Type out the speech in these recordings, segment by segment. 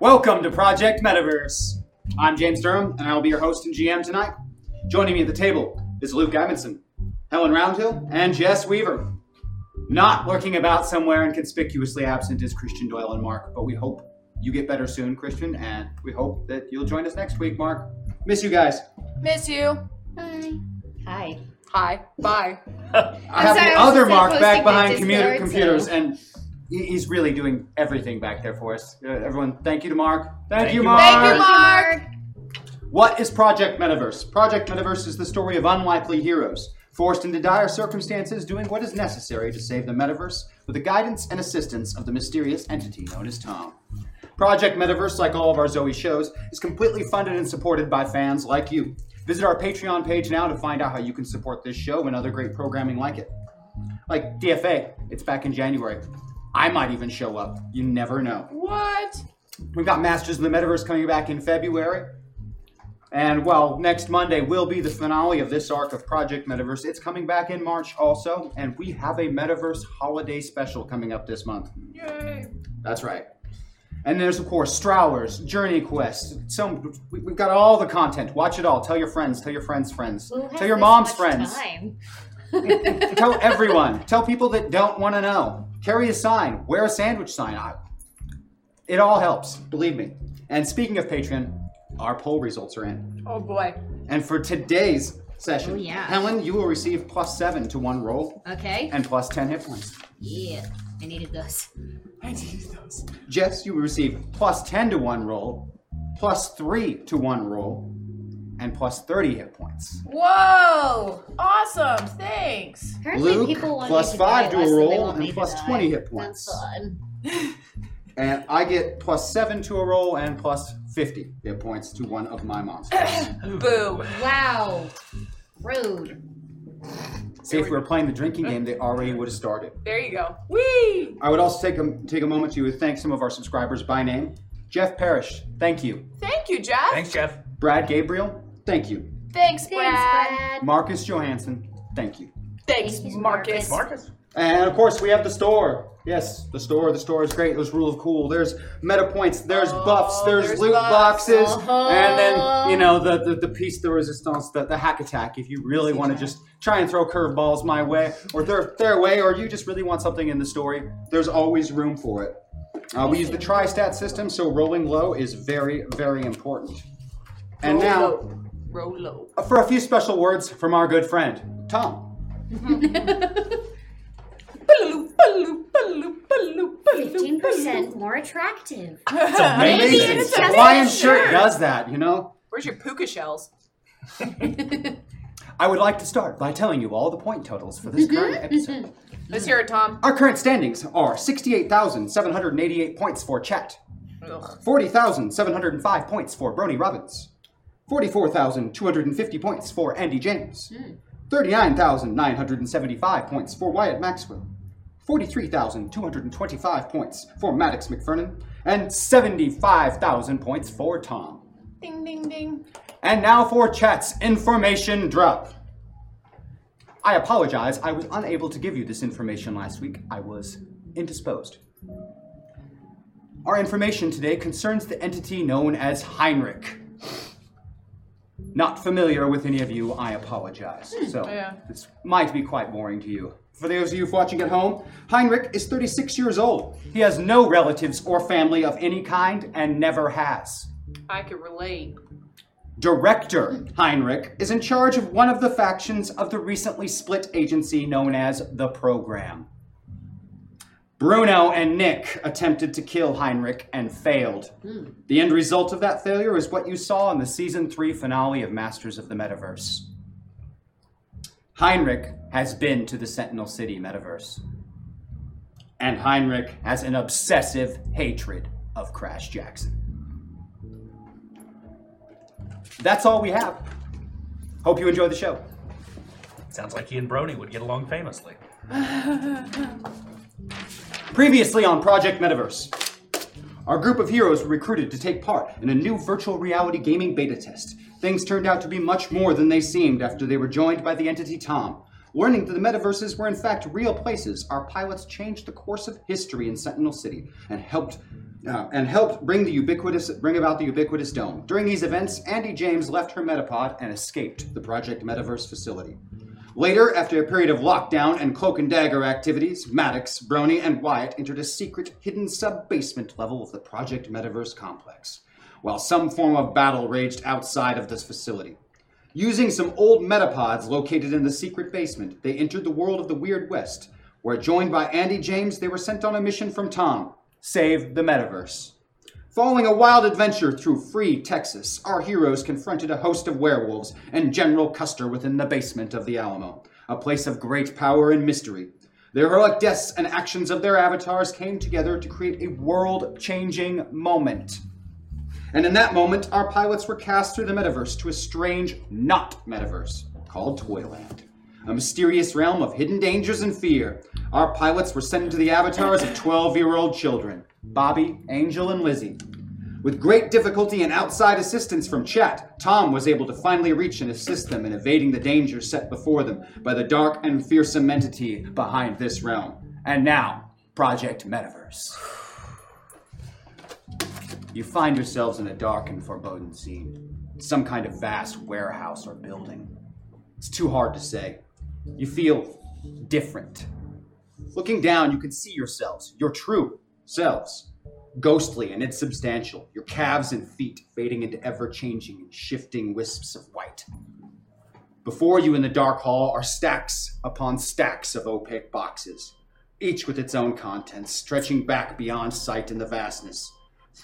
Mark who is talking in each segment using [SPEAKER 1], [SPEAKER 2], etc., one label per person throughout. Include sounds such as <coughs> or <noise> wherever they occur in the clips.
[SPEAKER 1] Welcome to Project Metaverse. I'm James Durham, and I will be your host and GM tonight. Joining me at the table is Luke Amundsen, Helen Roundhill, and Jess Weaver. Not lurking about somewhere and conspicuously absent is Christian Doyle and Mark, but we hope you get better soon, Christian, and we hope that you'll join us next week, Mark. Miss you guys.
[SPEAKER 2] Miss you.
[SPEAKER 3] Hi. Hi.
[SPEAKER 2] Hi. Bye.
[SPEAKER 1] I have the
[SPEAKER 3] sorry, I was
[SPEAKER 1] other
[SPEAKER 3] just, like,
[SPEAKER 1] Mark back
[SPEAKER 3] posting
[SPEAKER 1] behind
[SPEAKER 3] the
[SPEAKER 1] commuter-
[SPEAKER 3] Discord,
[SPEAKER 1] computers, and he- he's really doing everything back there for us. Uh, everyone, thank you to Mark. Thank, you, Mark.
[SPEAKER 2] Thank you, Mark.
[SPEAKER 1] What is Project Metaverse? Project Metaverse is the story of unlikely heroes, forced into dire circumstances, doing what is necessary to save the metaverse with the guidance and assistance of the mysterious entity known as Tom. Project Metaverse, like all of our Zoe shows, is completely funded and supported by fans like you. Visit our Patreon page now to find out how you can support this show and other great programming like it. Like DFA, it's back in January. I might even show up. You never know.
[SPEAKER 2] What?
[SPEAKER 1] We've got Masters in the Metaverse coming back in February. And well, next Monday will be the finale of this arc of Project Metaverse. It's coming back in March also, and we have a Metaverse holiday special coming up this month.
[SPEAKER 2] Yay.
[SPEAKER 1] That's right. And there's of course Strowlers, Journey Quest. Some we, we've got all the content. Watch it all. Tell your friends. Tell your friends' friends.
[SPEAKER 3] Who has
[SPEAKER 1] tell your
[SPEAKER 3] this
[SPEAKER 1] mom's
[SPEAKER 3] much
[SPEAKER 1] friends.
[SPEAKER 3] time?
[SPEAKER 1] tell everyone. Tell people that don't want to know. Carry a sign. Wear a sandwich sign. I- It all helps, believe me. And speaking of Patreon, our poll results are in.
[SPEAKER 2] Oh boy.
[SPEAKER 1] And for today's session,
[SPEAKER 3] Oh, yeah.
[SPEAKER 1] Helen, you will receive plus seven to one roll
[SPEAKER 3] Okay.
[SPEAKER 1] and plus ten hit points.
[SPEAKER 3] yeah. I needed those.
[SPEAKER 2] I need those.
[SPEAKER 1] Jess, you will receive plus ten to one roll, plus three to one roll, and plus thirty hit points.
[SPEAKER 2] Whoa. Awesome. Thanks.
[SPEAKER 3] Apparently
[SPEAKER 1] Luke,
[SPEAKER 3] people want
[SPEAKER 1] plus
[SPEAKER 3] me to
[SPEAKER 1] five
[SPEAKER 3] die
[SPEAKER 1] to a
[SPEAKER 3] less than they
[SPEAKER 1] roll
[SPEAKER 3] want me
[SPEAKER 1] and
[SPEAKER 3] to
[SPEAKER 1] plus
[SPEAKER 3] die.
[SPEAKER 1] 20 hit points.
[SPEAKER 3] That's fun.
[SPEAKER 1] And I get plus seven to a roll and plus fifty hit points to one of my monsters.
[SPEAKER 2] Boo.
[SPEAKER 3] Wow. Rude.
[SPEAKER 1] See, if we were playing the drinking game, they already would have started.
[SPEAKER 2] There you go. Whee.
[SPEAKER 1] I would also take a, take a moment to thank some of our subscribers by name. Jeff Parrish, thank you.
[SPEAKER 2] Thank you, Jeff.
[SPEAKER 4] Thanks, Jeff.
[SPEAKER 1] Brad Gabriel, thank you.
[SPEAKER 2] Thanks,
[SPEAKER 3] Thanks,
[SPEAKER 2] Brad.
[SPEAKER 3] Brad.
[SPEAKER 1] Marcus Johansson, thank you.
[SPEAKER 2] Thanks,
[SPEAKER 3] Thank you,
[SPEAKER 2] Marcus.
[SPEAKER 3] Marcus.
[SPEAKER 4] Marcus.
[SPEAKER 1] And of course, we have the store. Yes, the store. The store is great. There's Rule of Cool. There's meta points. There's buffs. There's,
[SPEAKER 2] there's
[SPEAKER 1] loot
[SPEAKER 2] buffs.
[SPEAKER 1] boxes.
[SPEAKER 3] Uh-huh.
[SPEAKER 1] And then, you know, the, the, the piece de resistance, the, the hack attack, if you really want to just try and throw curveballs my way or their, their way, or you just really want something in the story, there's always room for it. Uh, we use the tri stat system, so rolling low is very, very important. And
[SPEAKER 2] Roll
[SPEAKER 1] now,
[SPEAKER 2] low. Roll low.
[SPEAKER 1] for a few special words from our good friend, Tom.
[SPEAKER 2] Baloo, baloo, baloo, baloo, baloo,
[SPEAKER 3] Fifteen
[SPEAKER 2] baloo.
[SPEAKER 3] percent more attractive.
[SPEAKER 1] Amazing.
[SPEAKER 3] Maybe it's
[SPEAKER 1] The
[SPEAKER 3] just
[SPEAKER 1] Hawaiian
[SPEAKER 3] a
[SPEAKER 1] shirt
[SPEAKER 3] shirt.
[SPEAKER 1] does that, you know?
[SPEAKER 2] Where's your puka shells?
[SPEAKER 1] I would like to start by telling you all the point totals for this current
[SPEAKER 2] Mm-hmm.
[SPEAKER 1] episode.
[SPEAKER 2] Let's hear it, Tom.
[SPEAKER 1] Our current standings are 68,788 points for Chat,
[SPEAKER 2] Ugh.
[SPEAKER 1] 40,705 points for Brony Robbins, 44,250 points for Andy James,
[SPEAKER 2] Hmm.
[SPEAKER 1] 39,975 points for Wyatt Maxwell, 43,225 points for Maddox McFernan, and 75,000 points for Tom.
[SPEAKER 2] Ding, ding, ding.
[SPEAKER 1] And now for chat's information drop. I apologize, I was unable to give you this information last week. I was indisposed. Our information today concerns the entity known as Heinrich. Not familiar with any of you, I apologize. So,
[SPEAKER 2] yeah.
[SPEAKER 1] this might be quite boring to you. For those of you watching at home, Heinrich is 36 years old. He has no relatives or family of any kind and never has.
[SPEAKER 2] I could relate.
[SPEAKER 1] Director Heinrich is in charge of one of the factions of the recently split agency known as the Program. Bruno and Nick attempted to kill Heinrich and failed. The end result of that failure is what you saw in the season 3 finale of Masters of the Metaverse. Heinrich has been to the Sentinel City metaverse. And Heinrich has an obsessive hatred of Crash Jackson. That's all we have. Hope you enjoy the show.
[SPEAKER 4] Sounds like he and Brody would get along famously.
[SPEAKER 1] Previously on Project Metaverse, our group of heroes were recruited to take part in a new virtual reality gaming beta test. Things turned out to be much more than they seemed after they were joined by the entity Tom. Learning that the metaverses were in fact real places, our pilots changed the course of history in Sentinel City and helped uh, and helped bring the ubiquitous bring about the ubiquitous dome. During these events, Andy James left her metapod and escaped the Project Metaverse facility. Later, after a period of lockdown and cloak and dagger activities, Maddox, Brony, and Wyatt entered a secret, hidden sub basement level of the Project Metaverse complex, while some form of battle raged outside of this facility. Using some old metapods located in the secret basement, they entered the world of the Weird West, where, joined by Andy James, they were sent on a mission from Tom save the metaverse. Following a wild adventure through free Texas, our heroes confronted a host of werewolves and General Custer within the basement of the Alamo, a place of great power and mystery. The heroic deaths and actions of their avatars came together to create a world changing moment. And in that moment, our pilots were cast through the metaverse to a strange, not metaverse called Toyland, a mysterious realm of hidden dangers and fear. Our pilots were sent into the avatars of 12 year old children Bobby, Angel, and Lizzie. With great difficulty and outside assistance from chat, Tom was able to finally reach and assist them in evading the danger set before them by the dark and fearsome entity behind this realm. And now, Project Metaverse. You find yourselves in a dark and foreboding scene, some kind of vast warehouse or building. It's too hard to say. You feel different. Looking down, you can see yourselves, your true selves, ghostly and insubstantial, your calves and feet fading into ever changing and shifting wisps of white. Before you in the dark hall are stacks upon stacks of opaque boxes, each with its own contents, stretching back beyond sight in the vastness.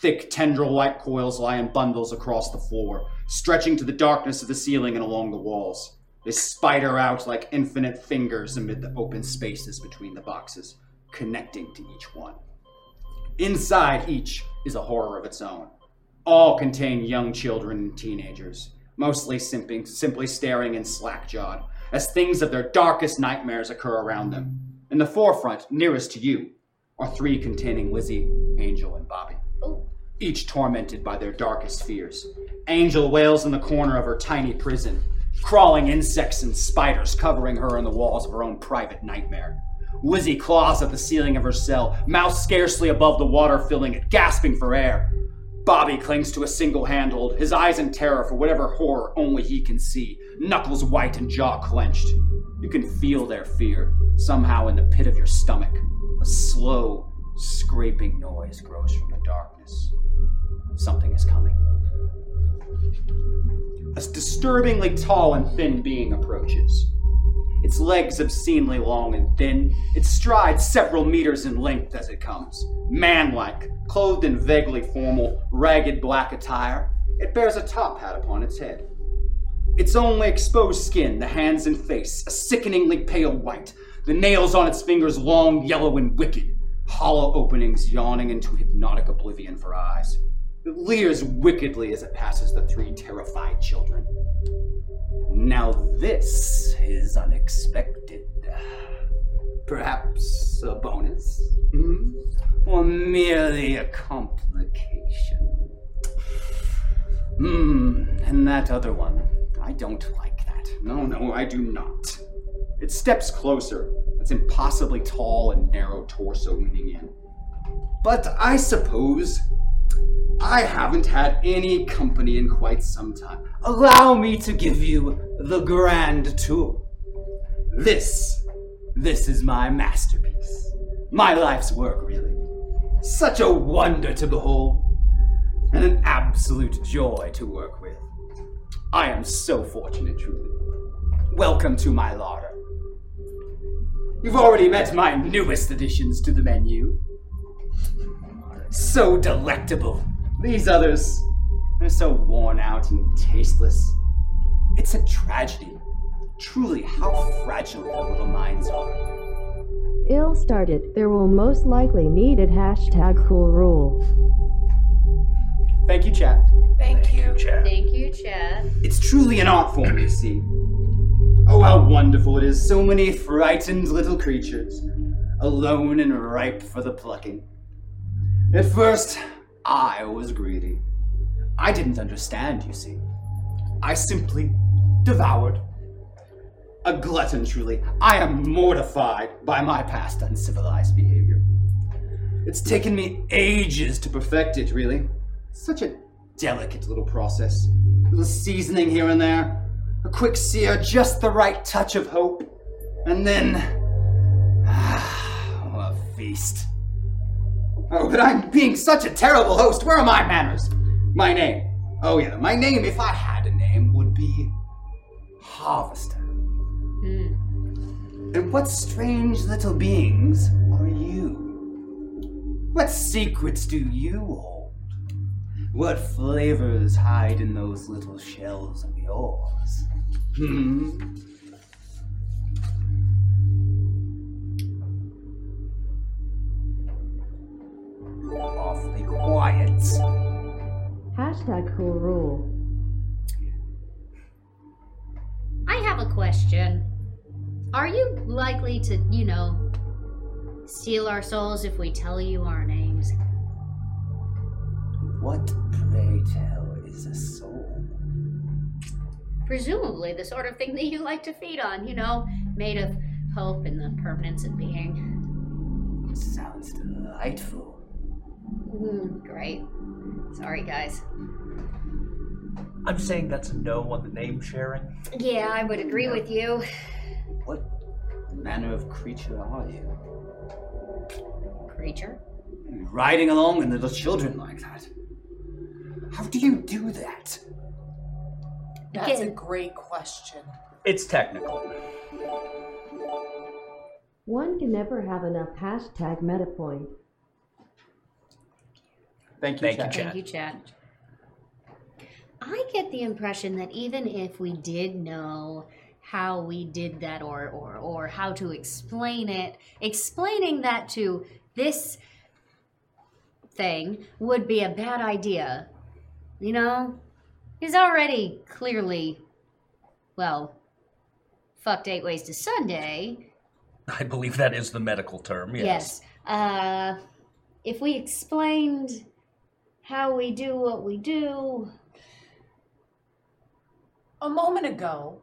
[SPEAKER 1] Thick tendril like coils lie in bundles across the floor, stretching to the darkness of the ceiling and along the walls. They spider out like infinite fingers amid the open spaces between the boxes, connecting to each one. Inside each is a horror of its own. All contain young children and teenagers, mostly simping, simply staring and slack jawed, as things of their darkest nightmares occur around them. In the forefront, nearest to you, are three containing Lizzie, Angel, and Bobby
[SPEAKER 3] Oh,
[SPEAKER 1] each tormented by their darkest fears. Angel wails in the corner of her tiny prison, crawling insects and spiders covering her in the walls of her own private nightmare. Lizzie claws at the ceiling of her cell, mouth scarcely above the water filling it, gasping for air. Bobby clings to a single handhold, his eyes in terror for whatever horror only he can see, knuckles white and jaw clenched. You can feel their fear, somehow in the pit of your stomach. A slow, scraping noise grows from the darkness. Something is coming. A disturbingly tall and thin being approaches. Its legs obscenely long and thin, its strides several meters in length as it comes. Manlike, clothed in vaguely formal, ragged black attire, it bears a top hat upon its head. Its only exposed skin, the hands and face, a sickeningly pale white, the nails on its fingers long, yellow, and wicked, hollow openings yawning into hypnotic oblivion for eyes. It leers wickedly as it passes the three terrified children. Now, this is unexpected. Perhaps a bonus? Hmm? Or merely a complication? Hmm, and that other one. I don't like that. No, no, I do not. It steps closer, its impossibly tall and narrow torso leaning in. But I suppose I haven't had any company in quite some time. Allow me to give you the grand tour. This, this is my masterpiece. My life's work, really. Such a wonder to behold, and an absolute joy to work with. I am so fortunate, truly. Welcome to my larder. You've already met my newest additions to the menu. So delectable. These others, they're so worn out and tasteless. It's a tragedy. Truly, how fragile the little minds are.
[SPEAKER 5] Ill started. There will most likely need a hashtag cool rule.
[SPEAKER 1] Thank you, chat.
[SPEAKER 4] Thank you, chat.
[SPEAKER 3] Thank you, chat.
[SPEAKER 1] It's truly an art form, you see. Oh, how wonderful it is. So many frightened little creatures, alone and ripe for the plucking. At first, I was greedy. I didn't understand, you see. I simply devoured. A glutton, truly. I am mortified by my past uncivilized behavior. It's taken me ages to perfect it, really. Such a delicate little process. A little seasoning here and there, a quick sear, just the right touch of hope, and then. <sighs> Ah, a feast. Oh, but I'm being such a terrible host. Where are my manners? My name. Oh, yeah, my name, if I had a name, would be. Harvester. And what strange little beings are you? What secrets do you hold? What flavors hide in those little shells of yours? Hmm? Awfully quiet.
[SPEAKER 5] Hashtag cool rule.
[SPEAKER 3] I have a question. Are you likely to, you know, steal our souls if we tell you our names?
[SPEAKER 1] What, pray tell, is a soul?
[SPEAKER 3] Presumably the sort of thing that you like to feed on, you know, made of hope and the permanence of being.
[SPEAKER 1] Sounds delightful.
[SPEAKER 3] Mm, great. Sorry, guys.
[SPEAKER 4] I'm saying that's a no on the name sharing.
[SPEAKER 3] Yeah, I would agree with you.
[SPEAKER 1] What manner of creature are you?
[SPEAKER 3] Creature?
[SPEAKER 1] riding along with little children like that. How do you do that?
[SPEAKER 6] That's a
[SPEAKER 3] Again.
[SPEAKER 6] great question.
[SPEAKER 4] It's technical.
[SPEAKER 5] One can never have enough hashtag meta point.
[SPEAKER 1] Thank
[SPEAKER 4] Thank you, Chad.
[SPEAKER 3] Thank you, Chad. I get the impression that even if we did know how we did that or, or, or how to explain it, explaining that to this thing would be a bad idea. You know? He's already clearly, well, fucked eight ways to Sunday.
[SPEAKER 4] I believe that is the medical term. Yes.
[SPEAKER 3] Yes. Uh, if we explained how we do what we do,
[SPEAKER 6] A moment ago,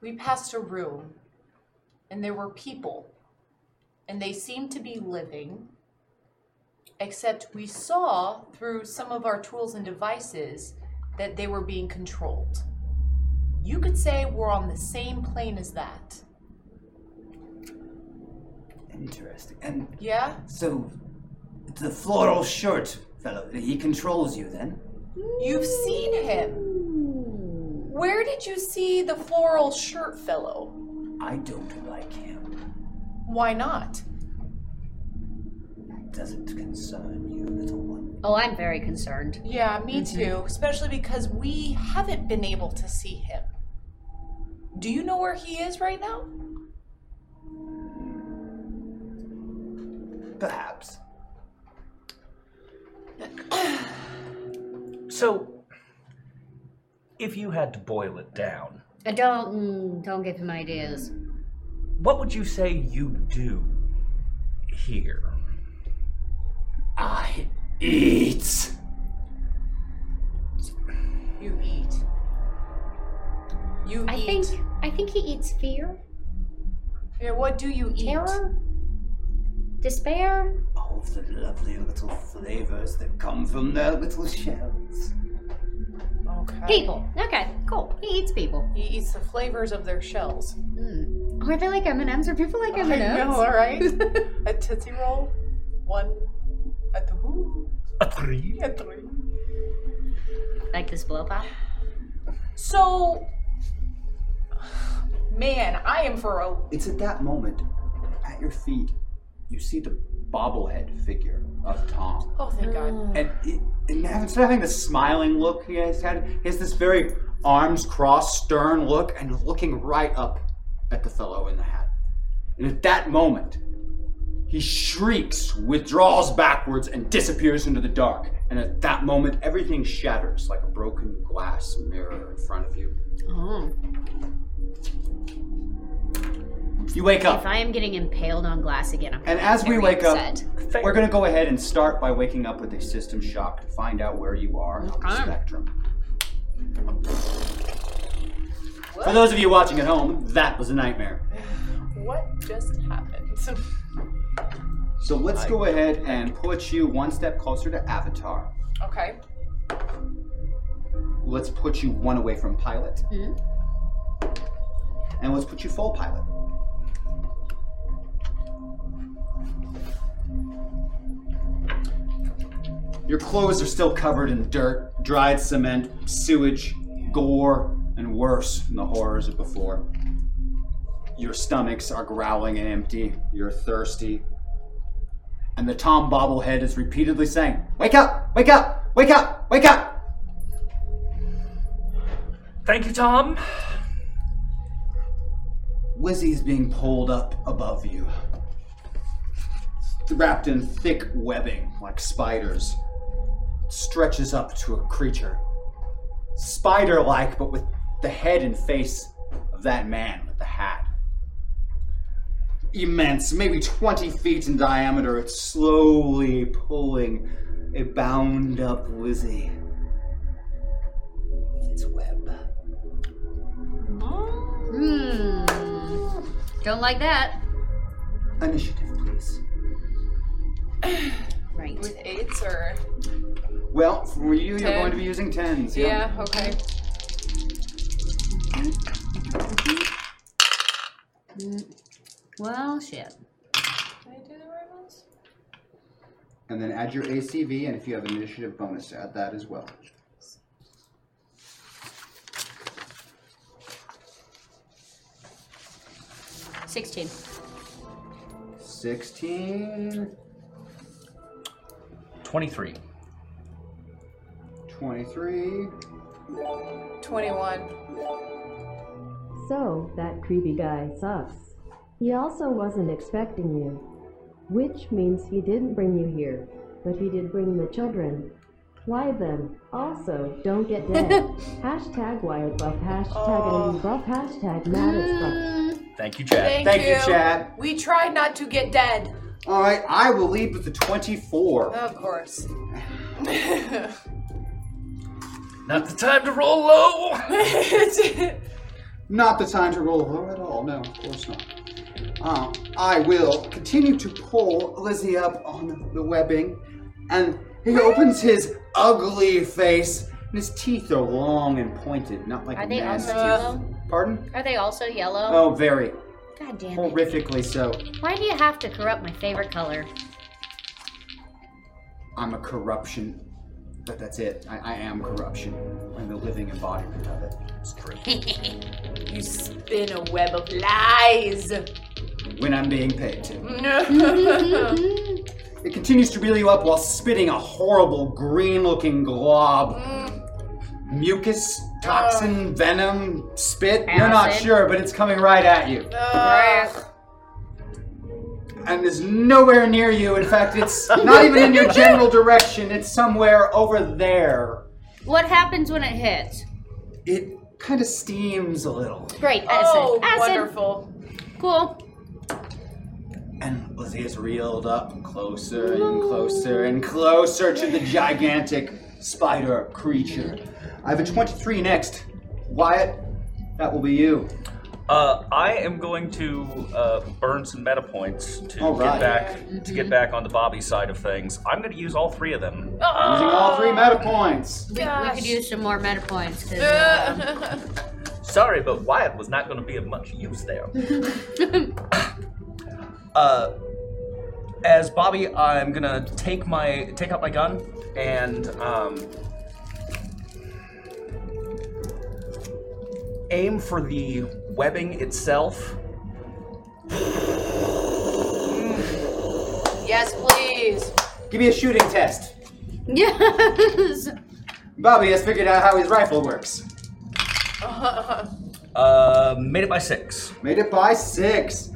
[SPEAKER 6] we passed a room and there were people, and they seemed to be living, except we saw through some of our tools and devices that they were being controlled. You could say we're on the same plane as that.
[SPEAKER 1] Interesting. And
[SPEAKER 6] Yeah?
[SPEAKER 1] so, the floral shirt fellow, he controls you then?
[SPEAKER 6] You've seen him. Where did you see the floral shirt fellow?
[SPEAKER 1] I don't like him.
[SPEAKER 6] Why not?
[SPEAKER 1] Doesn't concern you, little one.
[SPEAKER 3] oh, I'm very concerned.
[SPEAKER 6] Yeah, me too. Especially because we haven't been able to see him. Do you know where he is right now?
[SPEAKER 1] Perhaps.
[SPEAKER 4] So, if you had to boil it down,
[SPEAKER 3] Uh, don't mm, don't give him ideas.
[SPEAKER 4] what would you say you do here?
[SPEAKER 1] I eat.
[SPEAKER 6] You eat. You
[SPEAKER 3] I
[SPEAKER 6] eat.
[SPEAKER 3] think I think he eats fear,
[SPEAKER 6] Yeah, what do you eat?
[SPEAKER 3] terror, despair.
[SPEAKER 1] All of the lovely little flavors that come from their little shells.
[SPEAKER 6] Okay.
[SPEAKER 3] People. Okay, cool. He eats people.
[SPEAKER 6] He eats the flavors of their shells.
[SPEAKER 3] Mm. Are they like M and M's? Are people like
[SPEAKER 6] I
[SPEAKER 3] M and
[SPEAKER 6] know,
[SPEAKER 3] M's?
[SPEAKER 6] all
[SPEAKER 3] <laughs>
[SPEAKER 6] right. a tootsie roll, one, a two,
[SPEAKER 4] A three?
[SPEAKER 6] a three.
[SPEAKER 3] Like this blow pop?
[SPEAKER 6] So, man, I am for a
[SPEAKER 1] It's at that moment, at your feet, you see the bobblehead figure of Tom.
[SPEAKER 2] Oh, thank
[SPEAKER 3] Mm.
[SPEAKER 2] God.
[SPEAKER 1] And, it, and instead of having this smiling look he has had, he has this very arms crossed, stern look, and looking right up at the fellow in the hat. And at that moment, he shrieks, withdraws backwards, and disappears into the dark. And at that moment, everything shatters like a broken glass mirror in front of you.
[SPEAKER 3] Oh.
[SPEAKER 1] You wake
[SPEAKER 3] If
[SPEAKER 1] up.
[SPEAKER 3] I am getting impaled on glass again, I'm
[SPEAKER 1] And
[SPEAKER 3] gonna be
[SPEAKER 1] as we
[SPEAKER 3] very
[SPEAKER 1] wake up,
[SPEAKER 3] upset.
[SPEAKER 4] Fair.
[SPEAKER 1] we're going to go ahead and start by waking up with a system shock to find out where you are on the
[SPEAKER 3] Okay.
[SPEAKER 1] spectrum. For those of you watching at home, that was a nightmare.
[SPEAKER 2] What just
[SPEAKER 6] <laughs>
[SPEAKER 2] happened?
[SPEAKER 1] So let's go ahead and put you one step closer to Avatar.
[SPEAKER 2] okay.
[SPEAKER 1] Let's put you one away from Pilot. And let's put you full Pilot. Your clothes are still covered in dirt, dried cement, sewage, gore, and worse than the horrors of before. Your stomachs are growling and empty. You're thirsty. And the Tom bobblehead is repeatedly saying, Wake up! Wake up! Wake up! Wake up!
[SPEAKER 4] Thank you, Tom.
[SPEAKER 1] Lizzie's being pulled up above you, wrapped in thick webbing like spiders. Stretches up to a creature, spider like, but with the head and face of that man with the hat. Immense, maybe 20 feet in diameter, it's slowly pulling a bound up Lizzie with its web.
[SPEAKER 3] Mm. Hmm. Don't like that.
[SPEAKER 1] Initiative, please.
[SPEAKER 3] Right.
[SPEAKER 2] With eights or
[SPEAKER 1] Well, for you, you're
[SPEAKER 2] Ten.
[SPEAKER 1] going to be using tens.
[SPEAKER 2] yeah. Okay.
[SPEAKER 3] Well, shit.
[SPEAKER 2] Did I do the right ones?
[SPEAKER 1] And then add your ACV, and if you have an initiative bonus, add that as well.
[SPEAKER 3] Sixteen.
[SPEAKER 1] 16,
[SPEAKER 4] 23.
[SPEAKER 1] 23.
[SPEAKER 2] Twenty-one.
[SPEAKER 5] So, that creepy guy sucks. He also wasn't expecting you, which means he didn't bring you here, but he did bring the children. Why them? Also, don't get dead. hashtag Wyatt Buff, hashtag Andy Buff, hashtag Matt is Buff.
[SPEAKER 4] Thank you, Chad.
[SPEAKER 2] Thank,
[SPEAKER 1] Thank you, Chad.
[SPEAKER 2] We tried not to get dead.
[SPEAKER 1] All right, I will lead with the 24.
[SPEAKER 2] Of
[SPEAKER 6] <laughs>
[SPEAKER 2] course.
[SPEAKER 4] Not the time to roll low.
[SPEAKER 1] Not the time to roll low at all. No, of course not. Uh, I will continue to pull Lizzie up on the webbing, and he opens his ugly face, and his teeth are long and pointed, not like
[SPEAKER 3] Are they
[SPEAKER 1] man's
[SPEAKER 3] also
[SPEAKER 1] teeth.
[SPEAKER 3] yellow?
[SPEAKER 1] Pardon?
[SPEAKER 3] Are they also yellow?
[SPEAKER 1] Oh, very.
[SPEAKER 3] God damn it.
[SPEAKER 1] Horrifically so.
[SPEAKER 3] Why do you have to corrupt my favorite color?
[SPEAKER 1] I'm a corruption, but that's it. I, I am corruption. I'm the living embodiment of it.
[SPEAKER 4] It's true.
[SPEAKER 2] you spin a web of
[SPEAKER 6] <laughs>
[SPEAKER 2] lies.
[SPEAKER 1] When I'm being paid to.
[SPEAKER 2] No.
[SPEAKER 1] It continues to reel you up while spitting a horrible green looking glob. Mucus, toxin, venom, spit. You're not
[SPEAKER 3] Acid.
[SPEAKER 1] sure, but it's coming right at you.
[SPEAKER 3] Uh,
[SPEAKER 2] Ugh.
[SPEAKER 1] And is nowhere near you. In fact, it's not even in your general direction, it's somewhere over there.
[SPEAKER 3] What happens when it hits?
[SPEAKER 1] It kind of steams a little.
[SPEAKER 3] Great. Acid.
[SPEAKER 2] oh,
[SPEAKER 3] acid.
[SPEAKER 2] wonderful.
[SPEAKER 3] Cool.
[SPEAKER 1] And Lizzie is reeled up closer and closer and closer to the gigantic spider creature. I have a 23 next. Wyatt, that will be you.
[SPEAKER 4] Uh, I am going to uh, burn some meta points to
[SPEAKER 1] All right.
[SPEAKER 4] get back to get back on the Bobby side of things. I'm going to use all three of them.
[SPEAKER 1] Using all three meta points.
[SPEAKER 3] We could use some more meta points. 'cause, um,
[SPEAKER 4] Sorry, but Wyatt was not going to be of much use there. uh, as Bobby, I'm going to take my take out my gun and um, aim for the webbing itself.
[SPEAKER 2] Yes, please.
[SPEAKER 1] Give me a shooting test.
[SPEAKER 3] <laughs> Yes.
[SPEAKER 1] Bobby has figured out how his rifle works.
[SPEAKER 4] Uh, made it by six.
[SPEAKER 1] Made it by six.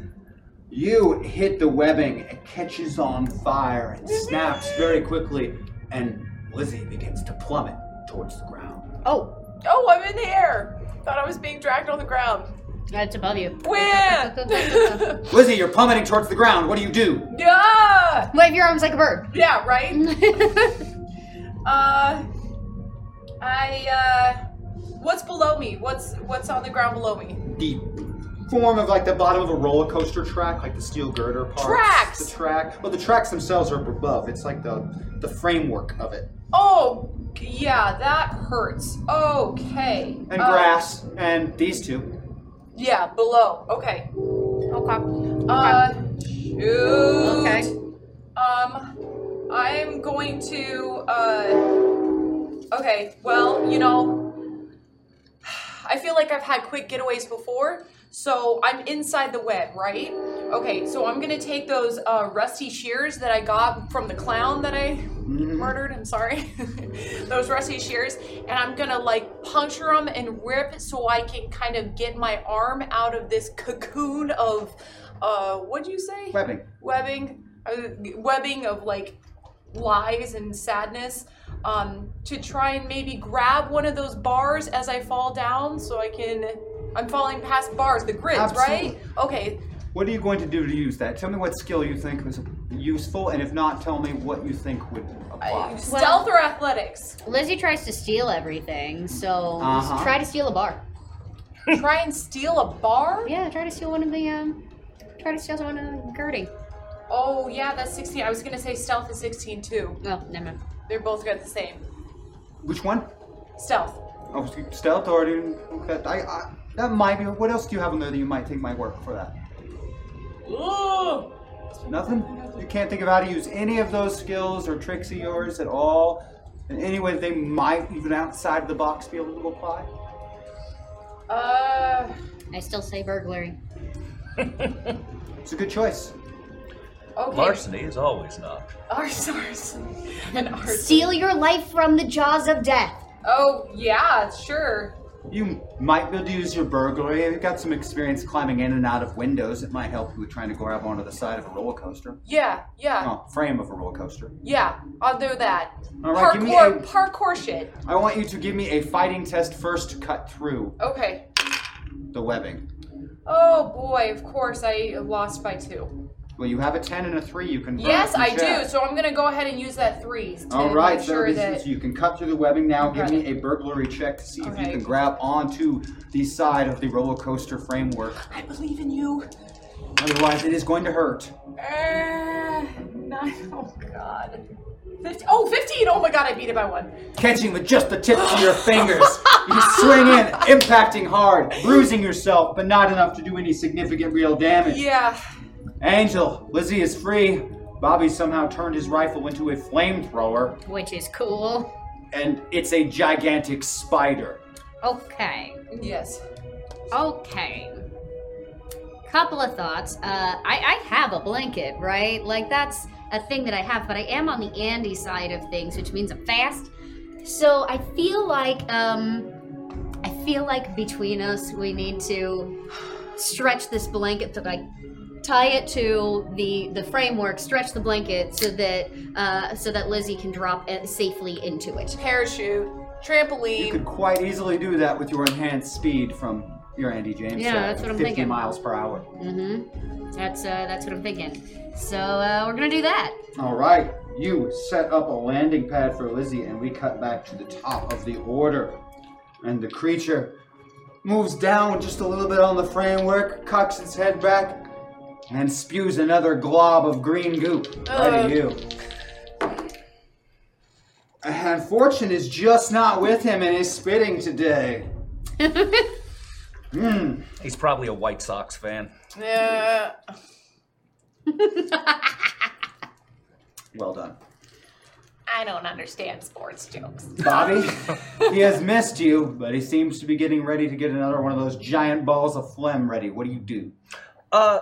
[SPEAKER 1] You hit the webbing, it catches on fire and snaps very quickly, and Lizzie begins to plummet towards the ground.
[SPEAKER 3] Oh,
[SPEAKER 6] Oh, I'm in the air. Thought I was being dragged on the ground.
[SPEAKER 3] that's above you.
[SPEAKER 6] <laughs> Win!
[SPEAKER 1] Lizzie, you're plummeting towards the ground. What do you do?
[SPEAKER 6] yeah!
[SPEAKER 3] Wave your arms like a bird.
[SPEAKER 6] Yeah, right? Uh, I, uh, what's below me? What's, what's on the ground below me?
[SPEAKER 1] The form of like the bottom of a roller coaster track, like the steel girder parts.
[SPEAKER 6] Tracks!
[SPEAKER 1] The track. Well, the tracks themselves are above. It's like the the framework of it,
[SPEAKER 6] Oh, yeah, that hurts. Okay.
[SPEAKER 1] and
[SPEAKER 6] Uh,
[SPEAKER 1] grass, and these two.
[SPEAKER 6] Yeah, below. Okay.
[SPEAKER 3] okay.
[SPEAKER 6] Uh, shoot.
[SPEAKER 3] Okay.
[SPEAKER 6] Um, I'm going to. Uh, okay. Well, you know, I feel like I've had quick getaways before, so I'm inside the web, right? Okay. So I'm gonna take those uh, rusty shears that I got from the clown that I murdered. I'm sorry. <laughs> those rusty shears, and I'm gonna like puncture them and rip so I can kind of get my arm out of this cocoon of. Uh, what'd you say?
[SPEAKER 1] Webbing.
[SPEAKER 6] webbing, uh, webbing of like lies and sadness, um, to try and maybe grab one of those bars as I fall down, so I can. I'm falling past bars, the grids, right?
[SPEAKER 1] Absolutely.
[SPEAKER 6] Okay.
[SPEAKER 1] What are you going to do to use that? Tell me what skill you think was useful, and if not, tell me what you think would apply.
[SPEAKER 6] Stealth or athletics?
[SPEAKER 3] <laughs> Lizzie tries to steal everything, so just
[SPEAKER 1] Uh-huh.
[SPEAKER 3] try to steal a bar.
[SPEAKER 6] Try and steal a bar?
[SPEAKER 3] Yeah, try to steal one of the um, try to steal one of the girding.
[SPEAKER 6] Oh yeah, that's 16. I was gonna say stealth is 16 too.
[SPEAKER 3] Oh, never mind.
[SPEAKER 6] They're both got the same.
[SPEAKER 1] Which one?
[SPEAKER 6] Stealth.
[SPEAKER 1] Oh, stealth or do- okay, I, I, that might be. What else do you have in there that you might take my work for that?
[SPEAKER 6] Ooh.
[SPEAKER 1] Nothing. You can't think of how to use any of those skills or tricks of yours at all. In any way, they might even outside the box be able to apply.
[SPEAKER 6] Uh.
[SPEAKER 3] I still say burglary.
[SPEAKER 1] It's a good choice.
[SPEAKER 6] Okay. <laughs>
[SPEAKER 4] Larceny is always not.
[SPEAKER 6] Ars- ars- An ars-
[SPEAKER 3] Steal your life from the jaws of death.
[SPEAKER 6] Oh yeah, sure.
[SPEAKER 1] You might be able to use your burglary. You've got some experience climbing in and out of windows. It might help you with trying to grab onto the side of a roller coaster.
[SPEAKER 6] Yeah, yeah.
[SPEAKER 1] Oh, frame of a roller coaster.
[SPEAKER 6] Yeah, I'll do that.
[SPEAKER 1] All right, give me
[SPEAKER 6] parkour,
[SPEAKER 1] a-
[SPEAKER 6] parkour shit.
[SPEAKER 1] I want you to give me a fighting test first to cut through
[SPEAKER 6] Okay.
[SPEAKER 1] the webbing.
[SPEAKER 6] Oh boy, of course I lost by two.
[SPEAKER 1] Well, you have a 10 and a 3. You can.
[SPEAKER 6] Yes, I do.
[SPEAKER 1] check.
[SPEAKER 6] So I'm gonna go ahead and use that threes to
[SPEAKER 1] All right,
[SPEAKER 6] make
[SPEAKER 1] so
[SPEAKER 6] sure
[SPEAKER 1] this
[SPEAKER 6] that.
[SPEAKER 1] is, you can cut through the webbing now. Give
[SPEAKER 6] Got
[SPEAKER 1] me a burglary check to see if you
[SPEAKER 6] Okay.
[SPEAKER 1] can grab onto the side of the roller coaster framework.
[SPEAKER 6] I believe in you.
[SPEAKER 1] Otherwise, it is going to hurt.
[SPEAKER 6] Uh, nine, <laughs> oh god. 15, oh, 15! Oh my god, I beat it by one.
[SPEAKER 1] Catching with just the tips of your fingers,
[SPEAKER 6] <laughs>
[SPEAKER 1] you swing in, impacting hard, bruising yourself, but not enough to do any significant real damage.
[SPEAKER 6] Yeah.
[SPEAKER 1] Angel, Lizzie is free. Bobby somehow turned his rifle into a flamethrower,
[SPEAKER 3] Which is cool.
[SPEAKER 1] and it's a gigantic spider.
[SPEAKER 3] Okay.
[SPEAKER 6] Yes.
[SPEAKER 3] Okay. Couple of thoughts. Uh, I, I have a blanket, right? Like that's a thing that I have, but I am on the Andy side of things, which means I'm fast. So I feel like um, I feel like between us we need to stretch this blanket to like tie it to the the framework, stretch the blanket so that uh, so that Lizzie can drop it safely into it.
[SPEAKER 6] Parachute,
[SPEAKER 1] You
[SPEAKER 6] trampoline.
[SPEAKER 1] could quite easily do that with your enhanced speed from your Andy James.
[SPEAKER 3] Yeah,
[SPEAKER 1] set,
[SPEAKER 3] that's what I'm
[SPEAKER 1] 50
[SPEAKER 3] thinking.
[SPEAKER 1] miles per hour.
[SPEAKER 3] Mm-hmm. That's uh, that's what I'm thinking. So uh, we're gonna do that.
[SPEAKER 1] All right, you set up a landing pad for Lizzie, and we cut back to the top of the order. And the creature moves down just a little bit on the framework, cocks its head back, and spews another glob of green goop right at you. And Fortune is just not with him in his spitting today.
[SPEAKER 4] He's probably a White Sox fan.
[SPEAKER 6] Yeah.
[SPEAKER 1] Well done.
[SPEAKER 6] I don't understand sports
[SPEAKER 1] <laughs>
[SPEAKER 6] jokes.
[SPEAKER 1] Bobby, he has missed you, but he seems to be getting ready to get another one of those giant balls of phlegm ready. What do you do?
[SPEAKER 4] Uh,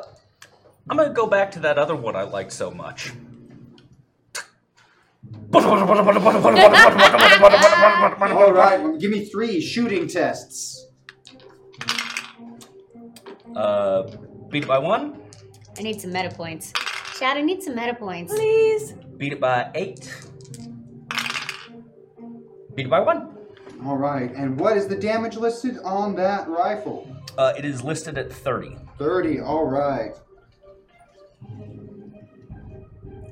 [SPEAKER 4] I'm gonna go back to that other one I liked so much.
[SPEAKER 1] All right, well, give me three shooting tests.
[SPEAKER 4] Uh, beat it by one.
[SPEAKER 3] I need some meta points. Chad, I need some meta points.
[SPEAKER 6] Please.
[SPEAKER 4] Beat it by eight. Beat it by one.
[SPEAKER 1] All right, and what is the damage listed on that rifle?
[SPEAKER 4] Uh, it is listed at 30.
[SPEAKER 1] 30, all right.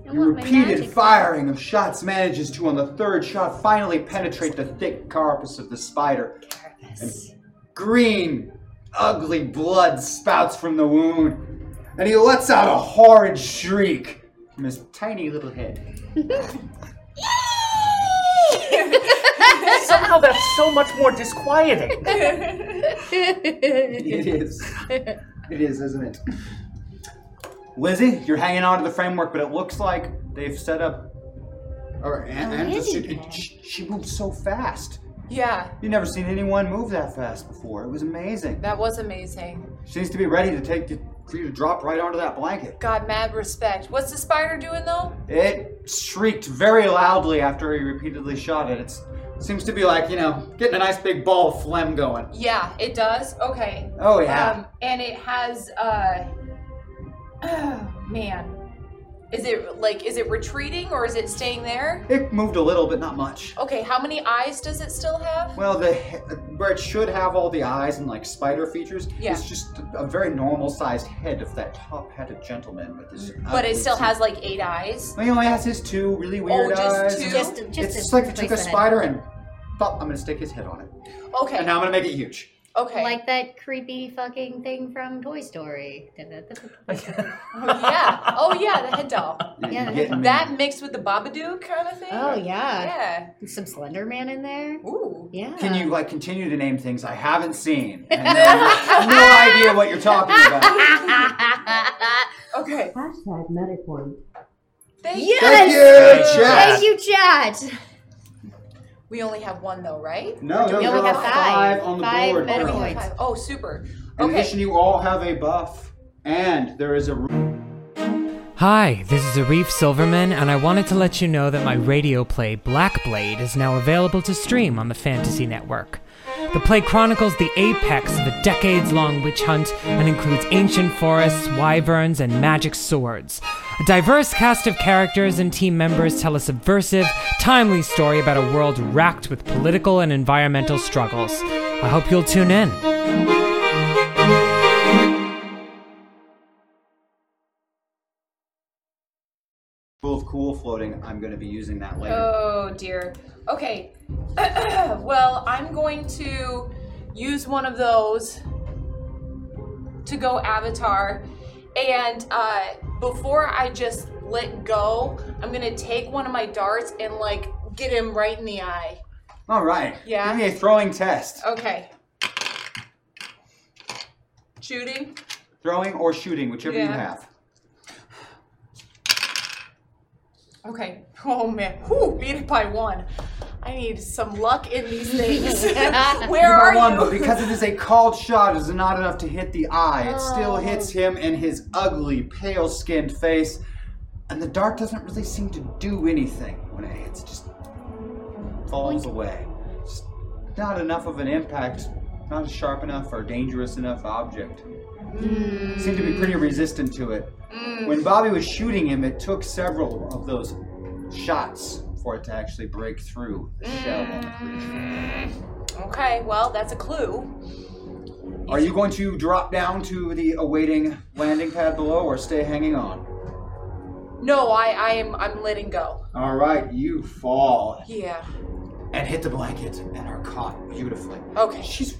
[SPEAKER 3] I
[SPEAKER 1] Your
[SPEAKER 3] want my
[SPEAKER 1] repeated
[SPEAKER 3] magic.
[SPEAKER 1] firing of shots manages to, on the third shot, finally penetrate the thick carapace of the spider. Green, ugly blood spouts from the wound, and he lets out a horrid shriek from his tiny little head.
[SPEAKER 4] Somehow that's so much more disquieting.
[SPEAKER 3] <laughs>
[SPEAKER 1] It is. It is, isn't it? Lizzie, you're hanging on to the framework, but it looks like they've set up. Or and, and just, it, it- she, she moved so fast.
[SPEAKER 6] Yeah,
[SPEAKER 1] You've never seen anyone move that fast before. It was amazing.
[SPEAKER 6] that was amazing.
[SPEAKER 1] She needs to be ready to take the, for you to drop right onto that blanket.
[SPEAKER 6] God, mad respect. What's the spider doing though?
[SPEAKER 1] It shrieked very loudly after he repeatedly shot it. It seems to be like you know getting a nice big ball of phlegm going.
[SPEAKER 6] Yeah, it does. Okay.
[SPEAKER 1] Oh yeah.
[SPEAKER 6] Um, and it has uh <clears throat> oh, man. Is it like is it retreating or is it staying there?
[SPEAKER 1] it moved a little, but not much.
[SPEAKER 6] Okay, how many eyes does it still have?
[SPEAKER 1] Well, the he- where it should have all the eyes and like spider features,
[SPEAKER 6] Yeah.
[SPEAKER 1] it's just a very normal sized head of that top-headed gentleman. But this,
[SPEAKER 6] But it still has like eight eyes. Oh,
[SPEAKER 1] Well, he only has his two really weird
[SPEAKER 6] just
[SPEAKER 1] eyes.
[SPEAKER 6] two?
[SPEAKER 3] Just, just
[SPEAKER 1] It's
[SPEAKER 3] a
[SPEAKER 1] just like they took a
[SPEAKER 3] replacement.
[SPEAKER 1] spider and thought I'm gonna stick his head on it, and
[SPEAKER 6] Okay.
[SPEAKER 3] <laughs>
[SPEAKER 1] now I'm gonna make it huge.
[SPEAKER 6] Okay.
[SPEAKER 3] Like that creepy fucking thing from Toy Story. <laughs>
[SPEAKER 6] yeah. Oh yeah, the head doll.
[SPEAKER 1] You- you
[SPEAKER 3] Yeah,
[SPEAKER 1] get me?
[SPEAKER 6] That mixed with the Babadook kind of thing.
[SPEAKER 3] Oh yeah.
[SPEAKER 6] Yeah.
[SPEAKER 3] Some Slender Man in there.
[SPEAKER 6] Ooh.
[SPEAKER 3] Yeah.
[SPEAKER 1] Can you like continue to name things I haven't seen? And
[SPEAKER 3] <laughs>
[SPEAKER 1] no, no idea what you're talking about.
[SPEAKER 6] Okay.
[SPEAKER 5] Hashtag Metacorn.
[SPEAKER 6] Thank you.
[SPEAKER 1] Thank
[SPEAKER 3] yes!
[SPEAKER 1] you, Chad.
[SPEAKER 3] <laughs> Thank you, Chad.
[SPEAKER 6] We only have one though, right?
[SPEAKER 1] No, no,
[SPEAKER 3] We
[SPEAKER 1] there
[SPEAKER 3] only
[SPEAKER 1] are
[SPEAKER 3] got five.
[SPEAKER 1] on the
[SPEAKER 3] Five
[SPEAKER 1] board.
[SPEAKER 3] meta
[SPEAKER 1] currently.
[SPEAKER 3] points.
[SPEAKER 6] Five. Oh, super.
[SPEAKER 1] In
[SPEAKER 6] Okay.
[SPEAKER 1] addition, you all have a buff, and there is a
[SPEAKER 7] Hi, this is Arif Silverman, and I wanted to let you know that my radio play Blackblade is now available to stream on the Fantasy Network. The play chronicles the apex of a decades long witch hunt and includes ancient forests, wyverns, and magic swords. A diverse cast of characters and team members tell a subversive, timely story about a world racked with political and environmental struggles. I hope you'll tune in.
[SPEAKER 1] rule of cool floating. I'm going to be using that later.
[SPEAKER 6] Oh dear. Okay. <coughs> well, I'm going to use one of those to go avatar. And uh, before I just let go, I'm going to take one of my darts and like get him right in the eye.
[SPEAKER 3] Oh.
[SPEAKER 1] all right.
[SPEAKER 6] Yeah.
[SPEAKER 1] Give me a throwing test.
[SPEAKER 6] Okay. Shooting.
[SPEAKER 1] Throwing or shooting, whichever you
[SPEAKER 6] Yeah.
[SPEAKER 1] have.
[SPEAKER 6] Okay. Oh man. Whew, beat it by one. I need some luck in these
[SPEAKER 1] <laughs>
[SPEAKER 6] things. Where
[SPEAKER 1] Number
[SPEAKER 6] are
[SPEAKER 1] one,
[SPEAKER 6] you?
[SPEAKER 1] but because it is a called shot, it is not enough to hit the eye. It
[SPEAKER 6] Oh.
[SPEAKER 1] still hits him in his ugly, pale-skinned face, and the dart doesn't really seem to do anything when it hits. It just falls away. Just not enough of an impact. Not a sharp enough or dangerous enough object. Seemed to be pretty
[SPEAKER 6] Hmm.
[SPEAKER 1] resistant to it. When Bobby was shooting him, it took several of those shots for it to actually break through the shell on
[SPEAKER 6] Hmm.
[SPEAKER 1] the creature.
[SPEAKER 6] Okay. Well, that's a clue.
[SPEAKER 1] Are you going to drop down to the awaiting landing pad below or stay hanging on?
[SPEAKER 6] No, I, I am I'm letting go.
[SPEAKER 1] All right, you fall
[SPEAKER 6] Yeah.
[SPEAKER 1] and hit the blanket and are caught beautifully.
[SPEAKER 6] Okay.
[SPEAKER 1] She's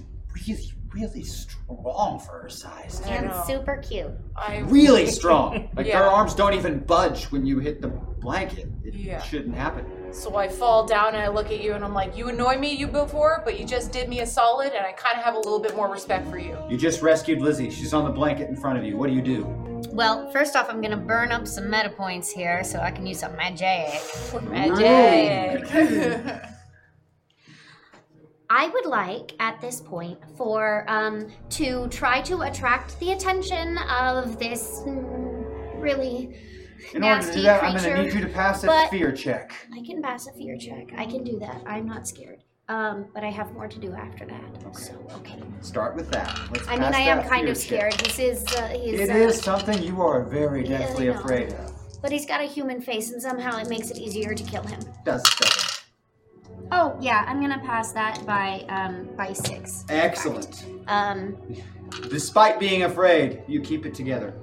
[SPEAKER 1] really, really strong for her size.
[SPEAKER 6] I know.
[SPEAKER 3] And super cute.
[SPEAKER 6] I <laughs>
[SPEAKER 1] Really strong. Like
[SPEAKER 6] Yeah.
[SPEAKER 1] their arms don't even budge when you hit the blanket. It
[SPEAKER 6] Yeah.
[SPEAKER 1] shouldn't happen.
[SPEAKER 6] so I fall down and I look at you and I'm like, you annoy me, you before, but you just did me a solid, and I kind of have a little bit more respect for you.
[SPEAKER 1] You just rescued Lizzie. She's on the blanket in front of you. What do you do?
[SPEAKER 3] Well, first off, I'm gonna burn up some meta points here so I can use some magic. <laughs> I would like at this point for um, to try to attract the attention of this mm, really
[SPEAKER 1] In order to
[SPEAKER 3] nasty
[SPEAKER 1] do that, I'm
[SPEAKER 3] creature.
[SPEAKER 1] going to need you to pass a
[SPEAKER 3] but
[SPEAKER 1] fear check.
[SPEAKER 3] I can pass a fear check. I can do that. I'm not scared. Um, but I have more to do after that. So okay.
[SPEAKER 1] Start with that. Let's
[SPEAKER 3] I mean,
[SPEAKER 1] pass
[SPEAKER 3] I am
[SPEAKER 1] that
[SPEAKER 3] kind
[SPEAKER 1] fear
[SPEAKER 3] of scared.
[SPEAKER 1] check.
[SPEAKER 3] This is uh, his.
[SPEAKER 1] It
[SPEAKER 3] uh,
[SPEAKER 1] is something you are very
[SPEAKER 3] Yeah, I
[SPEAKER 1] densely
[SPEAKER 3] know.
[SPEAKER 1] afraid of.
[SPEAKER 3] But he's got a human face, and somehow it makes it easier to kill him.
[SPEAKER 1] Does seven.
[SPEAKER 3] Oh yeah, I'm gonna pass that by um by six.
[SPEAKER 1] Excellent.
[SPEAKER 3] Um,
[SPEAKER 1] Despite being afraid, you keep it together.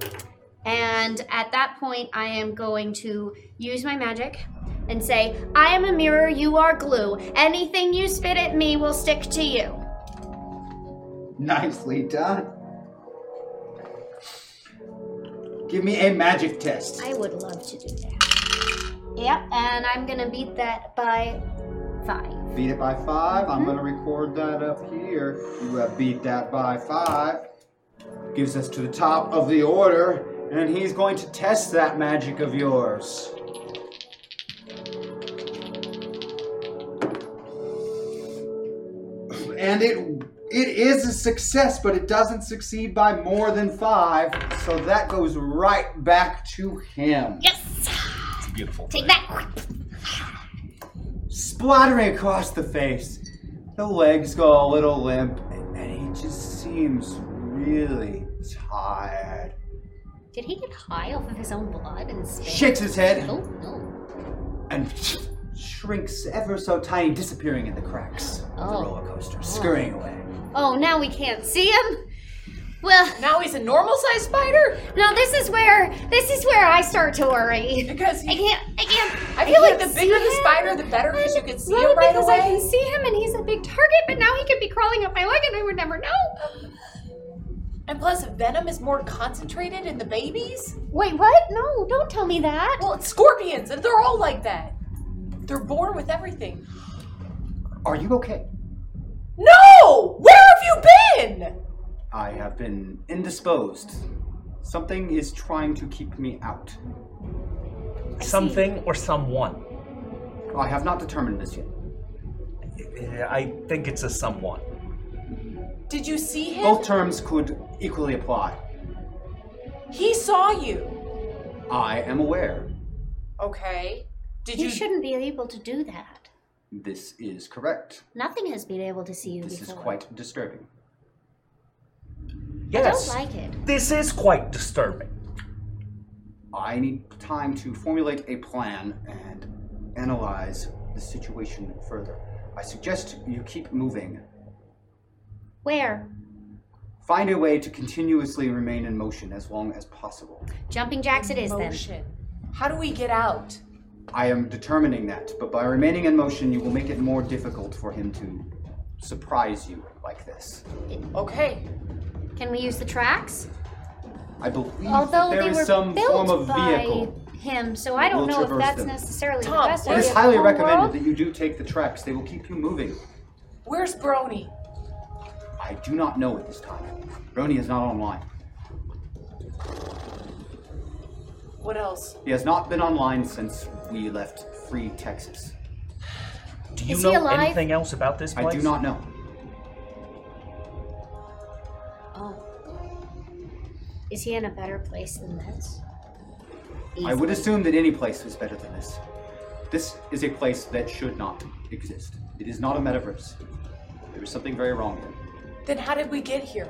[SPEAKER 3] and at that point, I am going to use my magic and say, "I am a mirror. You are glue. Anything you spit at me will stick to you."
[SPEAKER 1] Nicely done. Give me a magic test.
[SPEAKER 3] I would love to do that. Yep, and I'm gonna beat that by five.
[SPEAKER 1] Beat it by 5 i I'm going to record that up here. You have beat that by five. Gives us to the top of the order, and he's going to test that magic of yours. And it it is a success, but it doesn't succeed by more than five, so that goes right back to him.
[SPEAKER 3] Yes,
[SPEAKER 4] Beautiful.
[SPEAKER 3] take that.
[SPEAKER 1] splattering across the face. The legs go a little limp, and he just seems really tired.
[SPEAKER 3] Did he get high off of his own blood and spit?
[SPEAKER 1] Shakes his head
[SPEAKER 3] Oh no.
[SPEAKER 1] and shrinks ever so tiny, disappearing in the cracks of the
[SPEAKER 3] Oh.
[SPEAKER 1] roller coaster, scurrying away.
[SPEAKER 3] Oh, now we can't see him. Well,
[SPEAKER 6] Now he's a normal sized spider?
[SPEAKER 3] no, this is where this is where I start to worry.
[SPEAKER 6] Because
[SPEAKER 3] I
[SPEAKER 6] he,
[SPEAKER 3] can't. I can't.
[SPEAKER 6] I feel like the
[SPEAKER 3] can't
[SPEAKER 6] bigger
[SPEAKER 3] see
[SPEAKER 6] the
[SPEAKER 3] him.
[SPEAKER 6] spider, the better because you can see
[SPEAKER 3] Right,
[SPEAKER 6] him right
[SPEAKER 3] because I
[SPEAKER 6] away.
[SPEAKER 3] can see him, and he's a big target. But now he could be crawling up my leg, and I would never know.
[SPEAKER 6] And plus, venom is more concentrated in the babies.
[SPEAKER 3] Wait, what? No, don't tell me that.
[SPEAKER 6] Well, it's scorpions, and they're all like that. They're born with everything.
[SPEAKER 1] Are you okay?
[SPEAKER 6] No! Where have you been?
[SPEAKER 1] I have been indisposed. Something is trying to keep me out.
[SPEAKER 4] Something or someone.
[SPEAKER 1] I have not determined this yet.
[SPEAKER 4] I think it's a someone.
[SPEAKER 6] Did you see him?
[SPEAKER 1] Both terms could equally apply.
[SPEAKER 6] He saw you.
[SPEAKER 1] I am aware.
[SPEAKER 6] Okay. Did
[SPEAKER 3] You
[SPEAKER 6] you?
[SPEAKER 3] shouldn't be able to do that.
[SPEAKER 1] This is correct.
[SPEAKER 3] Nothing has been able to see you
[SPEAKER 1] This is
[SPEAKER 3] before.
[SPEAKER 1] quite disturbing.
[SPEAKER 3] I
[SPEAKER 4] Yes.
[SPEAKER 3] don't like it.
[SPEAKER 4] This is quite disturbing.
[SPEAKER 1] I need time to formulate a plan and analyze the situation further. I suggest you keep moving.
[SPEAKER 3] Where?
[SPEAKER 1] Find a way to continuously remain in motion as long as possible.
[SPEAKER 3] Jumping jacks it is then.
[SPEAKER 6] Motion. How do we get out?
[SPEAKER 1] I am determining that, but by remaining in motion, you will make it more difficult for him to surprise you like this.
[SPEAKER 6] Okay.
[SPEAKER 3] Can we use the tracks?
[SPEAKER 1] I believe that
[SPEAKER 3] Although
[SPEAKER 1] there
[SPEAKER 3] they
[SPEAKER 1] is
[SPEAKER 3] were
[SPEAKER 1] some
[SPEAKER 3] built
[SPEAKER 1] form of
[SPEAKER 3] by
[SPEAKER 1] vehicle.
[SPEAKER 3] him, so I
[SPEAKER 1] We'll
[SPEAKER 3] don't know if
[SPEAKER 1] traverse
[SPEAKER 3] that's
[SPEAKER 1] them.
[SPEAKER 3] necessarily
[SPEAKER 6] Tom,
[SPEAKER 3] the best
[SPEAKER 6] what
[SPEAKER 1] It
[SPEAKER 3] idea
[SPEAKER 1] is
[SPEAKER 3] in the
[SPEAKER 1] highly
[SPEAKER 3] whole
[SPEAKER 1] recommended
[SPEAKER 3] world.
[SPEAKER 1] that you do take the tracks, they will keep you moving.
[SPEAKER 6] Where's Brony?
[SPEAKER 1] I do not know at this time. Roni is not online.
[SPEAKER 6] What else?
[SPEAKER 1] He has not been online since we left Free Texas.
[SPEAKER 4] Do you
[SPEAKER 3] Is he
[SPEAKER 4] know
[SPEAKER 3] alive?
[SPEAKER 4] anything else about this place?
[SPEAKER 1] I do not know.
[SPEAKER 3] Oh. Is he in a better place than this?
[SPEAKER 1] I would assume that any place is better than this. This is a place that should not exist. It is not a metaverse. There is something very wrong here.
[SPEAKER 6] Then how did we get here?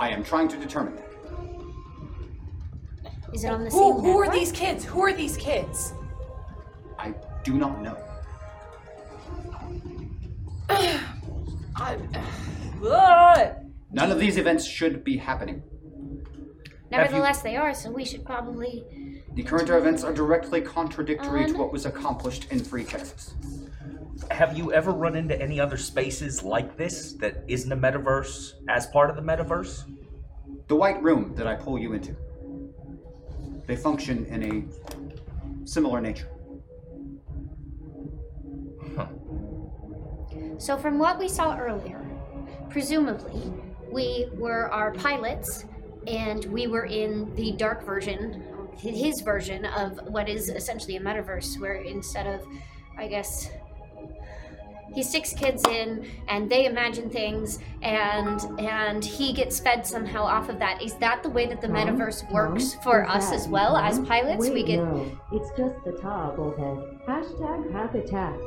[SPEAKER 1] I am trying to determine that.
[SPEAKER 3] Is it on the
[SPEAKER 6] Who,
[SPEAKER 3] same
[SPEAKER 6] who are
[SPEAKER 3] network?
[SPEAKER 6] these kids? Who are these kids?
[SPEAKER 1] I do not know.
[SPEAKER 6] I, Ugh.
[SPEAKER 1] None of these events should be happening.
[SPEAKER 3] Nevertheless, they are, so we should probably.
[SPEAKER 1] The current events are directly contradictory to
[SPEAKER 3] Um.
[SPEAKER 1] what was accomplished in Free Texas.
[SPEAKER 4] Have you ever run into any other spaces like this that isn't a metaverse as part of the metaverse?
[SPEAKER 1] The white room that I pull you into. They function in a similar nature.
[SPEAKER 3] So, from what we saw earlier, presumably, we were our pilots and we were in the dark version, his version of what is essentially a metaverse, where instead of, I guess, He sticks kids in, and they imagine things, and and he gets fed somehow off of that. Is that the way that the
[SPEAKER 5] Mom?
[SPEAKER 3] metaverse
[SPEAKER 5] Mom?
[SPEAKER 3] works for
[SPEAKER 5] Is
[SPEAKER 3] us
[SPEAKER 5] that
[SPEAKER 3] as well as
[SPEAKER 5] Mom?
[SPEAKER 3] pilots?
[SPEAKER 5] Wait,
[SPEAKER 3] we get
[SPEAKER 5] No, it's just the top, old head. Hashtag habitat.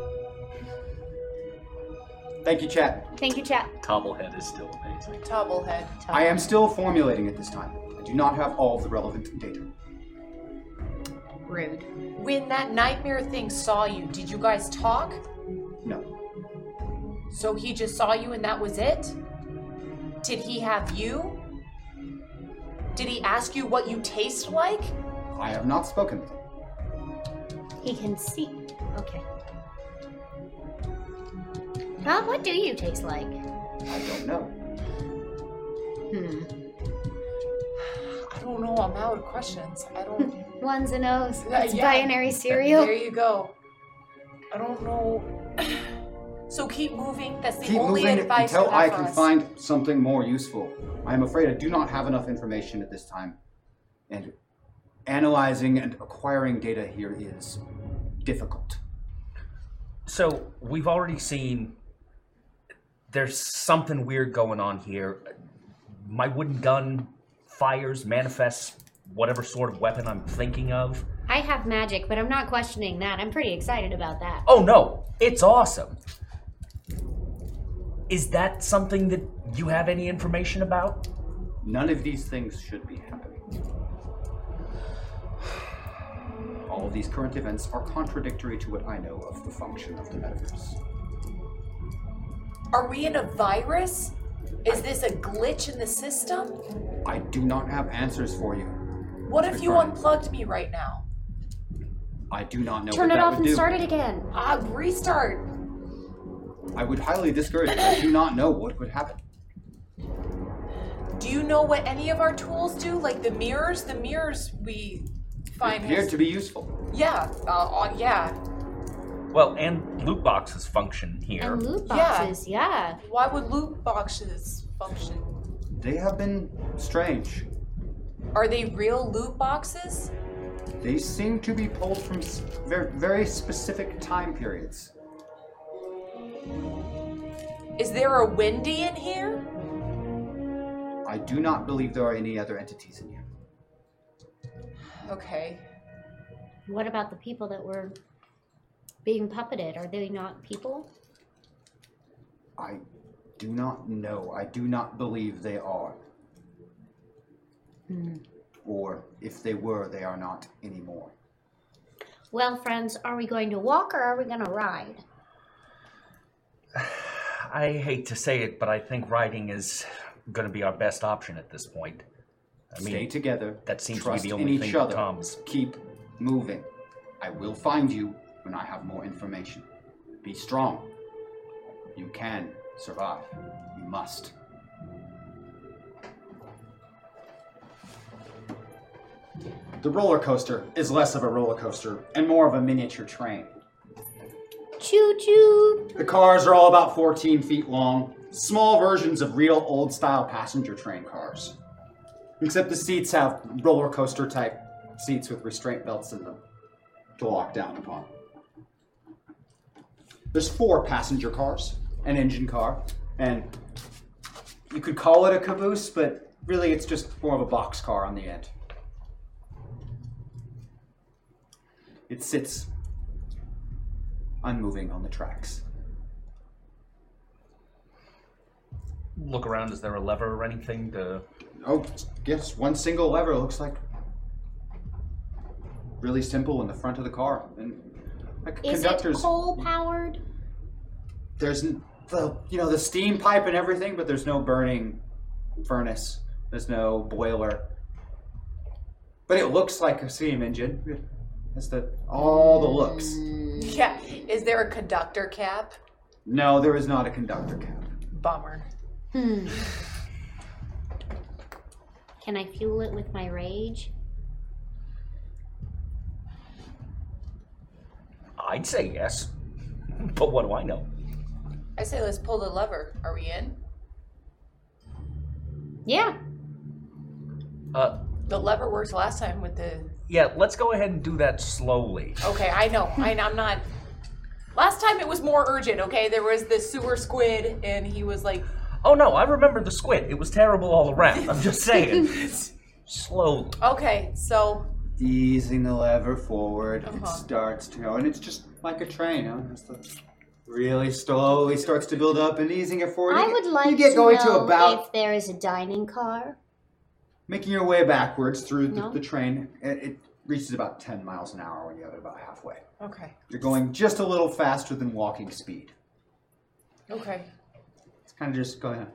[SPEAKER 1] Thank you, chat.
[SPEAKER 3] thank you, chat.
[SPEAKER 4] Tobblehead is still amazing.
[SPEAKER 6] Tobblehead.
[SPEAKER 1] I am still formulating at this time. I do not have all of the relevant data.
[SPEAKER 3] Rude.
[SPEAKER 6] When that nightmare thing saw you, did you guys talk?
[SPEAKER 1] No.
[SPEAKER 6] So he just saw you and that was it? Did he have you? Did he ask you what you taste like?
[SPEAKER 1] I have not spoken with him.
[SPEAKER 3] He can see. Okay. Rob, what do you taste like?
[SPEAKER 1] I don't know.
[SPEAKER 3] Hmm.
[SPEAKER 6] I don't know. I'm out of questions. I
[SPEAKER 3] <laughs>
[SPEAKER 6] don't.
[SPEAKER 3] Ones and O's.
[SPEAKER 1] Uh,
[SPEAKER 6] Yeah,
[SPEAKER 3] It's
[SPEAKER 6] yeah.
[SPEAKER 3] binary
[SPEAKER 6] there
[SPEAKER 3] cereal.
[SPEAKER 6] you go. I don't know. <sighs> So keep moving. That's the
[SPEAKER 1] Keep
[SPEAKER 6] only
[SPEAKER 1] moving
[SPEAKER 6] advice
[SPEAKER 1] until
[SPEAKER 6] you
[SPEAKER 1] I
[SPEAKER 6] have for
[SPEAKER 1] can
[SPEAKER 6] us.
[SPEAKER 1] find something more useful. I am afraid I do not have enough information at this time. And analyzing and acquiring data here is difficult.
[SPEAKER 4] So we've already seen there's something weird going on here. My wooden gun fires, manifests whatever sort of weapon I'm thinking of.
[SPEAKER 3] I have magic, but I'm not questioning that. I'm pretty excited about that.
[SPEAKER 4] Oh no, it's awesome. Is that something that you have any information about?
[SPEAKER 1] None of these things should be happening. <sighs> All of these current events are contradictory to what I know of the function of the metaverse.
[SPEAKER 6] Are we in a virus? Is this a glitch in the system?
[SPEAKER 1] I do not have answers for you.
[SPEAKER 6] What if you
[SPEAKER 1] Confirmed.
[SPEAKER 6] unplugged me right now?
[SPEAKER 1] I do not know
[SPEAKER 3] Turn
[SPEAKER 1] what Oh,
[SPEAKER 3] it
[SPEAKER 1] that
[SPEAKER 3] off
[SPEAKER 1] would
[SPEAKER 3] and
[SPEAKER 1] do.
[SPEAKER 3] start it again.
[SPEAKER 6] Ah, restart.
[SPEAKER 1] I would highly discourage it. I do not know what would happen.
[SPEAKER 6] Do you know what any of our tools do? Like the mirrors? The mirrors we find.
[SPEAKER 1] Appeared to be useful.
[SPEAKER 6] Yeah. Uh, on, yeah.
[SPEAKER 4] Well, and loot boxes function here.
[SPEAKER 3] And loot
[SPEAKER 6] Yeah.
[SPEAKER 3] boxes, yeah.
[SPEAKER 6] Why would loot boxes function?
[SPEAKER 1] They have been strange.
[SPEAKER 6] Are they real loot boxes?
[SPEAKER 1] They seem to be pulled from s- ver- very specific time periods.
[SPEAKER 6] Is there a Wendy in here?
[SPEAKER 1] I do not believe there are any other entities in here.
[SPEAKER 6] Okay.
[SPEAKER 3] What about the people that were being puppeted? Are they not people?
[SPEAKER 1] I do not know. I do not believe they are.
[SPEAKER 3] Hmm.
[SPEAKER 1] Or if they were, they are not anymore.
[SPEAKER 3] Well, friends, are we going to walk or are we going to ride?
[SPEAKER 4] I hate to say it, but I think riding is going to be our best option at this point. I mean,
[SPEAKER 1] Stay together.
[SPEAKER 4] that seems to be
[SPEAKER 1] trust
[SPEAKER 4] the only
[SPEAKER 1] in
[SPEAKER 4] thing
[SPEAKER 1] each
[SPEAKER 4] that
[SPEAKER 1] other.
[SPEAKER 4] comes.
[SPEAKER 1] Keep moving. I will find you when I have more information. Be strong. You can survive. You must. The roller coaster is less of a roller coaster and more of a miniature train.
[SPEAKER 3] Choo choo.
[SPEAKER 1] The cars are all about 14 feet long, small versions of real old style passenger train cars. Except the seats have roller coaster type seats with restraint belts in them to lock down upon. There's four passenger cars, an engine car, and you could call it a caboose, but really it's just more of a box car on the end. It sits unmoving on the tracks.
[SPEAKER 4] Look around. Is there a lever or anything to?
[SPEAKER 1] Oh, yes, one single lever looks like really simple in the front of the car. And like
[SPEAKER 3] Is
[SPEAKER 1] conductors,
[SPEAKER 3] it coal powered?
[SPEAKER 1] there's n- the you know the steam pipe and everything, but there's no burning furnace. There's no boiler. But it looks like a steam engine. That's the all the looks.
[SPEAKER 6] Yeah. Is there a conductor cap?
[SPEAKER 1] No, there is not a conductor cap.
[SPEAKER 6] Bummer.
[SPEAKER 3] Hmm. Can I fuel it with my rage?
[SPEAKER 4] I'd say yes, <laughs> but what do I know?
[SPEAKER 6] I say let's pull the lever. Are we in?
[SPEAKER 3] Yeah.
[SPEAKER 4] Uh,
[SPEAKER 6] The lever worked last time with the.
[SPEAKER 4] yeah, let's go ahead and do that slowly.
[SPEAKER 6] Okay, I know. I, I'm not. Last time it was more urgent, okay? There was this sewer squid, and he was like,
[SPEAKER 4] Oh no, I remember the squid. It was terrible all around. I'm just saying. Slowly.
[SPEAKER 6] okay, so
[SPEAKER 1] easing the lever forward.
[SPEAKER 3] Uh-huh.
[SPEAKER 1] It starts to go, and it's just like a train. Huh? It's the- really slowly starts to build up and easing it forward.
[SPEAKER 3] I
[SPEAKER 1] You
[SPEAKER 3] would
[SPEAKER 1] get-
[SPEAKER 3] like
[SPEAKER 1] you get
[SPEAKER 3] to
[SPEAKER 1] going
[SPEAKER 3] know
[SPEAKER 1] to about
[SPEAKER 3] if there is a dining car.
[SPEAKER 1] making your way backwards through the,
[SPEAKER 3] No.
[SPEAKER 1] the train. It, it reaches about ten miles an hour when you have it about halfway.
[SPEAKER 6] okay,
[SPEAKER 1] You're going just a little faster than walking speed.
[SPEAKER 6] okay,
[SPEAKER 1] It's kind of just going.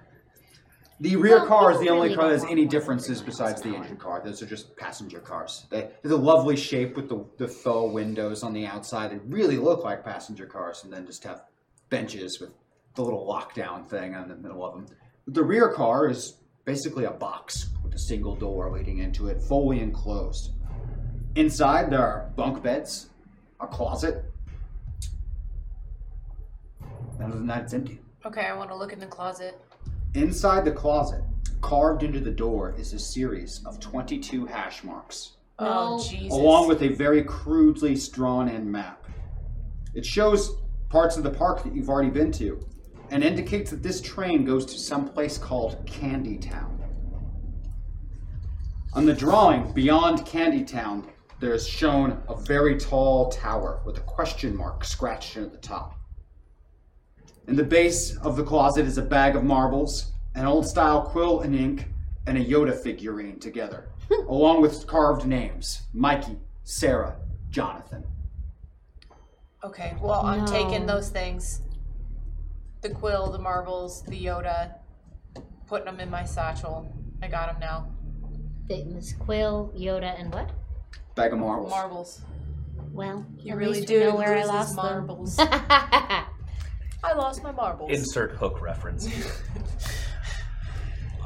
[SPEAKER 1] The rear
[SPEAKER 3] Well,
[SPEAKER 1] car is
[SPEAKER 3] people
[SPEAKER 1] the only
[SPEAKER 3] really
[SPEAKER 1] car that
[SPEAKER 3] don't
[SPEAKER 1] has
[SPEAKER 3] want
[SPEAKER 1] any
[SPEAKER 3] one
[SPEAKER 1] differences
[SPEAKER 3] every
[SPEAKER 1] besides the engine car. Those are just passenger cars. They, they're the lovely shape with the, the faux windows on the outside. They really look like passenger cars, and then just have benches with the little lockdown thing in the middle of them. The rear car is basically a box with a single door leading into it, fully enclosed. Inside, there are bunk beds, a closet. Other than that, it's empty.
[SPEAKER 6] okay. I want to look in the closet.
[SPEAKER 1] Inside the closet, carved into the door, is a series of 22 hash marks,
[SPEAKER 6] Oh
[SPEAKER 3] No.
[SPEAKER 6] Jesus!
[SPEAKER 1] along with a very crudely drawn in map. It shows parts of the park that you've already been to and indicates that this train goes to some place called Candy Town. On the drawing, beyond Candy Town, there is shown a very tall tower with a question mark scratched in at the top. In the base of the closet is a bag of marbles, an old style quill and ink, and a Yoda figurine
[SPEAKER 3] <laughs>
[SPEAKER 1] together, along with carved names Mikey, Sarah, Jonathan.
[SPEAKER 6] okay, well I'm
[SPEAKER 3] No.
[SPEAKER 6] taking those things. The quill, the marbles, the Yoda, putting them in my satchel. I got them now.
[SPEAKER 3] That Miss Quill, Yoda, and what?
[SPEAKER 1] Bag of marbles.
[SPEAKER 6] Marbles.
[SPEAKER 3] Well,
[SPEAKER 6] You
[SPEAKER 3] at
[SPEAKER 6] really
[SPEAKER 3] least
[SPEAKER 6] do
[SPEAKER 3] we know where I
[SPEAKER 6] lose these
[SPEAKER 3] lost <laughs>
[SPEAKER 6] marbles.
[SPEAKER 3] them.
[SPEAKER 6] I lost my marbles.
[SPEAKER 4] Insert hook reference.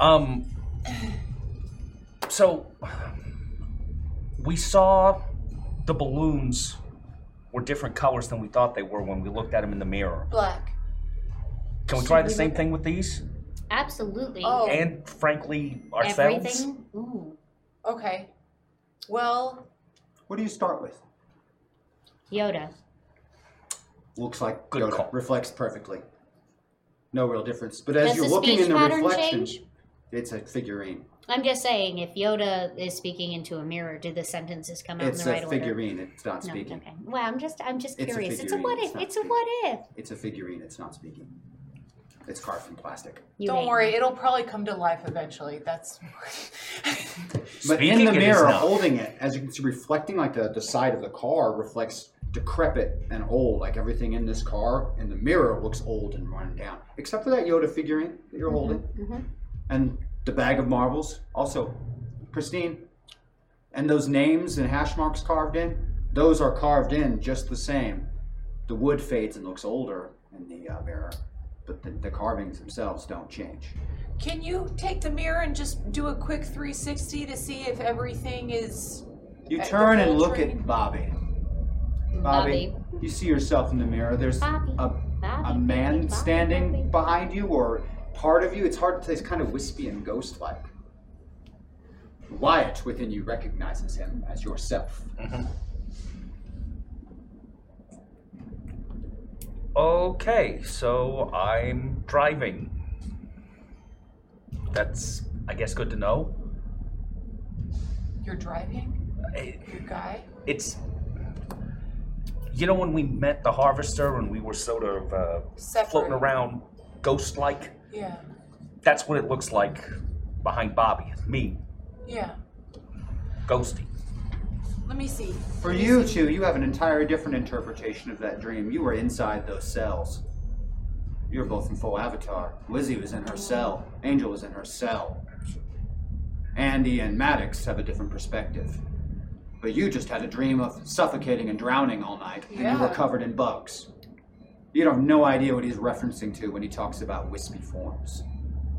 [SPEAKER 4] um. So we saw the balloons were different colors than we thought they were when we looked at them in the mirror.
[SPEAKER 6] Black.
[SPEAKER 4] Can we try the same thing with these?
[SPEAKER 3] Absolutely.
[SPEAKER 6] Oh,
[SPEAKER 4] And frankly, ourselves.
[SPEAKER 3] Everything. Ooh.
[SPEAKER 6] okay. Well,
[SPEAKER 1] What do you start with?
[SPEAKER 3] Yoda.
[SPEAKER 1] Looks like
[SPEAKER 4] Good
[SPEAKER 1] Yoda.
[SPEAKER 4] call.
[SPEAKER 1] Reflects perfectly. No real difference. But as
[SPEAKER 3] Does
[SPEAKER 1] you're
[SPEAKER 3] the
[SPEAKER 1] looking
[SPEAKER 3] speech
[SPEAKER 1] in the
[SPEAKER 3] pattern
[SPEAKER 1] reflection,
[SPEAKER 3] change?
[SPEAKER 1] it's a figurine.
[SPEAKER 3] I'm just saying, if Yoda is speaking into a mirror, do the sentences come out
[SPEAKER 1] It's
[SPEAKER 3] in the
[SPEAKER 1] a
[SPEAKER 3] right order?
[SPEAKER 1] figurine. It's not
[SPEAKER 3] No,
[SPEAKER 1] speaking.
[SPEAKER 3] okay. Well, I'm just, I'm just
[SPEAKER 1] It's a
[SPEAKER 3] curious. it's a
[SPEAKER 1] figurine,
[SPEAKER 3] what
[SPEAKER 1] it's
[SPEAKER 3] if.
[SPEAKER 1] not
[SPEAKER 3] It's a
[SPEAKER 1] speaking.
[SPEAKER 3] what if.
[SPEAKER 1] It's a figurine. It's not speaking. It's carved from plastic.
[SPEAKER 3] You
[SPEAKER 2] Don't
[SPEAKER 3] hate
[SPEAKER 2] worry,
[SPEAKER 3] me.
[SPEAKER 2] it'll probably come to life eventually. That's
[SPEAKER 1] But in
[SPEAKER 4] Speaking
[SPEAKER 1] the
[SPEAKER 4] it is
[SPEAKER 1] mirror,
[SPEAKER 4] not.
[SPEAKER 1] holding it, as you can see, reflecting like the, the side of the car reflects decrepit and old. Like everything in this car, in the mirror, looks old and run down. Except for that Yoda figurine that you're holding. And the bag of marbles, also pristine. And those names and hash marks carved in, those are carved in just the same. The wood fades and looks older in the uh, mirror, but the, the carvings themselves don't change.
[SPEAKER 6] <laughs> Can you take the mirror and just do a quick 360 to see if everything is
[SPEAKER 1] You
[SPEAKER 6] At the
[SPEAKER 1] turn and
[SPEAKER 6] full
[SPEAKER 1] look
[SPEAKER 6] train.
[SPEAKER 1] at Bobby. Bobby,
[SPEAKER 3] Bobby.
[SPEAKER 1] you see yourself in the mirror. There's
[SPEAKER 3] Bobby,
[SPEAKER 1] a,
[SPEAKER 3] Bobby,
[SPEAKER 1] a man
[SPEAKER 3] Bobby, Bobby,
[SPEAKER 1] standing
[SPEAKER 3] Bobby.
[SPEAKER 1] behind you or part of you. It's hard to say. It's kind of wispy and ghost like. Wyatt within you recognizes him as yourself.
[SPEAKER 4] Okay, so I'm driving. That's, I guess, good to know.
[SPEAKER 2] you're driving,
[SPEAKER 4] I-
[SPEAKER 2] your guy.
[SPEAKER 4] It's, you know, when we met the harvester and we were sort of uh,
[SPEAKER 6] Separate.
[SPEAKER 4] floating around, ghost-like.
[SPEAKER 2] Yeah,
[SPEAKER 4] That's what it looks like behind Bobby, me,
[SPEAKER 2] yeah.
[SPEAKER 4] ghosty.
[SPEAKER 6] Let me see.
[SPEAKER 1] For you two, you have an entirely different interpretation of that dream. You were inside those cells. You're both in full avatar. Lizzie was in her cell. Angel was in her cell. Andy and Maddox have a different perspective. But you just had a dream of suffocating and drowning all night, and you were
[SPEAKER 6] Yeah.
[SPEAKER 1] covered in bugs. You have no idea what he's referencing to when he talks about wispy forms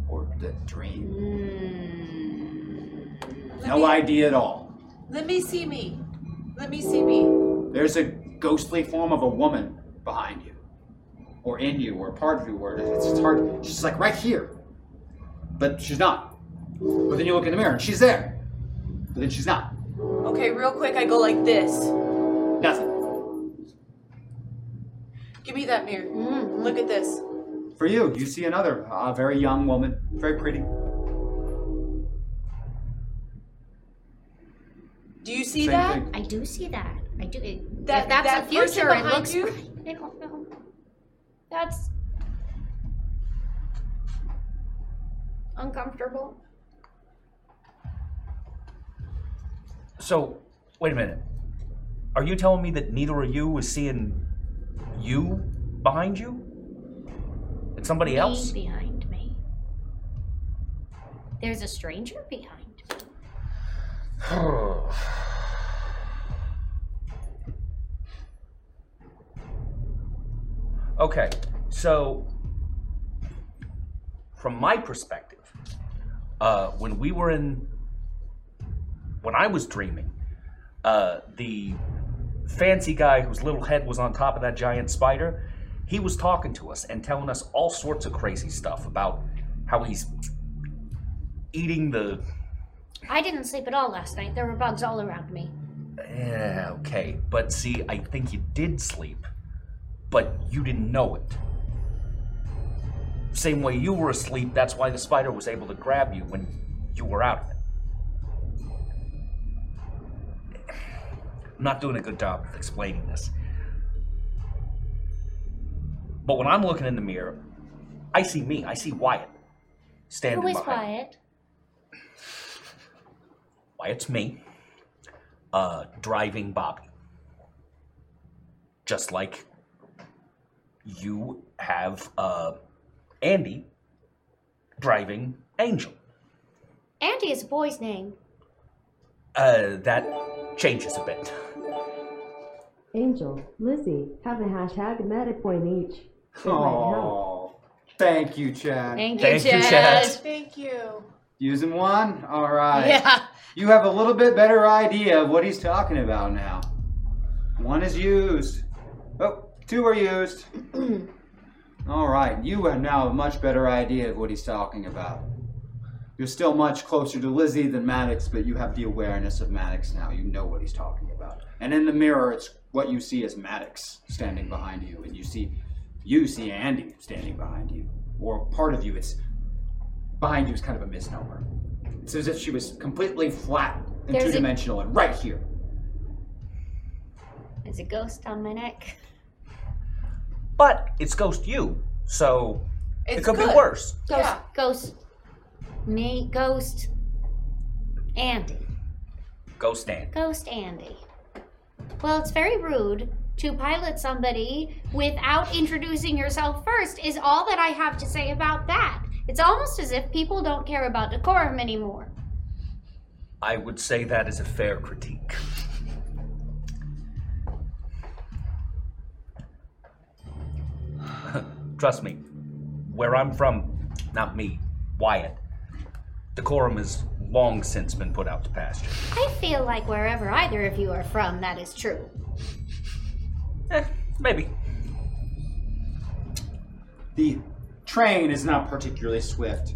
[SPEAKER 1] or the dream. No idea at all.
[SPEAKER 6] Let me see me. Let me see me.
[SPEAKER 1] There's a ghostly form of a woman behind you, or in you, or part of you, or it's, it's hard. She's like right here, but she's not. But then you look in the mirror and she's there, but then she's not.
[SPEAKER 6] Okay, real quick, I go like this.
[SPEAKER 1] Nothing.
[SPEAKER 2] Give me that mirror.
[SPEAKER 3] Mm.
[SPEAKER 2] Look at this.
[SPEAKER 1] For you, you see another uh, very young woman, very pretty.
[SPEAKER 2] Do you see
[SPEAKER 1] Same
[SPEAKER 2] that?
[SPEAKER 1] thing.
[SPEAKER 3] I do see that. I do. It,
[SPEAKER 6] That-
[SPEAKER 3] that, that's
[SPEAKER 6] that
[SPEAKER 3] the
[SPEAKER 6] person
[SPEAKER 3] future. It
[SPEAKER 6] behind
[SPEAKER 3] looks.
[SPEAKER 6] you?
[SPEAKER 3] right. <laughs> I don't know. That's uncomfortable.
[SPEAKER 4] So, wait a minute. Are you telling me that neither of you was seeing you behind you? It's somebody else?
[SPEAKER 3] Me behind me. There's a stranger behind me.
[SPEAKER 4] <sighs> okay, so from my perspective, uh, when we were in, when I was dreaming, uh, the fancy guy whose little head was on top of that giant spider, he was talking to us and telling us all sorts of crazy stuff about how he's eating the
[SPEAKER 3] I didn't sleep at all last night. There were bugs all around me.
[SPEAKER 4] Yeah, okay. But see, I think you did sleep, but you didn't know it. Same way you were asleep, that's why the spider was able to grab you when you were out of it. I'm not doing a good job of explaining this. But when I'm looking in the mirror, I see me. I see Wyatt standing
[SPEAKER 3] Who is
[SPEAKER 4] behind me.
[SPEAKER 3] Wyatt?
[SPEAKER 4] Wyatt's me, uh, driving Bobby. Just like you have uh, Andy driving Angel.
[SPEAKER 3] Andy is a boy's name.
[SPEAKER 4] Uh, that changes a bit.
[SPEAKER 5] Angel, Lizzie, have a hashtag meta point each. It might help.
[SPEAKER 1] Oh, thank you, Chad.
[SPEAKER 4] Thank you, Chad.
[SPEAKER 2] Thank you.
[SPEAKER 1] Using one? All right.
[SPEAKER 3] Yeah.
[SPEAKER 1] You have a little bit better idea of what he's talking about now. One is used. Oh, two are
[SPEAKER 3] <clears throat>
[SPEAKER 1] used. All right. You have now a much better idea of what he's talking about. You're still much closer to Lizzie than Maddox, but you have the awareness of Maddox now. You know what he's talking about. And in the mirror, it's what you see is Maddox standing behind you, and you see you see Andy standing behind you, or part of you. It's behind you is kind of a misnomer. It's as if she was completely flat and
[SPEAKER 3] There's a-
[SPEAKER 1] two dimensional and right here.
[SPEAKER 3] There's a ghost on my neck.
[SPEAKER 4] But it's Ghost You, so it
[SPEAKER 6] It's
[SPEAKER 4] could be
[SPEAKER 6] good.
[SPEAKER 4] worse.
[SPEAKER 3] Ghost.
[SPEAKER 6] Yeah.
[SPEAKER 3] Ghost. Me. Ghost. Andy.
[SPEAKER 4] Ghost Dan.
[SPEAKER 3] Ghost Andy. Well, it's very rude to pilot somebody without introducing yourself first, is all that I have to say about that. It's almost as if people don't care about decorum anymore.
[SPEAKER 4] I would say that is a fair critique. <sighs> Trust me, where I'm from, not me, Wyatt, decorum has long since been put out to pasture.
[SPEAKER 3] I feel like wherever either of you are from, that is true.
[SPEAKER 4] Eh, maybe.
[SPEAKER 1] The train is not particularly swift.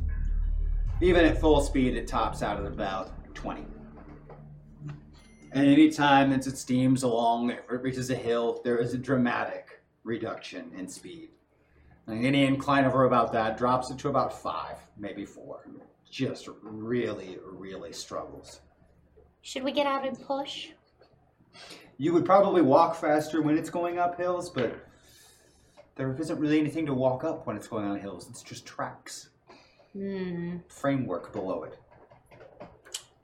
[SPEAKER 1] Even at full speed, it tops out at about 20. And any time as it steams along, it reaches a hill, there is a dramatic reduction in speed. And any incline over about that drops it to about five, maybe four. Just really, really struggles.
[SPEAKER 3] Should we get out and push?
[SPEAKER 1] You would probably walk faster when it's going up hills, but there isn't really anything to walk up when it's going on hills. It's just tracks. Framework below it.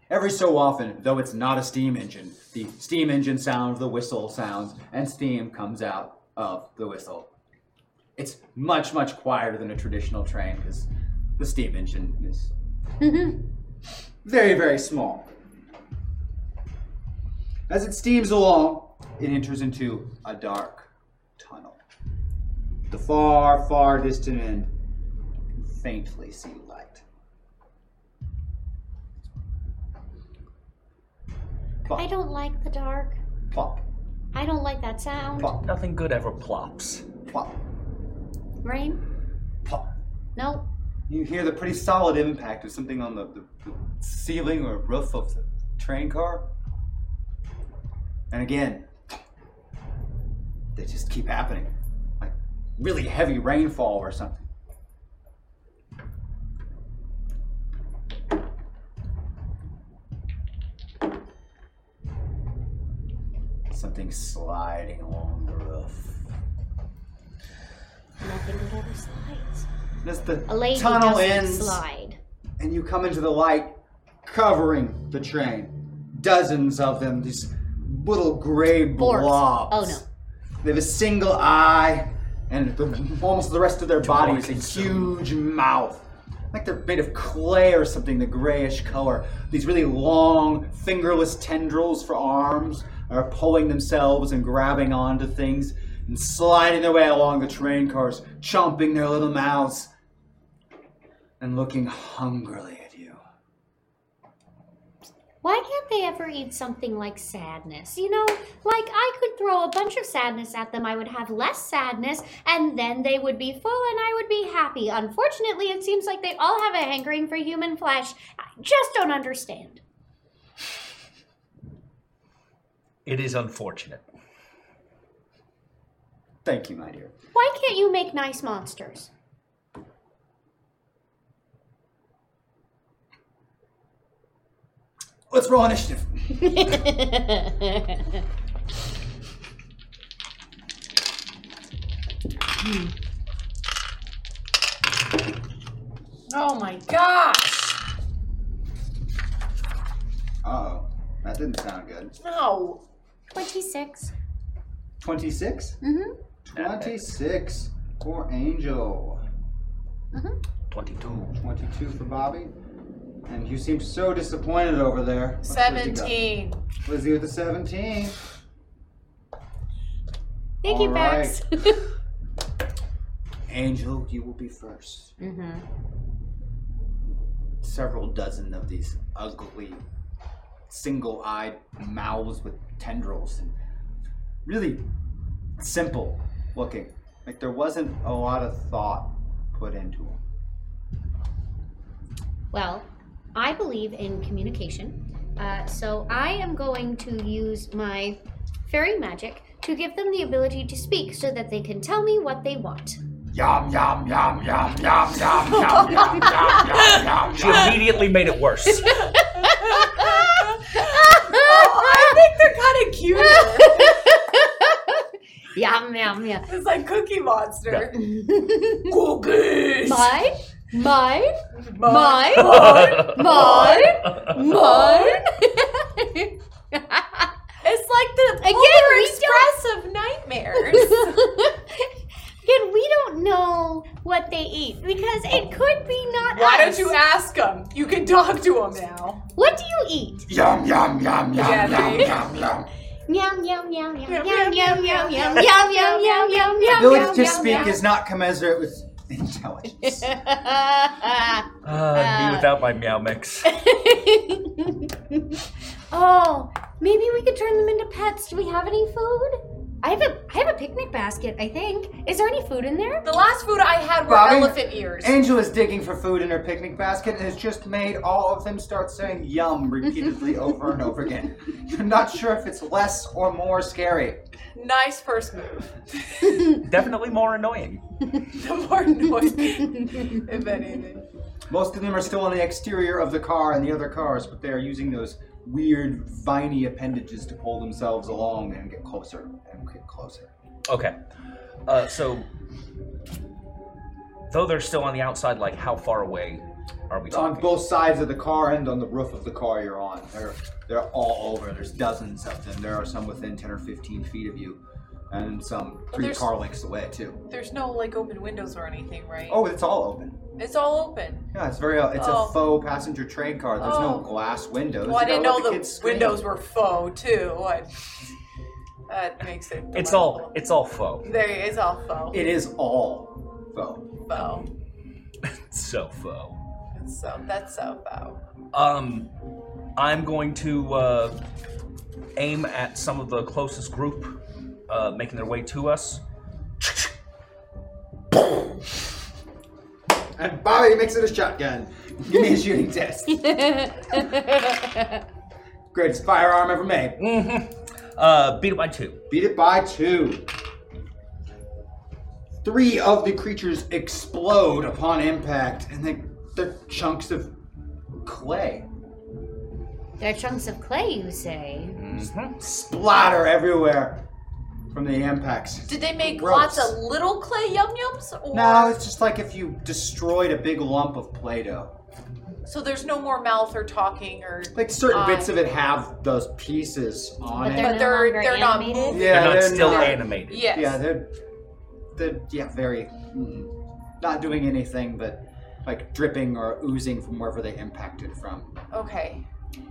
[SPEAKER 1] Every so often, though it's not a steam engine, the steam engine sound, the whistle sounds, and steam comes out of the whistle. It's much, much quieter than a traditional train because the steam engine is very, very small. As it steams along, it enters into a dark tunnel. The far, far distant end can faintly see light. Plop,
[SPEAKER 3] I don't like the dark.
[SPEAKER 1] plop,
[SPEAKER 3] I don't like that sound.
[SPEAKER 1] plop,
[SPEAKER 4] Nothing good ever plops.
[SPEAKER 1] plop,
[SPEAKER 3] Rain?
[SPEAKER 1] plop.
[SPEAKER 3] Nope.
[SPEAKER 1] You hear the pretty solid impact of something on the, the, the ceiling or roof of the train car. And again, they just keep happening. Like really heavy rainfall or something. Something sliding along the roof.
[SPEAKER 3] Nothing that ever slides.
[SPEAKER 1] And as the
[SPEAKER 3] A lady
[SPEAKER 1] tunnel
[SPEAKER 3] doesn't
[SPEAKER 1] ends,
[SPEAKER 3] slide.
[SPEAKER 1] and you come into the light covering the train. Dozens of them, these little gray
[SPEAKER 3] Orbs.
[SPEAKER 1] blobs.
[SPEAKER 3] Oh, no.
[SPEAKER 1] They have a single eye, and the, almost the rest of their body is a huge mouth. Like they're made of clay or something, the grayish color. These really long, fingerless tendrils for arms are pulling themselves and grabbing onto things and sliding their way along the train cars, chomping their little mouths and looking hungrily at you.
[SPEAKER 3] Why can't they ever eat something like sadness? You know, like I could throw a bunch of sadness at them, I would have less sadness, and then they would be full and I would be happy. Unfortunately, it seems like they all have a hankering for human flesh. I just don't understand.
[SPEAKER 4] It is unfortunate.
[SPEAKER 1] Thank you, my dear.
[SPEAKER 3] Why can't you make nice monsters?
[SPEAKER 1] Let's roll initiative.
[SPEAKER 2] Oh my gosh!
[SPEAKER 1] Oh, that didn't sound good.
[SPEAKER 2] No.
[SPEAKER 3] 26.
[SPEAKER 1] 26? Mm-hmm. 26 for Angel.
[SPEAKER 4] 22.
[SPEAKER 1] 22 for Bobby. And you seem so disappointed over there. What's Lizzie got?
[SPEAKER 6] 17.
[SPEAKER 1] Lizzie with the 17.
[SPEAKER 3] Thank you,
[SPEAKER 1] All
[SPEAKER 3] Pax.
[SPEAKER 1] Angel, you will be 1st Mm-hmm. Several dozen of these ugly, single-eyed mouths with tendrils and really simple looking. Like there wasn't a lot of thought put into them.
[SPEAKER 3] <laughs> Well, I believe in communication, uh, so I am going to use my fairy magic to give them the ability to speak so that they can tell me what they want. <laughs>
[SPEAKER 1] Yum yum yum yum yum yum yum yum yum yum yum.
[SPEAKER 4] She immediately made it worse.
[SPEAKER 6] I think they're kind of cuter. <laughs>
[SPEAKER 3] Yum, yum, yum.
[SPEAKER 6] it's like Cookie Monster.
[SPEAKER 3] <laughs> Mine, mine, mine, mine, <laughs> mine.
[SPEAKER 6] It's like the
[SPEAKER 3] Again,
[SPEAKER 6] Polar
[SPEAKER 3] Oh,
[SPEAKER 6] Express
[SPEAKER 3] we <laughs>
[SPEAKER 6] of <laughs> nightmares.
[SPEAKER 3] Again, we don't know what they eat because it could be not
[SPEAKER 6] Why
[SPEAKER 3] us.
[SPEAKER 6] don't you ask them? You can talk to them now.
[SPEAKER 3] What do you eat?
[SPEAKER 1] Yum yum yum yum yum
[SPEAKER 6] Together.
[SPEAKER 1] yum yum.
[SPEAKER 3] Meow, meow, meow, meow, meow,
[SPEAKER 6] Meow,
[SPEAKER 3] meow,
[SPEAKER 6] meow,
[SPEAKER 3] meow, meow, meow,
[SPEAKER 6] meow,
[SPEAKER 3] meow, meow, meow, meow.
[SPEAKER 1] Ability
[SPEAKER 3] meow,
[SPEAKER 1] to speak
[SPEAKER 3] meow.
[SPEAKER 1] is not commensurate with <laughs> intelligence.
[SPEAKER 3] <laughs>
[SPEAKER 4] Uh, me without my meow mix.
[SPEAKER 3] <laughs> oh, maybe we could turn them into pets. Do we have any food? I have a I have a picnic basket. I think. Is there any food in there?
[SPEAKER 6] The last food I had were
[SPEAKER 1] Bobby?
[SPEAKER 6] elephant ears.
[SPEAKER 1] Angel is digging for food in her picnic basket and has just made all of them start saying yum repeatedly over and over again. You're not sure if it's less or more scary.
[SPEAKER 6] nice first move.
[SPEAKER 4] Definitely more annoying.
[SPEAKER 6] <laughs> The more <laughs> noise, if anything.
[SPEAKER 1] Most of them are still on the exterior of the car and the other cars, but they are using those weird viney appendages to pull themselves along and get closer and get closer.
[SPEAKER 4] Okay. Uh, so, though they're still on the outside, like how far away are we
[SPEAKER 1] It's on
[SPEAKER 4] talking?
[SPEAKER 1] both sides of the car and on the roof of the car you're on. They're they're all over. There's dozens of them. There are some within ten or fifteen feet of you, and some three
[SPEAKER 6] there's-
[SPEAKER 1] car lengths away too.
[SPEAKER 6] There's no like open windows or anything, right?
[SPEAKER 1] Oh, it's all open.
[SPEAKER 6] It's all open.
[SPEAKER 1] Yeah, it's very. uh, It's
[SPEAKER 6] Oh.
[SPEAKER 1] a faux passenger train car. There's no
[SPEAKER 6] Oh.
[SPEAKER 1] glass windows.
[SPEAKER 6] Well, I
[SPEAKER 1] You gotta
[SPEAKER 6] didn't know
[SPEAKER 1] let
[SPEAKER 6] the,
[SPEAKER 1] kids scream.
[SPEAKER 6] windows were faux too. What? That makes it.
[SPEAKER 4] It's
[SPEAKER 6] delightful.
[SPEAKER 4] all it's all faux.
[SPEAKER 6] There it's all faux.
[SPEAKER 1] It is all faux.
[SPEAKER 6] faux.
[SPEAKER 4] It's so faux.
[SPEAKER 6] It's so that's so faux.
[SPEAKER 4] Um, I'm going to uh, aim at some of the closest group uh, making their way to us.
[SPEAKER 1] And Bobby makes it a shotgun. Give me a shooting
[SPEAKER 6] <laughs>
[SPEAKER 1] test. Greatest firearm ever made.
[SPEAKER 4] Uh, beat it by two.
[SPEAKER 1] Beat it by two. Three of the creatures explode upon impact, and they, they're chunks of clay.
[SPEAKER 3] They're chunks of clay, you say?
[SPEAKER 6] Mm-hmm.
[SPEAKER 1] Splatter everywhere from the impacts.
[SPEAKER 6] Did they make
[SPEAKER 1] Gross.
[SPEAKER 6] lots of little clay yum yums? Or...
[SPEAKER 1] No, it's just like if you destroyed a big lump of Play Doh.
[SPEAKER 6] So there's no more mouth or talking or.
[SPEAKER 1] Like certain
[SPEAKER 6] Uh,
[SPEAKER 1] bits of it have those pieces on
[SPEAKER 3] But
[SPEAKER 1] it.
[SPEAKER 3] they're,
[SPEAKER 6] But they're-
[SPEAKER 3] no longer
[SPEAKER 6] they're not
[SPEAKER 3] animated?
[SPEAKER 6] moving.
[SPEAKER 1] yeah,
[SPEAKER 4] they're not still
[SPEAKER 1] not-
[SPEAKER 4] animated.
[SPEAKER 6] Yes.
[SPEAKER 1] Yeah, they're they're yeah very mm, not doing anything but like dripping or oozing from wherever they impacted from.
[SPEAKER 6] Okay.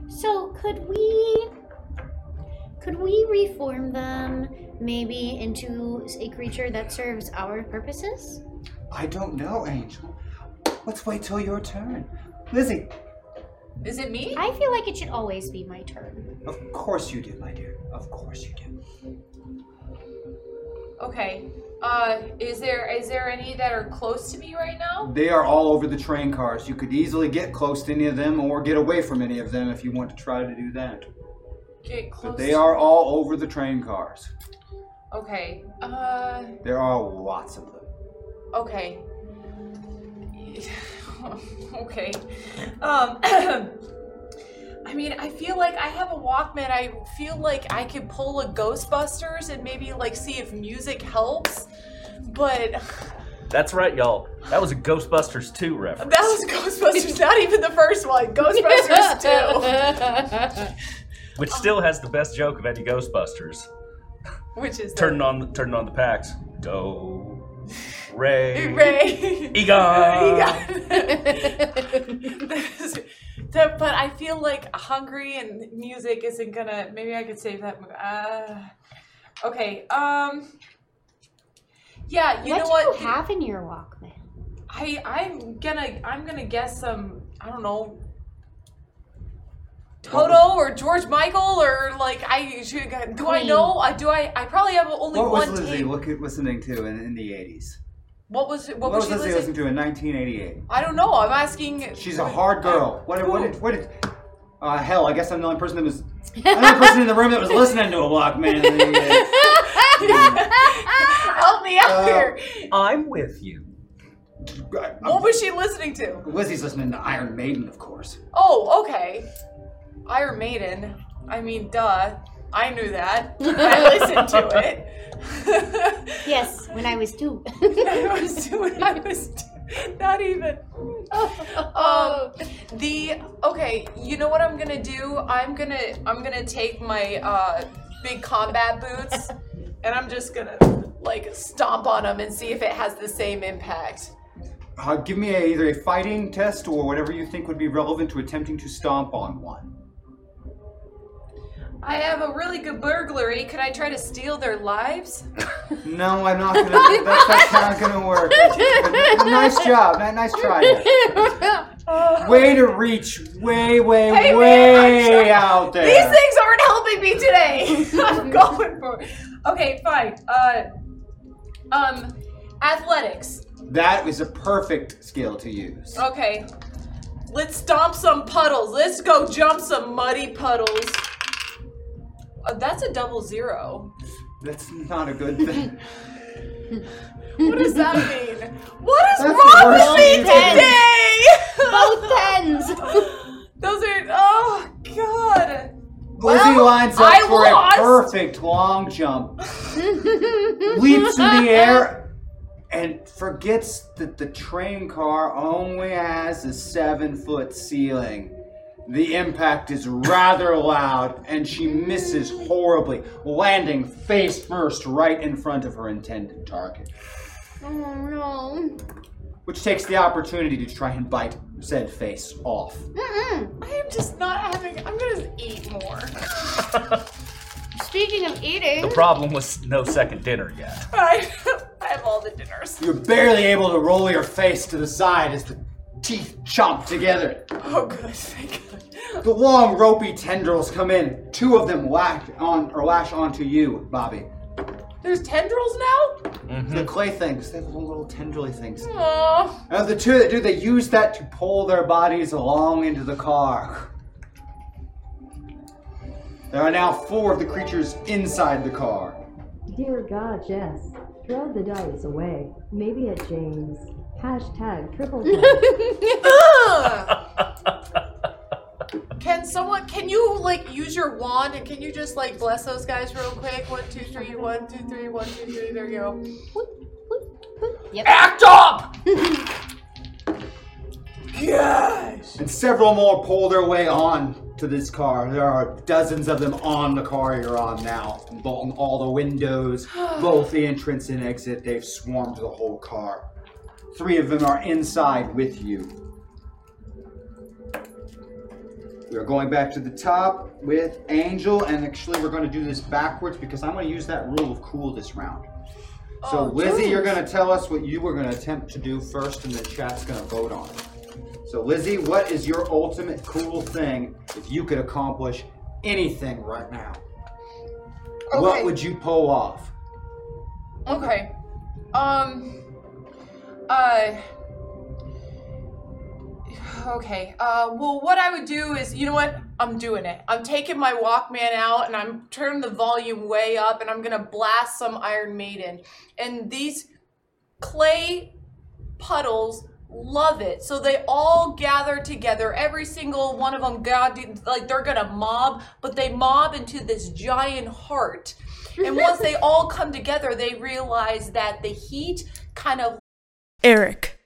[SPEAKER 3] So could we could we reform them maybe into a creature that serves our purposes?
[SPEAKER 1] I don't know, Angel. Let's wait till your turn, Lizzie.
[SPEAKER 6] Is it me?
[SPEAKER 3] I feel like it should always be my turn.
[SPEAKER 1] Of course you do, my dear. Of course you do.
[SPEAKER 6] Okay. Uh, is there is there any that are close to me right now?
[SPEAKER 1] They are all over the train cars. You could easily get close to any of them or get away from any of them if you want to try to do that.
[SPEAKER 6] Get close.
[SPEAKER 1] But they are all over the train cars.
[SPEAKER 6] Okay. Uh.
[SPEAKER 1] There are lots of them.
[SPEAKER 6] Okay. <laughs> okay. Um. <clears throat> I mean, I feel like I have a Walkman. I feel like I could pull a Ghostbusters and maybe like see if music helps. But <laughs>
[SPEAKER 4] That's right, y'all. That was a Ghostbusters 2 reference.
[SPEAKER 6] that was Ghostbusters, not even the first one. Ghostbusters
[SPEAKER 4] Which still has the best joke of any Ghostbusters.
[SPEAKER 6] 2, which is
[SPEAKER 4] Turning on turning on the packs. Do
[SPEAKER 6] <laughs>
[SPEAKER 4] Ray
[SPEAKER 6] Ray. <laughs>
[SPEAKER 4] Egon.
[SPEAKER 6] That's- that- but I feel like hungry and music isn't gonna. Maybe I could save that. mo- Uh, okay. Um. Yeah, you
[SPEAKER 3] what
[SPEAKER 6] know
[SPEAKER 3] do
[SPEAKER 6] what?
[SPEAKER 3] you have in
[SPEAKER 6] <laughs>
[SPEAKER 3] your Walkman?
[SPEAKER 6] I I'm gonna I'm gonna guess some. I don't know. Toto or George Michael or like I should, do I know I do I I probably have only
[SPEAKER 1] What was
[SPEAKER 6] one
[SPEAKER 1] Lizzie
[SPEAKER 6] tape.
[SPEAKER 1] look listening to in, in the 80s?
[SPEAKER 6] What was what,
[SPEAKER 1] What
[SPEAKER 6] was
[SPEAKER 1] was
[SPEAKER 6] she
[SPEAKER 1] Lizzie
[SPEAKER 6] listening?
[SPEAKER 1] listening to in 1988?
[SPEAKER 6] I don't know. I'm asking.
[SPEAKER 1] She's a
[SPEAKER 6] Uh,
[SPEAKER 1] hard girl. What, what did, what did, uh, hell, I guess I'm the only person that was, I'm the only person in the room that was listening to a Walkman. in the
[SPEAKER 6] <laughs>
[SPEAKER 1] 80s.
[SPEAKER 6] Help me out
[SPEAKER 1] Uh,
[SPEAKER 6] here.
[SPEAKER 4] I'm with you.
[SPEAKER 6] <laughs> What was she listening to?
[SPEAKER 1] Lizzie's listening to Iron Maiden, of course.
[SPEAKER 6] Oh, okay. Iron Maiden. I mean, duh. I knew that. I listened to it. <laughs>
[SPEAKER 3] Yes, when I was two. <laughs>
[SPEAKER 6] I was doing. I was do- not even. Um, the okay. You know what I'm gonna do? I'm gonna I'm gonna take my uh, big combat boots, and I'm just gonna like stomp on them and see if it has the same impact.
[SPEAKER 1] Uh, give me a, either a fighting test or whatever you think would be relevant to attempting to stomp on one.
[SPEAKER 6] I have a really good burglary. Could I try to steal their lives?
[SPEAKER 1] No, I'm not gonna. That's, that's not gonna work. nice job. ni- Nice
[SPEAKER 6] <laughs>
[SPEAKER 1] try. there. Way to reach way, way,
[SPEAKER 6] Hey, man, I'm
[SPEAKER 1] way
[SPEAKER 6] trying-
[SPEAKER 1] out there.
[SPEAKER 6] These things aren't helping me today. I'm going for. Okay, fine. Uh, um, athletics.
[SPEAKER 1] That is a perfect skill to use.
[SPEAKER 6] Okay, let's stomp some puddles. Let's go jump some muddy puddles. Uh, that's a double zero.
[SPEAKER 1] That's not a good thing.
[SPEAKER 6] What does that mean? What
[SPEAKER 1] That's
[SPEAKER 6] is
[SPEAKER 1] the
[SPEAKER 6] wrong
[SPEAKER 1] worst
[SPEAKER 6] with me
[SPEAKER 1] thing you can do.
[SPEAKER 6] today? <laughs>
[SPEAKER 3] Both <laughs> tens.
[SPEAKER 6] Those are. Oh God.
[SPEAKER 1] Lizzie lines up
[SPEAKER 6] I
[SPEAKER 1] for
[SPEAKER 6] lost.
[SPEAKER 1] a perfect long
[SPEAKER 6] <laughs>
[SPEAKER 1] jump, leaps in the air, and forgets that the train car only has a seven foot ceiling. The impact is rather loud, and she misses horribly, landing face first right in front of her intended target,
[SPEAKER 3] Oh no.
[SPEAKER 1] which takes the opportunity to try and bite said face off.
[SPEAKER 3] Mm-mm.
[SPEAKER 6] I am just not having. I'm gonna eat more. <laughs>
[SPEAKER 3] Speaking of
[SPEAKER 4] The
[SPEAKER 3] eating,
[SPEAKER 4] problem was no second dinner yet.
[SPEAKER 6] I, I have all the dinners.
[SPEAKER 1] You're barely able to roll your face to the side as the teeth chomp together.
[SPEAKER 6] Oh, good. Thank God.
[SPEAKER 1] The long, ropey tendrils come in. Two of them lash on or lash onto you, Bobby.
[SPEAKER 6] There's tendrils now?
[SPEAKER 1] The clay things, they have little, little tendrily things.
[SPEAKER 6] Aw.
[SPEAKER 1] And of the two that do, they use that to pull their bodies along into the car. There are now four of the creatures inside the car.
[SPEAKER 5] Dear God, yes. Throw the dice away. Maybe at James.
[SPEAKER 8] <laughs>
[SPEAKER 5] Hashtag triple tap.
[SPEAKER 6] Can someone? Can you like use your wand and can you just like bless those guys real quick? One, two, three. One, two, three. One, two, three. There you go.
[SPEAKER 4] Act up!
[SPEAKER 1] And several more pull their way on to this car. There are dozens of them on the car you're on now, bolting all the windows, both the entrance and exit. They've swarmed the whole car. Three of them are inside with you. We are going back to the top with Angel, and actually, we're going to do this backwards because I'm going to use that rule of cool this round. So, Lizzie, you're going to tell us what you were going to attempt to do first, and the chat's going to vote on it. So, Lizzie, what is your ultimate cool thing if you could accomplish anything right now? What
[SPEAKER 6] Okay.
[SPEAKER 1] would you pull off?
[SPEAKER 6] Okay. Um. Uh. Okay. Uh. Well, what I would do is, you know what? I'm doing it. I'm taking my Walkman out and I'm turning the volume way up and I'm gonna blast some Iron Maiden. And these clay puddles love it. So they all gather together. Every single one of them, God, like they're gonna mob, but they mob into this giant heart. And once they all come together, they realize that the heat kind of
[SPEAKER 9] Eric,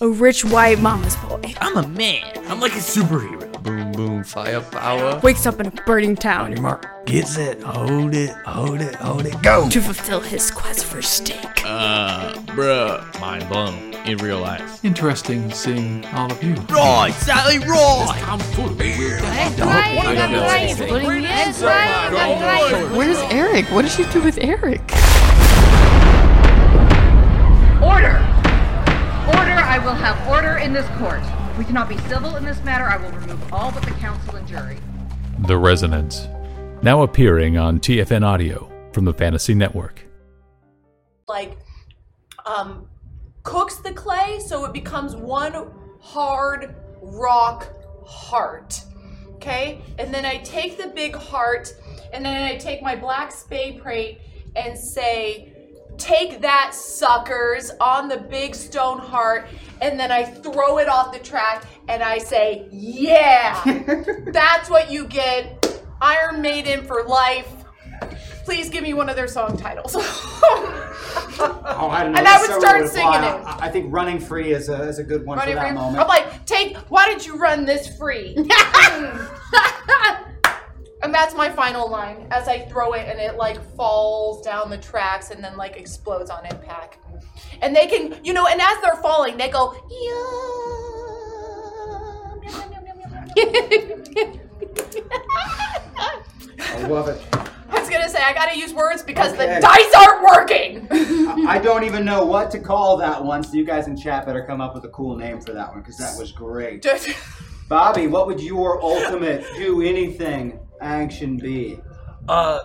[SPEAKER 9] a rich white mama's boy,
[SPEAKER 10] I'm a man. I'm like a superhero. Boom, boom, firepower.
[SPEAKER 9] wakes up in a burning town
[SPEAKER 10] Your mark gets it, hold it, hold it, hold it, go.
[SPEAKER 9] to fulfill his quest for steak.
[SPEAKER 10] Uh, bruh. Mind blown in real life.
[SPEAKER 11] Interesting seeing all of you.
[SPEAKER 10] Right, Sally, right. I'm full of
[SPEAKER 8] Where's Eric? What did she do with Eric?
[SPEAKER 12] Order! Order, I will have order in this court. We cannot be civil in this matter. I will remove all but the counsel and jury.
[SPEAKER 11] The Resonance. Now appearing on TFN Audio from the Fantasy Network.
[SPEAKER 6] like um, cooks the clay so it becomes one hard rock heart. Okay? And then I take the big heart and then I take my black spade plate and say, Take that, suckers, on the big stone heart. And then I throw it off the track and I say, Yeah, that's what you get. Iron Maiden for life. Please give me one of their song titles. <laughs>
[SPEAKER 1] Oh, I don't know.
[SPEAKER 6] And I
[SPEAKER 1] There's
[SPEAKER 6] would
[SPEAKER 1] several
[SPEAKER 6] start
[SPEAKER 1] that
[SPEAKER 6] singing
[SPEAKER 1] apply.
[SPEAKER 6] it.
[SPEAKER 1] I, I think running free is a, is a good one
[SPEAKER 6] Running
[SPEAKER 1] for that
[SPEAKER 6] free.
[SPEAKER 1] moment.
[SPEAKER 6] I'm like, take. Why did you run this
[SPEAKER 1] <laughs>
[SPEAKER 6] free? Hmm. and that's my final line as I throw it, and it like falls down the tracks and then like explodes on impact. And they can, you know, and as they're falling, they go.
[SPEAKER 1] I
[SPEAKER 6] "Yum."
[SPEAKER 1] love
[SPEAKER 6] <laughs>
[SPEAKER 1] it.
[SPEAKER 6] <laughs> I was gonna say I gotta use words because
[SPEAKER 1] Okay.
[SPEAKER 6] the dice aren't working. <laughs>
[SPEAKER 1] I don't even know what to call that one, so you guys in chat better come up with a cool name for that one because that was great. Bobby, what would your ultimate do anything action be?
[SPEAKER 4] Uh,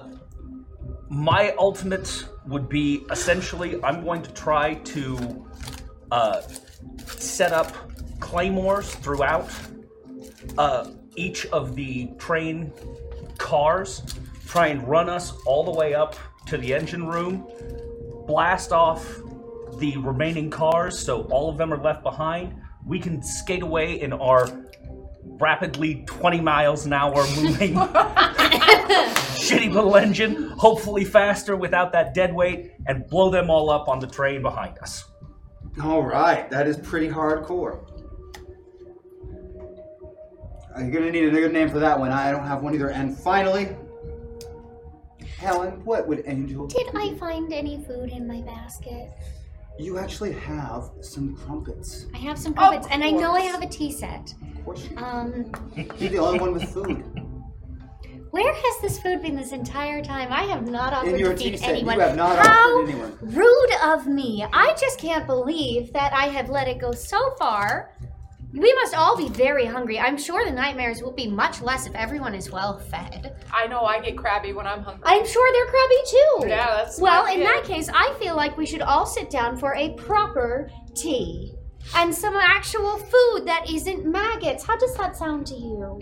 [SPEAKER 4] my ultimate would be essentially I'm going to try to uh, set up claymores throughout uh, each of the train cars, try and run us all the way up to the engine room, blast off the remaining cars so all of them are left behind. We can skate away in our rapidly 20 miles an hour moving shitty little engine, hopefully faster without that dead weight, and blow them all up on the train behind us.
[SPEAKER 1] All right, that is pretty hardcore. Uh, You're gonna need a good name for that one. I don't have one either. And finally, Helen, what would Angel?
[SPEAKER 3] Did I find any food in my basket?
[SPEAKER 1] You actually have some crumpets.
[SPEAKER 3] I have some crumpets, and I know I have a tea set.
[SPEAKER 1] Of course, you-
[SPEAKER 3] Um,
[SPEAKER 1] you're the only one with
[SPEAKER 6] <laughs>
[SPEAKER 1] food.
[SPEAKER 3] where has this food been this entire time? I have not offered
[SPEAKER 1] In your
[SPEAKER 3] to
[SPEAKER 1] tea
[SPEAKER 3] feed
[SPEAKER 1] set,
[SPEAKER 3] anyone.
[SPEAKER 1] you have not
[SPEAKER 3] How
[SPEAKER 1] offered anyone.
[SPEAKER 3] rude of me! I just can't believe that I have let it go so far. We must all be very hungry. I'm sure the nightmares will be much less if everyone is well fed.
[SPEAKER 6] I know I get crabby when I'm hungry.
[SPEAKER 3] I'm sure they're crabby too.
[SPEAKER 6] Yeah, that's
[SPEAKER 3] Well,
[SPEAKER 6] my
[SPEAKER 3] in
[SPEAKER 6] kid.
[SPEAKER 3] that case, I feel like we should all sit down for a proper tea and some actual food that isn't maggots. How does that sound to you?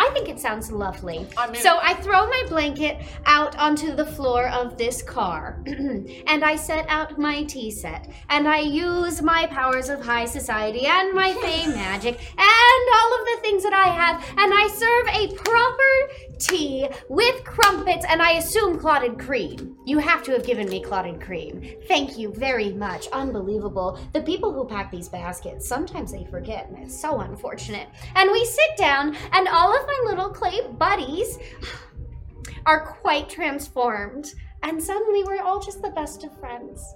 [SPEAKER 3] I think it sounds lovely. so I throw my blanket out onto the floor of this car, <clears throat> and I set out my tea set, and I use my powers of high society and my fey magic and all of the things that I have, and I serve a proper tea with crumpets, and I assume clotted cream. You have to have given me clotted cream. Thank you very much. Unbelievable. The people who pack these baskets sometimes they forget, and it's so unfortunate. And we sit down, and all of my little clay buddies are quite transformed. And suddenly we're all just the best of friends.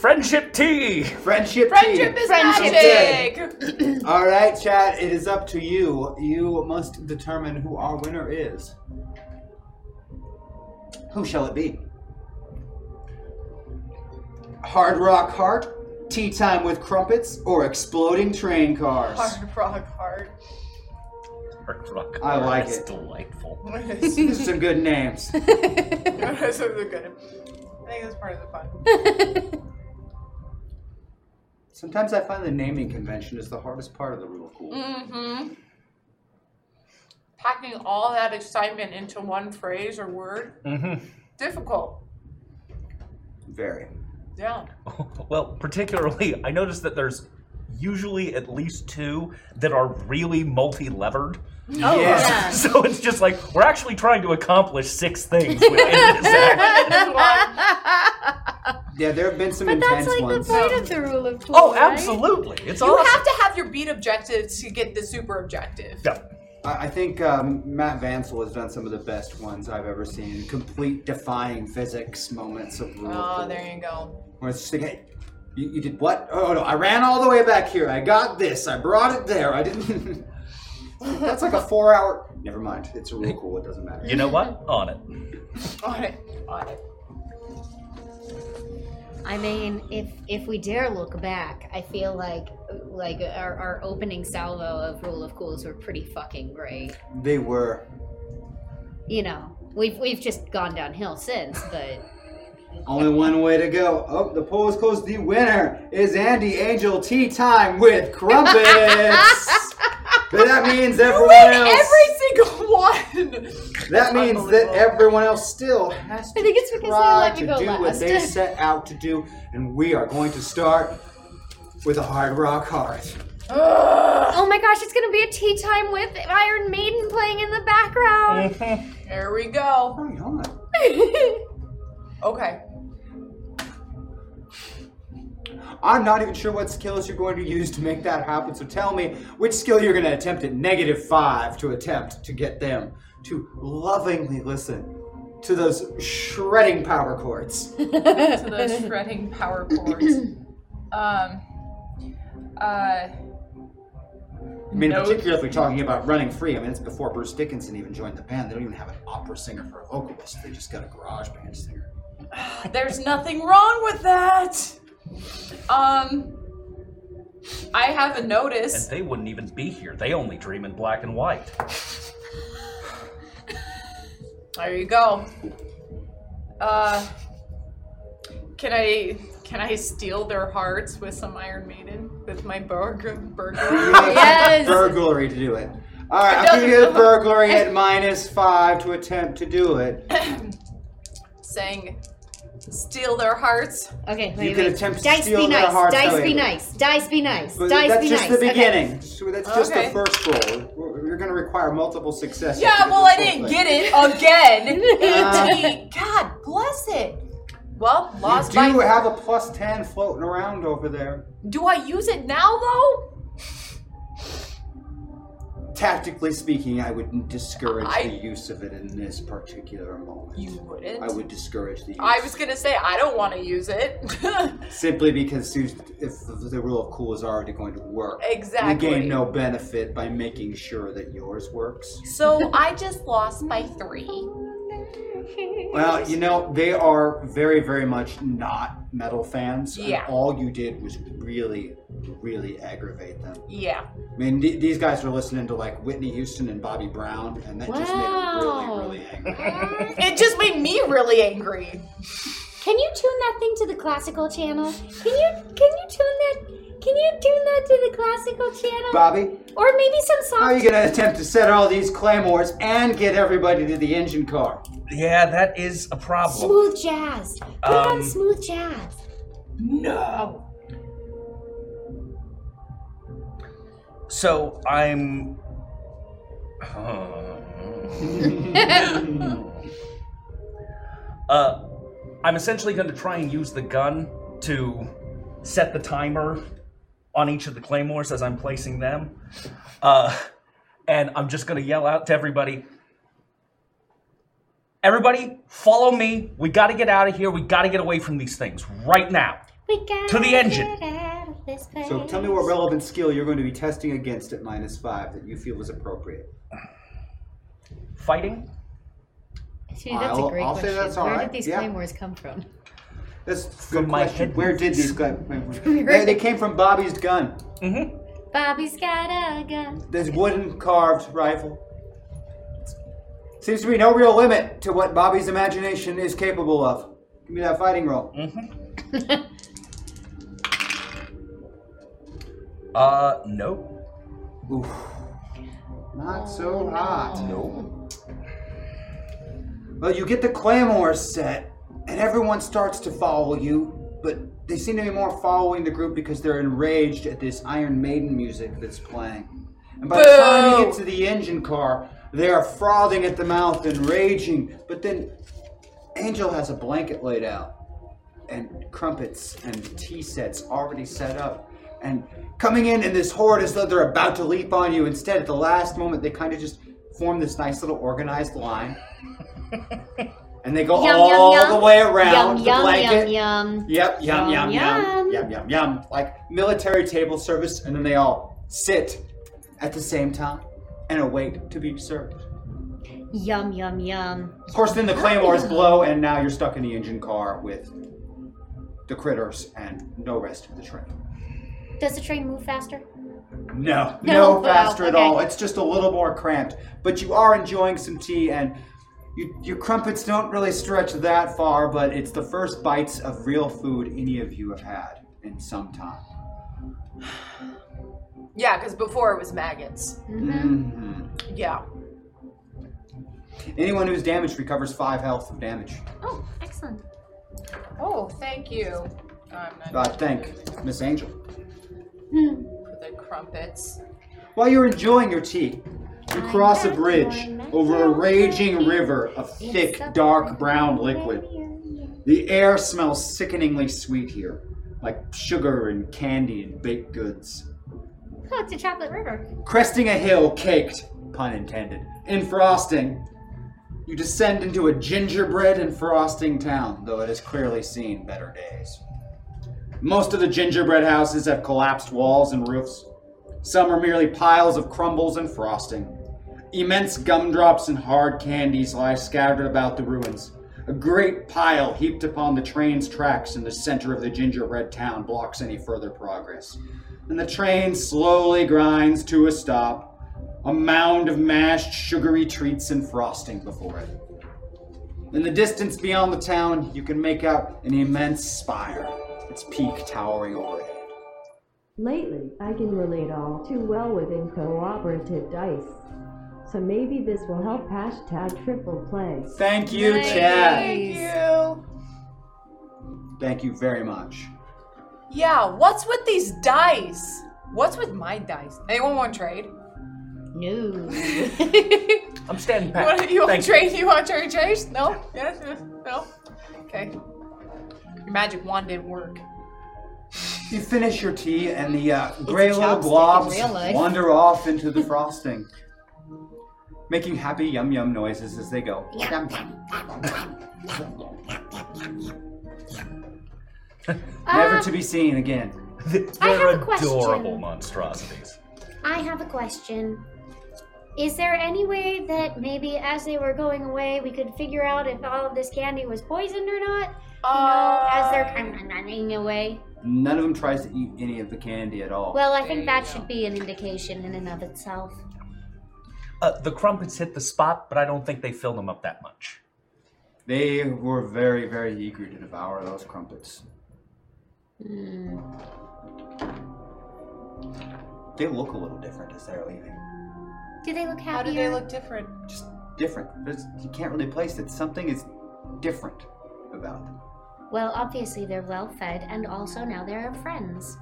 [SPEAKER 4] Friendship tea.
[SPEAKER 1] Friendship,
[SPEAKER 6] Friendship
[SPEAKER 1] tea.
[SPEAKER 6] is magic.
[SPEAKER 1] All right, Chad. It is up to you. You must determine who our winner is. Who shall it be? Hard rock heart, tea time with crumpets, or exploding train cars.
[SPEAKER 6] Hard rock hard.
[SPEAKER 4] Hard rock.
[SPEAKER 1] I like
[SPEAKER 4] That's
[SPEAKER 1] it.
[SPEAKER 4] delightful. <laughs>
[SPEAKER 1] These are some good
[SPEAKER 6] <laughs>
[SPEAKER 1] names.
[SPEAKER 6] This is a good. I think that's part of the fun.
[SPEAKER 1] Sometimes I find the naming convention is the hardest part of the rule of cool.
[SPEAKER 6] Mm-hmm. Packing all that excitement into one phrase or word,
[SPEAKER 4] Mm-hmm.
[SPEAKER 6] difficult.
[SPEAKER 1] Very.
[SPEAKER 6] Yeah.
[SPEAKER 4] Well, particularly, I noticed that there's usually at least two that are really multi-levered. <laughs>
[SPEAKER 6] Oh, Yes. yeah.
[SPEAKER 4] So it's just like we're actually trying to accomplish six things within this act.
[SPEAKER 1] Yeah, there have been some
[SPEAKER 6] But
[SPEAKER 1] intense
[SPEAKER 6] that's like the
[SPEAKER 1] ones.
[SPEAKER 6] point
[SPEAKER 3] of the
[SPEAKER 1] Oh,
[SPEAKER 3] rule of
[SPEAKER 6] cool, right?
[SPEAKER 4] Oh, absolutely. It's
[SPEAKER 6] you
[SPEAKER 1] awesome.
[SPEAKER 6] have to have your beat objectives to get the super objective.
[SPEAKER 1] I I think um, Matt Vansel has done some of the best ones I've ever seen. Complete defying physics moments of rule. of
[SPEAKER 6] Oh,
[SPEAKER 1] cool.
[SPEAKER 6] there you go.
[SPEAKER 1] Where it's just like, hey, you, you did what? Oh no, I ran all the way back here. I got this. I brought it there. I didn't. <laughs> That's like a four-hour. Never mind. It's a rule cool. It doesn't matter.
[SPEAKER 4] You know what? On it.
[SPEAKER 6] On it. On it.
[SPEAKER 3] I mean, if if we dare look back, I feel like like our, our opening salvo of Rule of Cools were pretty fucking great.
[SPEAKER 1] They were
[SPEAKER 3] You know, we've we've just gone downhill since,
[SPEAKER 1] <laughs>
[SPEAKER 3] but
[SPEAKER 1] only one way to go. Oh, the poll is closed. The winner is Andy Angel. Tea time with
[SPEAKER 6] <laughs>
[SPEAKER 1] crumpets. but that means everyone else.
[SPEAKER 6] Every single <laughs> one.
[SPEAKER 1] That means that everyone else still has to
[SPEAKER 3] I think it's because they
[SPEAKER 1] try
[SPEAKER 3] let
[SPEAKER 1] to
[SPEAKER 3] me
[SPEAKER 1] do
[SPEAKER 3] go
[SPEAKER 1] what
[SPEAKER 3] last.
[SPEAKER 1] they set out to do, and we are going to start with a hard rock heart.
[SPEAKER 3] oh my gosh, it's gonna be a tea time with Iron Maiden playing in the
[SPEAKER 1] <laughs>
[SPEAKER 3] background.
[SPEAKER 6] there we go.
[SPEAKER 1] Oh,
[SPEAKER 6] Okay.
[SPEAKER 1] I'm not even sure what skills you're going to use to make that happen, so tell me which skill you're going to attempt at negative five to attempt to get them to lovingly listen to those shredding power
[SPEAKER 3] <laughs>
[SPEAKER 1] chords.
[SPEAKER 6] to those shredding power chords. Um, uh,
[SPEAKER 1] I mean,
[SPEAKER 6] Note-
[SPEAKER 1] particularly if we're talking about running free. I mean, it's before Bruce Dickinson even joined the band. They don't even have an opera singer for a vocalist. They just got a garage band singer.
[SPEAKER 6] there's nothing wrong with that. Um, I haven't noticed.
[SPEAKER 4] And they wouldn't even be here. They only dream in black and white.
[SPEAKER 6] There you go. Uh, can I can I steal their hearts with some Iron Maiden with my burger? burger?
[SPEAKER 1] <laughs> burglary to do it. All right,
[SPEAKER 6] It
[SPEAKER 1] I'm gonna get
[SPEAKER 6] doesn't-
[SPEAKER 1] burglary at minus five to attempt to do it.
[SPEAKER 6] Saying, steal their hearts.
[SPEAKER 3] Okay,
[SPEAKER 1] wait, can wait. attempt to Dice steal be their nice, hearts, dice though, be Avery. nice,
[SPEAKER 3] dice be nice,
[SPEAKER 1] But that's just the beginning. So that's just the first roll. We're- You're gonna require multiple successes. to
[SPEAKER 6] Yeah,
[SPEAKER 1] do
[SPEAKER 6] well,
[SPEAKER 1] this
[SPEAKER 6] I
[SPEAKER 1] whole
[SPEAKER 6] didn't
[SPEAKER 1] thing.
[SPEAKER 6] get it
[SPEAKER 1] <laughs>
[SPEAKER 6] again.
[SPEAKER 1] Uh.
[SPEAKER 6] 18. God bless it. Well,
[SPEAKER 1] You
[SPEAKER 6] lost
[SPEAKER 1] do
[SPEAKER 6] by.
[SPEAKER 1] have a plus ten floating around over there.
[SPEAKER 6] Do I use it now, though?
[SPEAKER 1] Tactically speaking, I would discourage
[SPEAKER 6] I-
[SPEAKER 1] the use of it in this particular moment.
[SPEAKER 6] You wouldn't.
[SPEAKER 1] I would discourage the use.
[SPEAKER 6] I was gonna say I don't want to use it. <laughs>
[SPEAKER 1] Simply because Sus- if the the rule of cool is already going to work, you
[SPEAKER 6] Exactly.
[SPEAKER 1] gain no benefit by making sure that yours works.
[SPEAKER 6] so I just lost by three.
[SPEAKER 1] Well, you know, they are very, very much not metal fans. and
[SPEAKER 6] Yeah.
[SPEAKER 1] all you did was really, really aggravate them.
[SPEAKER 6] Yeah.
[SPEAKER 1] I mean, th- these guys were listening to like Whitney Houston and Bobby Brown, and that just made them really, really angry.
[SPEAKER 3] <laughs>
[SPEAKER 6] It just made me really angry.
[SPEAKER 3] Can you tune that thing to the classical channel? Can you can you tune that? Can you tune that to the classical channel?
[SPEAKER 1] Bobby,
[SPEAKER 3] Or maybe some soft.
[SPEAKER 1] how are you going to attempt to set all these claymores and get everybody to the engine car?
[SPEAKER 4] Yeah, that is a problem.
[SPEAKER 3] Smooth jazz. Put on
[SPEAKER 4] Um,
[SPEAKER 3] smooth jazz.
[SPEAKER 4] No. So I'm. uh, I'm essentially going to try and use the gun to set the timer on each of the claymores as I'm placing them. Uh, and I'm just going to yell out to everybody Everybody, follow me. We got to get out of here. We got to get away from these things right now.
[SPEAKER 3] We got
[SPEAKER 4] To the engine.
[SPEAKER 1] So tell me what relevant skill you're going to be testing against at minus five that you feel is appropriate.
[SPEAKER 4] Fighting?
[SPEAKER 8] See, that's
[SPEAKER 1] I'll-
[SPEAKER 8] a great
[SPEAKER 1] I'll say
[SPEAKER 8] question.
[SPEAKER 1] that's all
[SPEAKER 8] Where did
[SPEAKER 1] right,
[SPEAKER 8] these
[SPEAKER 1] yeah.
[SPEAKER 8] claymores come from?
[SPEAKER 1] That's a good question. Where did these claymores?
[SPEAKER 3] your-
[SPEAKER 1] they, they came from Bobby's gun.
[SPEAKER 4] Mm-hmm.
[SPEAKER 3] Bobby's got a gun.
[SPEAKER 1] This wooden carved rifle. Seems to be no real limit to what Bobby's imagination is capable of. Give me that fighting roll.
[SPEAKER 4] Mm-hmm. Uh, no.
[SPEAKER 1] Oof. Not so hot.
[SPEAKER 4] No.
[SPEAKER 1] Well, you get the claymore set, and everyone starts to follow you, but they seem to be more following the group because they're enraged at this Iron Maiden music that's playing. And by the time you get to the engine car, they are frothing at the mouth and raging. But then Angel has a blanket laid out, and crumpets and tea sets already set up. And coming in in this horde as though they're about to leap on you. Instead, at the last moment, they kind of just form this nice little organized line. and they go
[SPEAKER 3] Yum, yum,
[SPEAKER 1] all
[SPEAKER 3] yum.
[SPEAKER 1] the way around
[SPEAKER 3] Yum,
[SPEAKER 1] the
[SPEAKER 3] yum,
[SPEAKER 1] blanket.
[SPEAKER 3] yum, yum.
[SPEAKER 1] Yep, yum, yum,
[SPEAKER 3] Yum,
[SPEAKER 1] yum,
[SPEAKER 3] yum.
[SPEAKER 1] yum, yum, yum. Like military table service, and then they all sit at the same time and await to be served.
[SPEAKER 3] Yum, yum, yum.
[SPEAKER 1] Of course, then the claymores blow, and now you're stuck in the engine car with the critters and no rest of the train.
[SPEAKER 3] Does the train move faster?
[SPEAKER 1] No, no,
[SPEAKER 3] No,
[SPEAKER 1] faster at
[SPEAKER 3] okay.
[SPEAKER 1] all. It's just a little more cramped. But you are enjoying some tea, and you, your crumpets don't really stretch that far, but it's the first bites of real food any of you have had in some time.
[SPEAKER 6] Yeah, because before it was maggots.
[SPEAKER 3] Mm-hmm.
[SPEAKER 1] Mhm.
[SPEAKER 6] Yeah.
[SPEAKER 1] Anyone who's damaged recovers five health of damage.
[SPEAKER 3] Oh, excellent.
[SPEAKER 6] Oh, thank you. I'm not
[SPEAKER 1] God, Uh, thank Miss Angel.
[SPEAKER 6] for the crumpets.
[SPEAKER 1] While you're enjoying your tea, you cross a bridge over a raging river of thick, dark brown liquid. The air smells sickeningly sweet here, like sugar and candy and baked goods.
[SPEAKER 3] Oh, it's a chocolate river.
[SPEAKER 1] Cresting a hill caked, pun intended, in frosting, you descend into a gingerbread and frosting town, though it has clearly seen better days. Most of the gingerbread houses have collapsed walls and roofs. Some are merely piles of crumbles and frosting. Immense gumdrops and hard candies lie scattered about the ruins. A great pile heaped upon the train's tracks in the center of the gingerbread town blocks any further progress. And the train slowly grinds to a stop, a mound of mashed sugary treats and frosting before it. In the distance beyond the town, you can make out an immense spire, its peak towering over it.
[SPEAKER 5] Lately, I can relate all too well within cooperative dice. So maybe this will help hashtag triple play.
[SPEAKER 1] Thank you, Chad. Thank you very much.
[SPEAKER 6] Yeah, what's with these dice? What's with my dice? Anyone want to trade?
[SPEAKER 3] No.
[SPEAKER 4] I'm standing
[SPEAKER 6] You
[SPEAKER 4] back.
[SPEAKER 6] want, you want
[SPEAKER 4] Thank
[SPEAKER 6] to trade? You want to trade chase? No? Yes? yes, No? Okay. Your magic wand didn't work.
[SPEAKER 1] You finish your tea, and the uh, gray little
[SPEAKER 6] chopstick in
[SPEAKER 1] blobs
[SPEAKER 6] real life.
[SPEAKER 1] wander off into the frosting, making happy yum yum noises as they go. Yum, yum.
[SPEAKER 6] Ah.
[SPEAKER 1] Never to be seen again.
[SPEAKER 4] They're
[SPEAKER 3] a question.
[SPEAKER 4] adorable monstrosities.
[SPEAKER 3] I have a question. Is there any way that maybe as they were going away, we could figure out if all of this candy was poisoned or not?
[SPEAKER 6] Uh,
[SPEAKER 3] you know, as they're kind of running away.
[SPEAKER 1] None of them tries to eat any of the candy at all.
[SPEAKER 3] Well, I think that should be an indication in and of itself.
[SPEAKER 4] Uh, the crumpets hit the spot, but I don't think they filled them up that much.
[SPEAKER 1] They were very,
[SPEAKER 6] Hmm.
[SPEAKER 1] very eager to devour those crumpets. They look a little different as they're leaving.
[SPEAKER 3] Do they look happier?
[SPEAKER 6] How do they look different?
[SPEAKER 1] Different. There's, you can't really place it. Something is different about them.
[SPEAKER 3] Well, obviously they're well fed, and also now they're friends.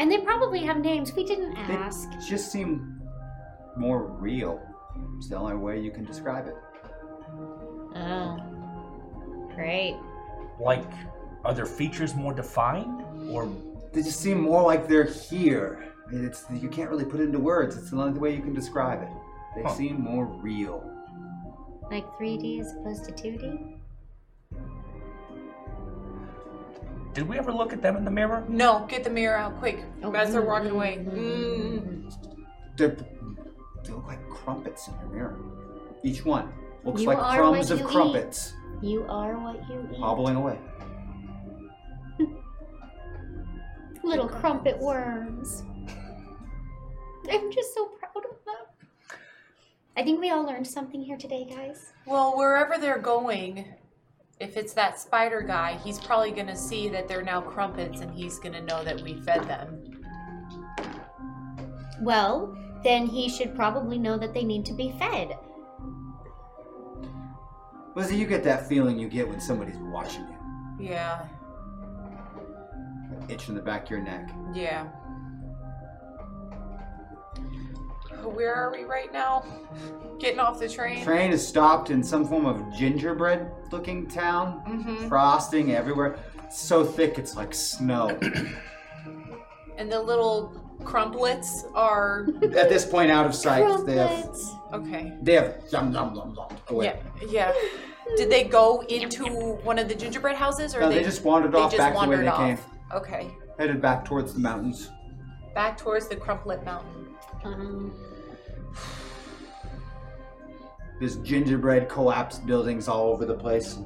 [SPEAKER 3] And they probably have names we didn't ask.
[SPEAKER 1] It just seem more real. It's the only way you can describe it.
[SPEAKER 3] Oh, great.
[SPEAKER 4] Like, are their features more defined, or
[SPEAKER 1] They just seem more like they're here. And It's you can't really put it into words. It's the only way you can describe it. They
[SPEAKER 4] Huh.
[SPEAKER 1] seem more real.
[SPEAKER 3] Like 3D as opposed to 2D?
[SPEAKER 4] did we ever look at them in the mirror?
[SPEAKER 6] No, get the mirror out quick. As they're walking away. Mm.
[SPEAKER 1] They're, they look like crumpets in your mirror. Each one looks
[SPEAKER 3] You
[SPEAKER 1] like
[SPEAKER 3] are
[SPEAKER 1] crumbs
[SPEAKER 3] what
[SPEAKER 1] of
[SPEAKER 3] you eat.
[SPEAKER 1] crumpets
[SPEAKER 3] You are what you eat.
[SPEAKER 1] hobbling away.
[SPEAKER 3] Little crumpet worms. I'm just so proud of them. I think we all learned something here today, guys.
[SPEAKER 6] Well, wherever they're going, if it's that spider guy, he's probably gonna see that they're now crumpets and he's gonna know that we fed them.
[SPEAKER 3] Well, then he should probably know that they need to be fed.
[SPEAKER 1] Lizzie, you get that feeling you get when somebody's watching you,
[SPEAKER 6] Yeah,
[SPEAKER 1] itch in the back of your neck.
[SPEAKER 6] yeah. Where are we right now? Getting off the train?
[SPEAKER 1] Train is stopped in some form of gingerbread-looking town.
[SPEAKER 6] Mhm.
[SPEAKER 1] Frosting everywhere, so thick it's like snow.
[SPEAKER 6] And the little crumplets are.
[SPEAKER 1] At this point, out of sight, they have
[SPEAKER 6] Okay.
[SPEAKER 1] they have yum yum yum yum. Go
[SPEAKER 6] Yeah, yeah. Did they go into one of the gingerbread houses, or
[SPEAKER 1] No, they just wandered
[SPEAKER 6] they
[SPEAKER 1] off
[SPEAKER 6] just
[SPEAKER 1] back the way
[SPEAKER 6] wandered
[SPEAKER 1] they
[SPEAKER 6] off.
[SPEAKER 1] came.
[SPEAKER 6] Okay,
[SPEAKER 1] Headed back towards the mountains.
[SPEAKER 6] back towards the Crumplet Mountain.
[SPEAKER 1] There's gingerbread collapsed buildings all over the place.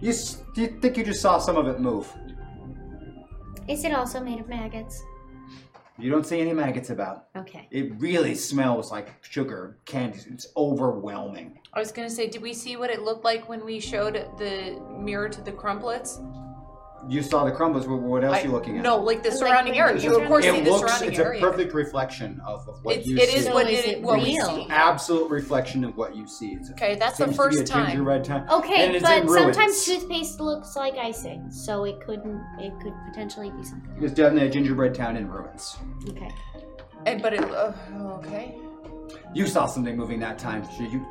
[SPEAKER 1] You, s- you think you just saw some of it move.
[SPEAKER 3] Is it also made of maggots?
[SPEAKER 1] You don't see any maggots about.
[SPEAKER 3] Okay.
[SPEAKER 1] It really smells like sugar candies. It's overwhelming.
[SPEAKER 6] I was gonna say, did we see what it looked like when we showed the mirror to the Crumplets?
[SPEAKER 1] You saw the crumbles. wh- What else
[SPEAKER 6] I-
[SPEAKER 1] are you looking at?
[SPEAKER 6] no, like the Like surrounding when area. You, of course,
[SPEAKER 1] it
[SPEAKER 6] see the
[SPEAKER 1] looks,
[SPEAKER 6] surrounding
[SPEAKER 1] It's a
[SPEAKER 6] area.
[SPEAKER 1] perfect reflection of, of what
[SPEAKER 6] It's-
[SPEAKER 1] you
[SPEAKER 6] it
[SPEAKER 1] see.
[SPEAKER 6] is So what is it- it what we real? see.
[SPEAKER 1] Absolute reflection of what you see. It's a-
[SPEAKER 3] Okay, that's the
[SPEAKER 1] seems to be
[SPEAKER 3] first
[SPEAKER 1] a
[SPEAKER 3] time. Oh.
[SPEAKER 1] gingerbread town. and
[SPEAKER 3] Okay,
[SPEAKER 1] it's
[SPEAKER 3] but
[SPEAKER 1] in ruins.
[SPEAKER 3] sometimes toothpaste looks like icing, so it couldn't. It could potentially be something.
[SPEAKER 1] It's definitely a gingerbread town in ruins.
[SPEAKER 3] Okay.
[SPEAKER 6] And but it. Uh, okay.
[SPEAKER 1] You saw something moving that time. Should you?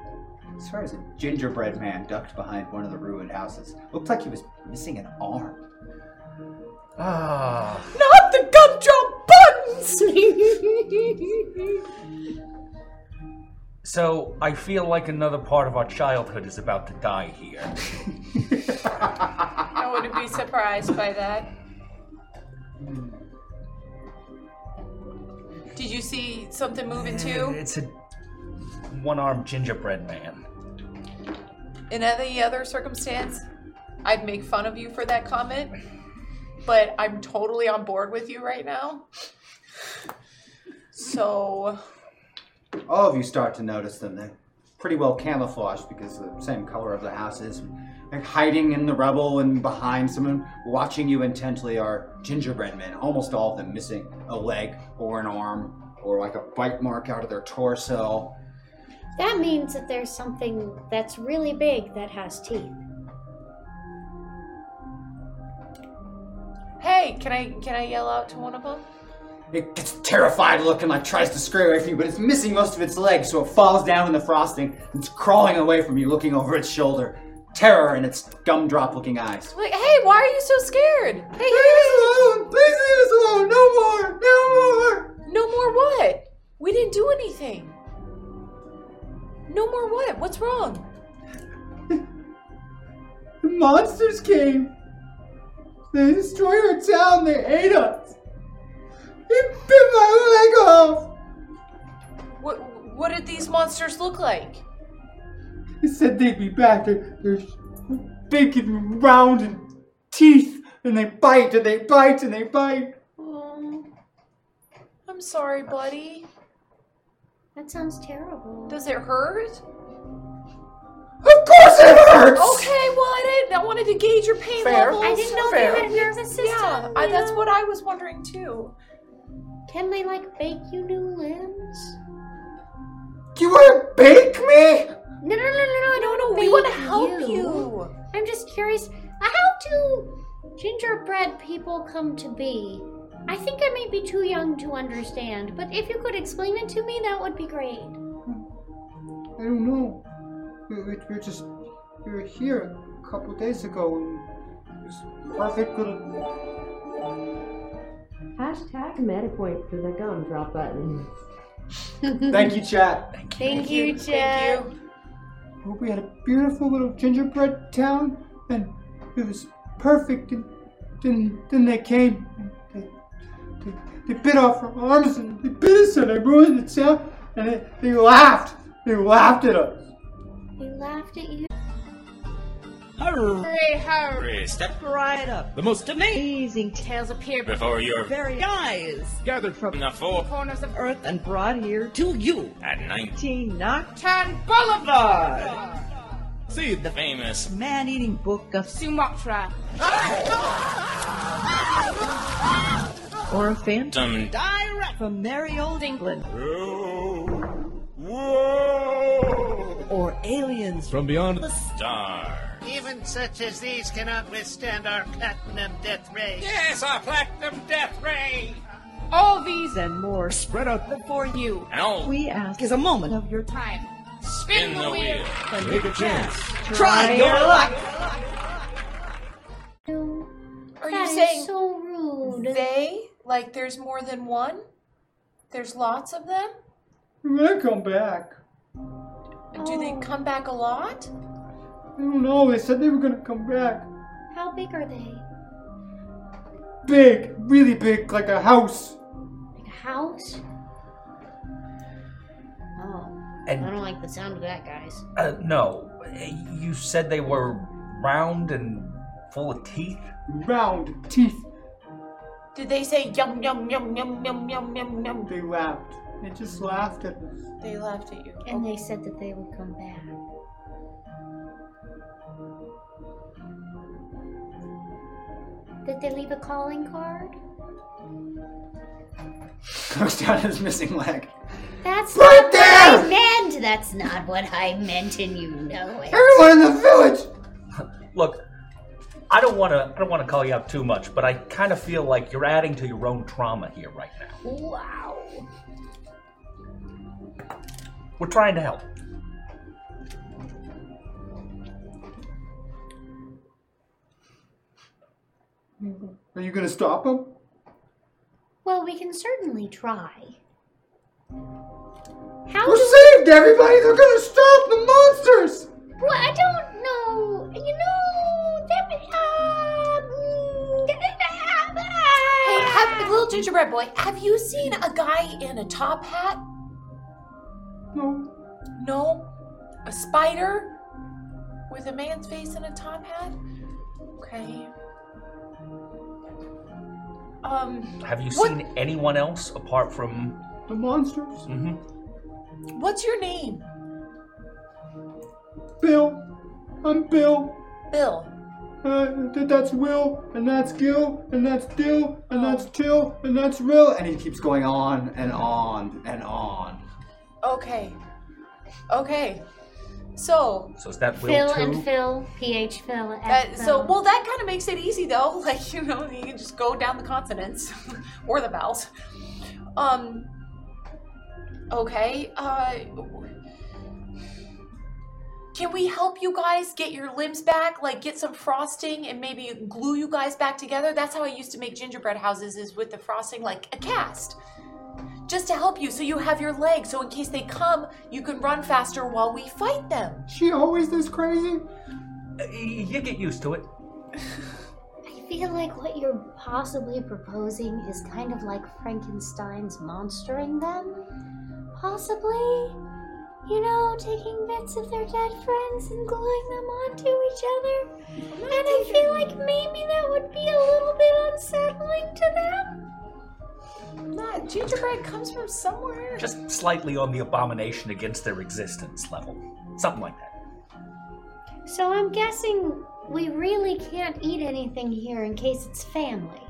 [SPEAKER 1] As far as a gingerbread man ducked behind one of the ruined houses, looked like he was missing an arm.
[SPEAKER 4] Ah.
[SPEAKER 6] Not the gumdrop
[SPEAKER 3] buttons!
[SPEAKER 4] So I feel like another part of our childhood is about to die here.
[SPEAKER 6] I wouldn't be surprised by that.
[SPEAKER 1] Hmm.
[SPEAKER 6] Did you see something moving too?
[SPEAKER 4] It's a one-armed gingerbread man.
[SPEAKER 6] In any other circumstance, I'd make fun of you for that comment, but I'm totally on board with you right now. So,
[SPEAKER 1] All of you start to notice them. They're pretty well camouflaged because of the same color of the houses. They're hiding in the rubble and behind someone watching you intently are gingerbread men. Almost all of them missing a leg or an arm or like a bite mark out of their torso.
[SPEAKER 3] That means that there's something that's really big that has teeth.
[SPEAKER 6] hey, can I can I yell out to one of them?
[SPEAKER 1] It gets terrified looking like tries to scurry away from you, but it's missing most of its legs, so it falls down in the frosting and it's crawling away from you, looking over its shoulder. Terror in its gumdrop looking eyes.
[SPEAKER 6] Like, hey, why are you so scared? Hey,
[SPEAKER 1] alone! Please leave us alone! No more! No more!
[SPEAKER 6] No more what? We didn't do anything. No more what? What's wrong?
[SPEAKER 1] The monsters came! They destroyed our town, they ate us! It bit my leg off!
[SPEAKER 6] What what did these monsters look like?
[SPEAKER 1] They said they'd be back. They're, they're big and round and teeth, and they bite and they bite and they bite.
[SPEAKER 6] Oh,
[SPEAKER 1] Um,
[SPEAKER 6] I'm sorry, buddy.
[SPEAKER 3] That sounds terrible.
[SPEAKER 6] Does it hurt?
[SPEAKER 1] Of course it hurts!
[SPEAKER 6] Okay, well I didn't. I wanted to gauge your pain
[SPEAKER 1] Fair.
[SPEAKER 6] levels.
[SPEAKER 1] I didn't know they Fair. had a
[SPEAKER 6] nervous system. Yeah, I, that's what I was wondering too.
[SPEAKER 3] Can they like bake you new limbs?
[SPEAKER 1] You want to bake me?
[SPEAKER 3] No, no, no, no, no! I don't know.
[SPEAKER 2] They wanna help
[SPEAKER 3] you. I'm just curious. How do gingerbread people come to be? I think I may be too young to understand, but if you could explain it to me, that would be great.
[SPEAKER 1] I don't know. We, we, we just we were here a couple days ago. And it was perfect little.
[SPEAKER 5] Hashtag MetaPoint for the gumdrop button.
[SPEAKER 1] Thank you, chat.
[SPEAKER 3] Thank you, Chad.
[SPEAKER 1] Well, we had a beautiful little gingerbread town, and it was perfect. And then, then they came, and they, they, they bit off our arms, and they bit us, and they ruined the town, and they, they laughed. They laughed at us.
[SPEAKER 3] They laughed at you.
[SPEAKER 13] Hurry,
[SPEAKER 14] hurry, step right up.
[SPEAKER 13] The most amazing tales appear
[SPEAKER 14] Before your
[SPEAKER 13] very eyes, gathered from
[SPEAKER 14] the four
[SPEAKER 13] corners of earth and brought here to you
[SPEAKER 14] At night,
[SPEAKER 13] 19 Nocturne Boulevard.
[SPEAKER 14] see the famous
[SPEAKER 13] Man-eating book of Sumatra, <laughs> or a phantom direct from merry old England, Oh, or aliens
[SPEAKER 14] from beyond the star.
[SPEAKER 15] Even such as these cannot withstand our platinum death ray.
[SPEAKER 14] Yes, our platinum death ray.
[SPEAKER 13] All these and more spread out before you.
[SPEAKER 14] And all
[SPEAKER 13] we ask is a moment of your time. Spin
[SPEAKER 14] the wheel.
[SPEAKER 13] Take a chance.
[SPEAKER 14] Try your luck.
[SPEAKER 6] Are
[SPEAKER 2] That
[SPEAKER 6] you
[SPEAKER 2] is
[SPEAKER 6] saying
[SPEAKER 3] so rude?
[SPEAKER 6] They like there's more than one. There's lots of them.
[SPEAKER 1] I'm gonna come back.
[SPEAKER 6] And do
[SPEAKER 3] Oh.
[SPEAKER 6] they come back a lot?
[SPEAKER 1] I don't know. They said they were gonna come back.
[SPEAKER 3] How big are they?
[SPEAKER 1] Big, really big, like a house.
[SPEAKER 3] Like a house? Oh,
[SPEAKER 4] And-
[SPEAKER 3] I don't like the sound of that, guys.
[SPEAKER 4] Uh, no, you said they were round and full of teeth.
[SPEAKER 1] Round teeth.
[SPEAKER 6] Did they say yum yum yum yum yum yum yum yum?
[SPEAKER 1] They laughed. They just laughed at us.
[SPEAKER 6] They laughed at you.
[SPEAKER 3] And they said that they would come back. Did they leave a calling card?
[SPEAKER 1] Goes down his missing leg.
[SPEAKER 3] That's
[SPEAKER 1] Right
[SPEAKER 3] not
[SPEAKER 1] there!
[SPEAKER 3] what I meant. That's not what I meant, and you know it.
[SPEAKER 2] Er-
[SPEAKER 1] Everyone in the village.
[SPEAKER 4] Look, I don't want to. I don't want to call you out too much, but I kind of feel like you're adding to your own trauma here right now.
[SPEAKER 3] Wow.
[SPEAKER 4] We're trying to help.
[SPEAKER 1] Are you gonna stop him?
[SPEAKER 3] Well, we can certainly try. How?
[SPEAKER 1] We're saved, everybody. They're gonna stop the monsters.
[SPEAKER 3] Well, I don't know. You know, that um,
[SPEAKER 2] Hey, have, little gingerbread boy, have you seen a guy in a top hat?
[SPEAKER 1] No.
[SPEAKER 6] No? A spider? With a man's face in a top hat? Okay. Um,
[SPEAKER 4] Have you
[SPEAKER 6] What-
[SPEAKER 4] seen anyone else apart from?
[SPEAKER 1] The monsters.
[SPEAKER 4] hmm
[SPEAKER 6] what's your name?
[SPEAKER 1] Bill. I'm Bill.
[SPEAKER 6] Bill.
[SPEAKER 1] Uh, th- that's Will, and that's Gil, and that's Dill, and that's Till, and that's Rill. And he keeps going on and on and on.
[SPEAKER 6] Okay. Okay. So,
[SPEAKER 4] So is that Will
[SPEAKER 3] Phil
[SPEAKER 4] too?
[SPEAKER 3] and Phil, PH Phil. F
[SPEAKER 6] that, Uh, so
[SPEAKER 3] Phil.
[SPEAKER 6] well, that kind of makes it easy though. <laughs> Like you know, you can just go down the consonants <laughs> or the vowels. Um. Okay. Uh. Can we help you guys get your limbs back? Like get some frosting and maybe glue you guys back together. That's how I used to make gingerbread houses is with the frosting like a cast. Just to help you so you have your legs so in case they come, you can run faster while we fight them.
[SPEAKER 1] She always this crazy.
[SPEAKER 4] Uh, You get used to it.
[SPEAKER 3] I feel like what you're possibly proposing is kind of like Frankenstein's monstering them. Possibly? You know, taking bits of their dead friends and gluing them onto each other. And I feel like maybe that would be a little bit unsettling to them.
[SPEAKER 6] Nah, gingerbread comes from somewhere.
[SPEAKER 4] Just slightly on the abomination against their existence level, something like that.
[SPEAKER 3] So I'm guessing we really can't eat anything here in case it's family.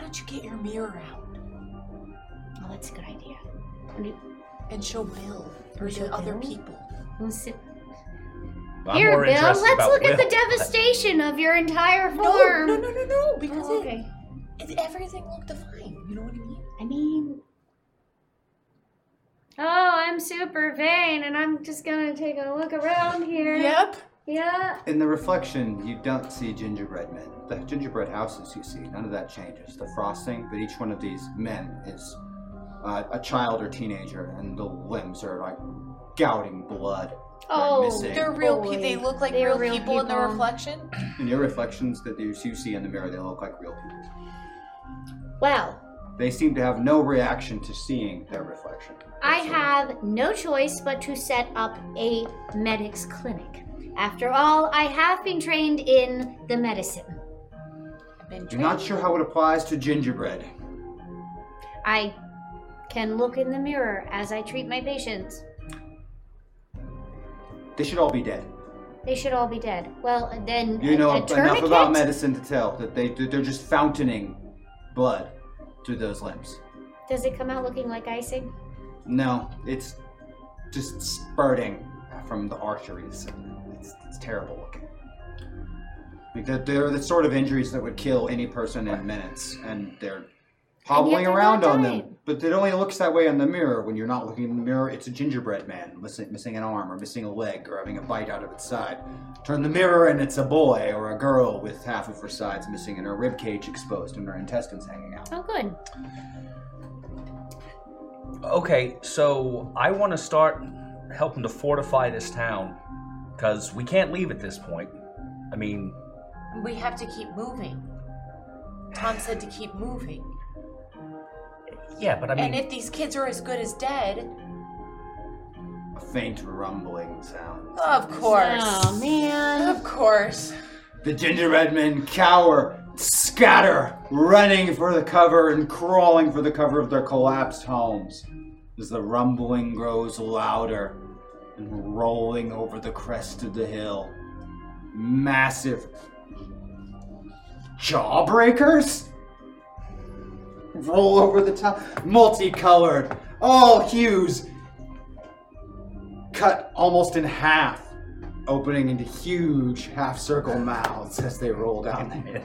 [SPEAKER 6] don't you get your mirror out?
[SPEAKER 3] Oh, that's a good idea.
[SPEAKER 6] And show Bill or the other people.
[SPEAKER 3] We'll sit.
[SPEAKER 4] I'm
[SPEAKER 3] Here,
[SPEAKER 4] more
[SPEAKER 3] Bill, let's
[SPEAKER 4] interested about
[SPEAKER 3] look at
[SPEAKER 4] Will.
[SPEAKER 3] the devastation of your entire farm.
[SPEAKER 6] No, no, no, no, because
[SPEAKER 3] Oh,
[SPEAKER 6] it-
[SPEAKER 3] okay.
[SPEAKER 6] it, everything looked fine. You know what I mean?
[SPEAKER 3] I mean, oh, I'm super vain, and I'm just gonna take a look around here.
[SPEAKER 6] Yep.
[SPEAKER 3] Yeah.
[SPEAKER 1] In the reflection, you don't see gingerbread men. The gingerbread houses you see, none of that changes. The frosting, but each one of these men is uh, a child or teenager, and the limbs are like gouting blood.
[SPEAKER 6] Oh,
[SPEAKER 1] missing.
[SPEAKER 6] they're real people. They look like
[SPEAKER 3] They're
[SPEAKER 6] real,
[SPEAKER 3] real
[SPEAKER 6] people, in the
[SPEAKER 3] people.
[SPEAKER 6] reflection.
[SPEAKER 1] In your reflections that you you see in the mirror, they look like real people.
[SPEAKER 3] Well,
[SPEAKER 1] They seem to have no reaction to seeing their reflection.
[SPEAKER 3] I have no choice but to set up a medics clinic. After all, I have been trained in the medicine.
[SPEAKER 1] I'm not sure how it applies to gingerbread.
[SPEAKER 3] I can look in the mirror as I treat my patients.
[SPEAKER 1] They should all be dead.
[SPEAKER 3] They should all be dead. Well, then
[SPEAKER 1] You know
[SPEAKER 3] a, a
[SPEAKER 1] enough about
[SPEAKER 3] tourniquet?
[SPEAKER 1] medicine to tell that they that they're just fountaining blood through those limbs.
[SPEAKER 3] Does it come out looking like icing?
[SPEAKER 1] No, it's just spurting from the arteries. It's, it's terrible looking. Like they're, they're the sort of injuries that would kill any person in minutes, and they're hobbling
[SPEAKER 3] they're
[SPEAKER 1] around
[SPEAKER 3] not
[SPEAKER 1] on
[SPEAKER 3] dying.
[SPEAKER 1] them. But it only looks that way in the mirror. When you're not looking in the mirror, it's a gingerbread man missing, missing an arm or missing a leg or having a bite out of its side. Turn the mirror and it's a boy or a girl with half of her sides missing and her rib cage exposed and her intestines hanging out.
[SPEAKER 3] Oh, good.
[SPEAKER 4] Okay, so I want to start helping to fortify this town because we can't leave at this point. I mean,
[SPEAKER 6] We have to keep moving. Tom said to keep moving.
[SPEAKER 4] yeah, but I mean,
[SPEAKER 6] and if these kids are as good as dead,
[SPEAKER 1] A faint rumbling sound.
[SPEAKER 6] of course.
[SPEAKER 3] Oh, man.
[SPEAKER 6] Of course.
[SPEAKER 1] The gingerbread men cower, scatter, running for the cover and crawling for the cover of their collapsed homes. As the rumbling grows louder and rolling over the crest of the hill, massive jawbreakers roll over the top, multicolored, all hues, cut almost in half, opening into huge half circle mouths as they roll down the hill.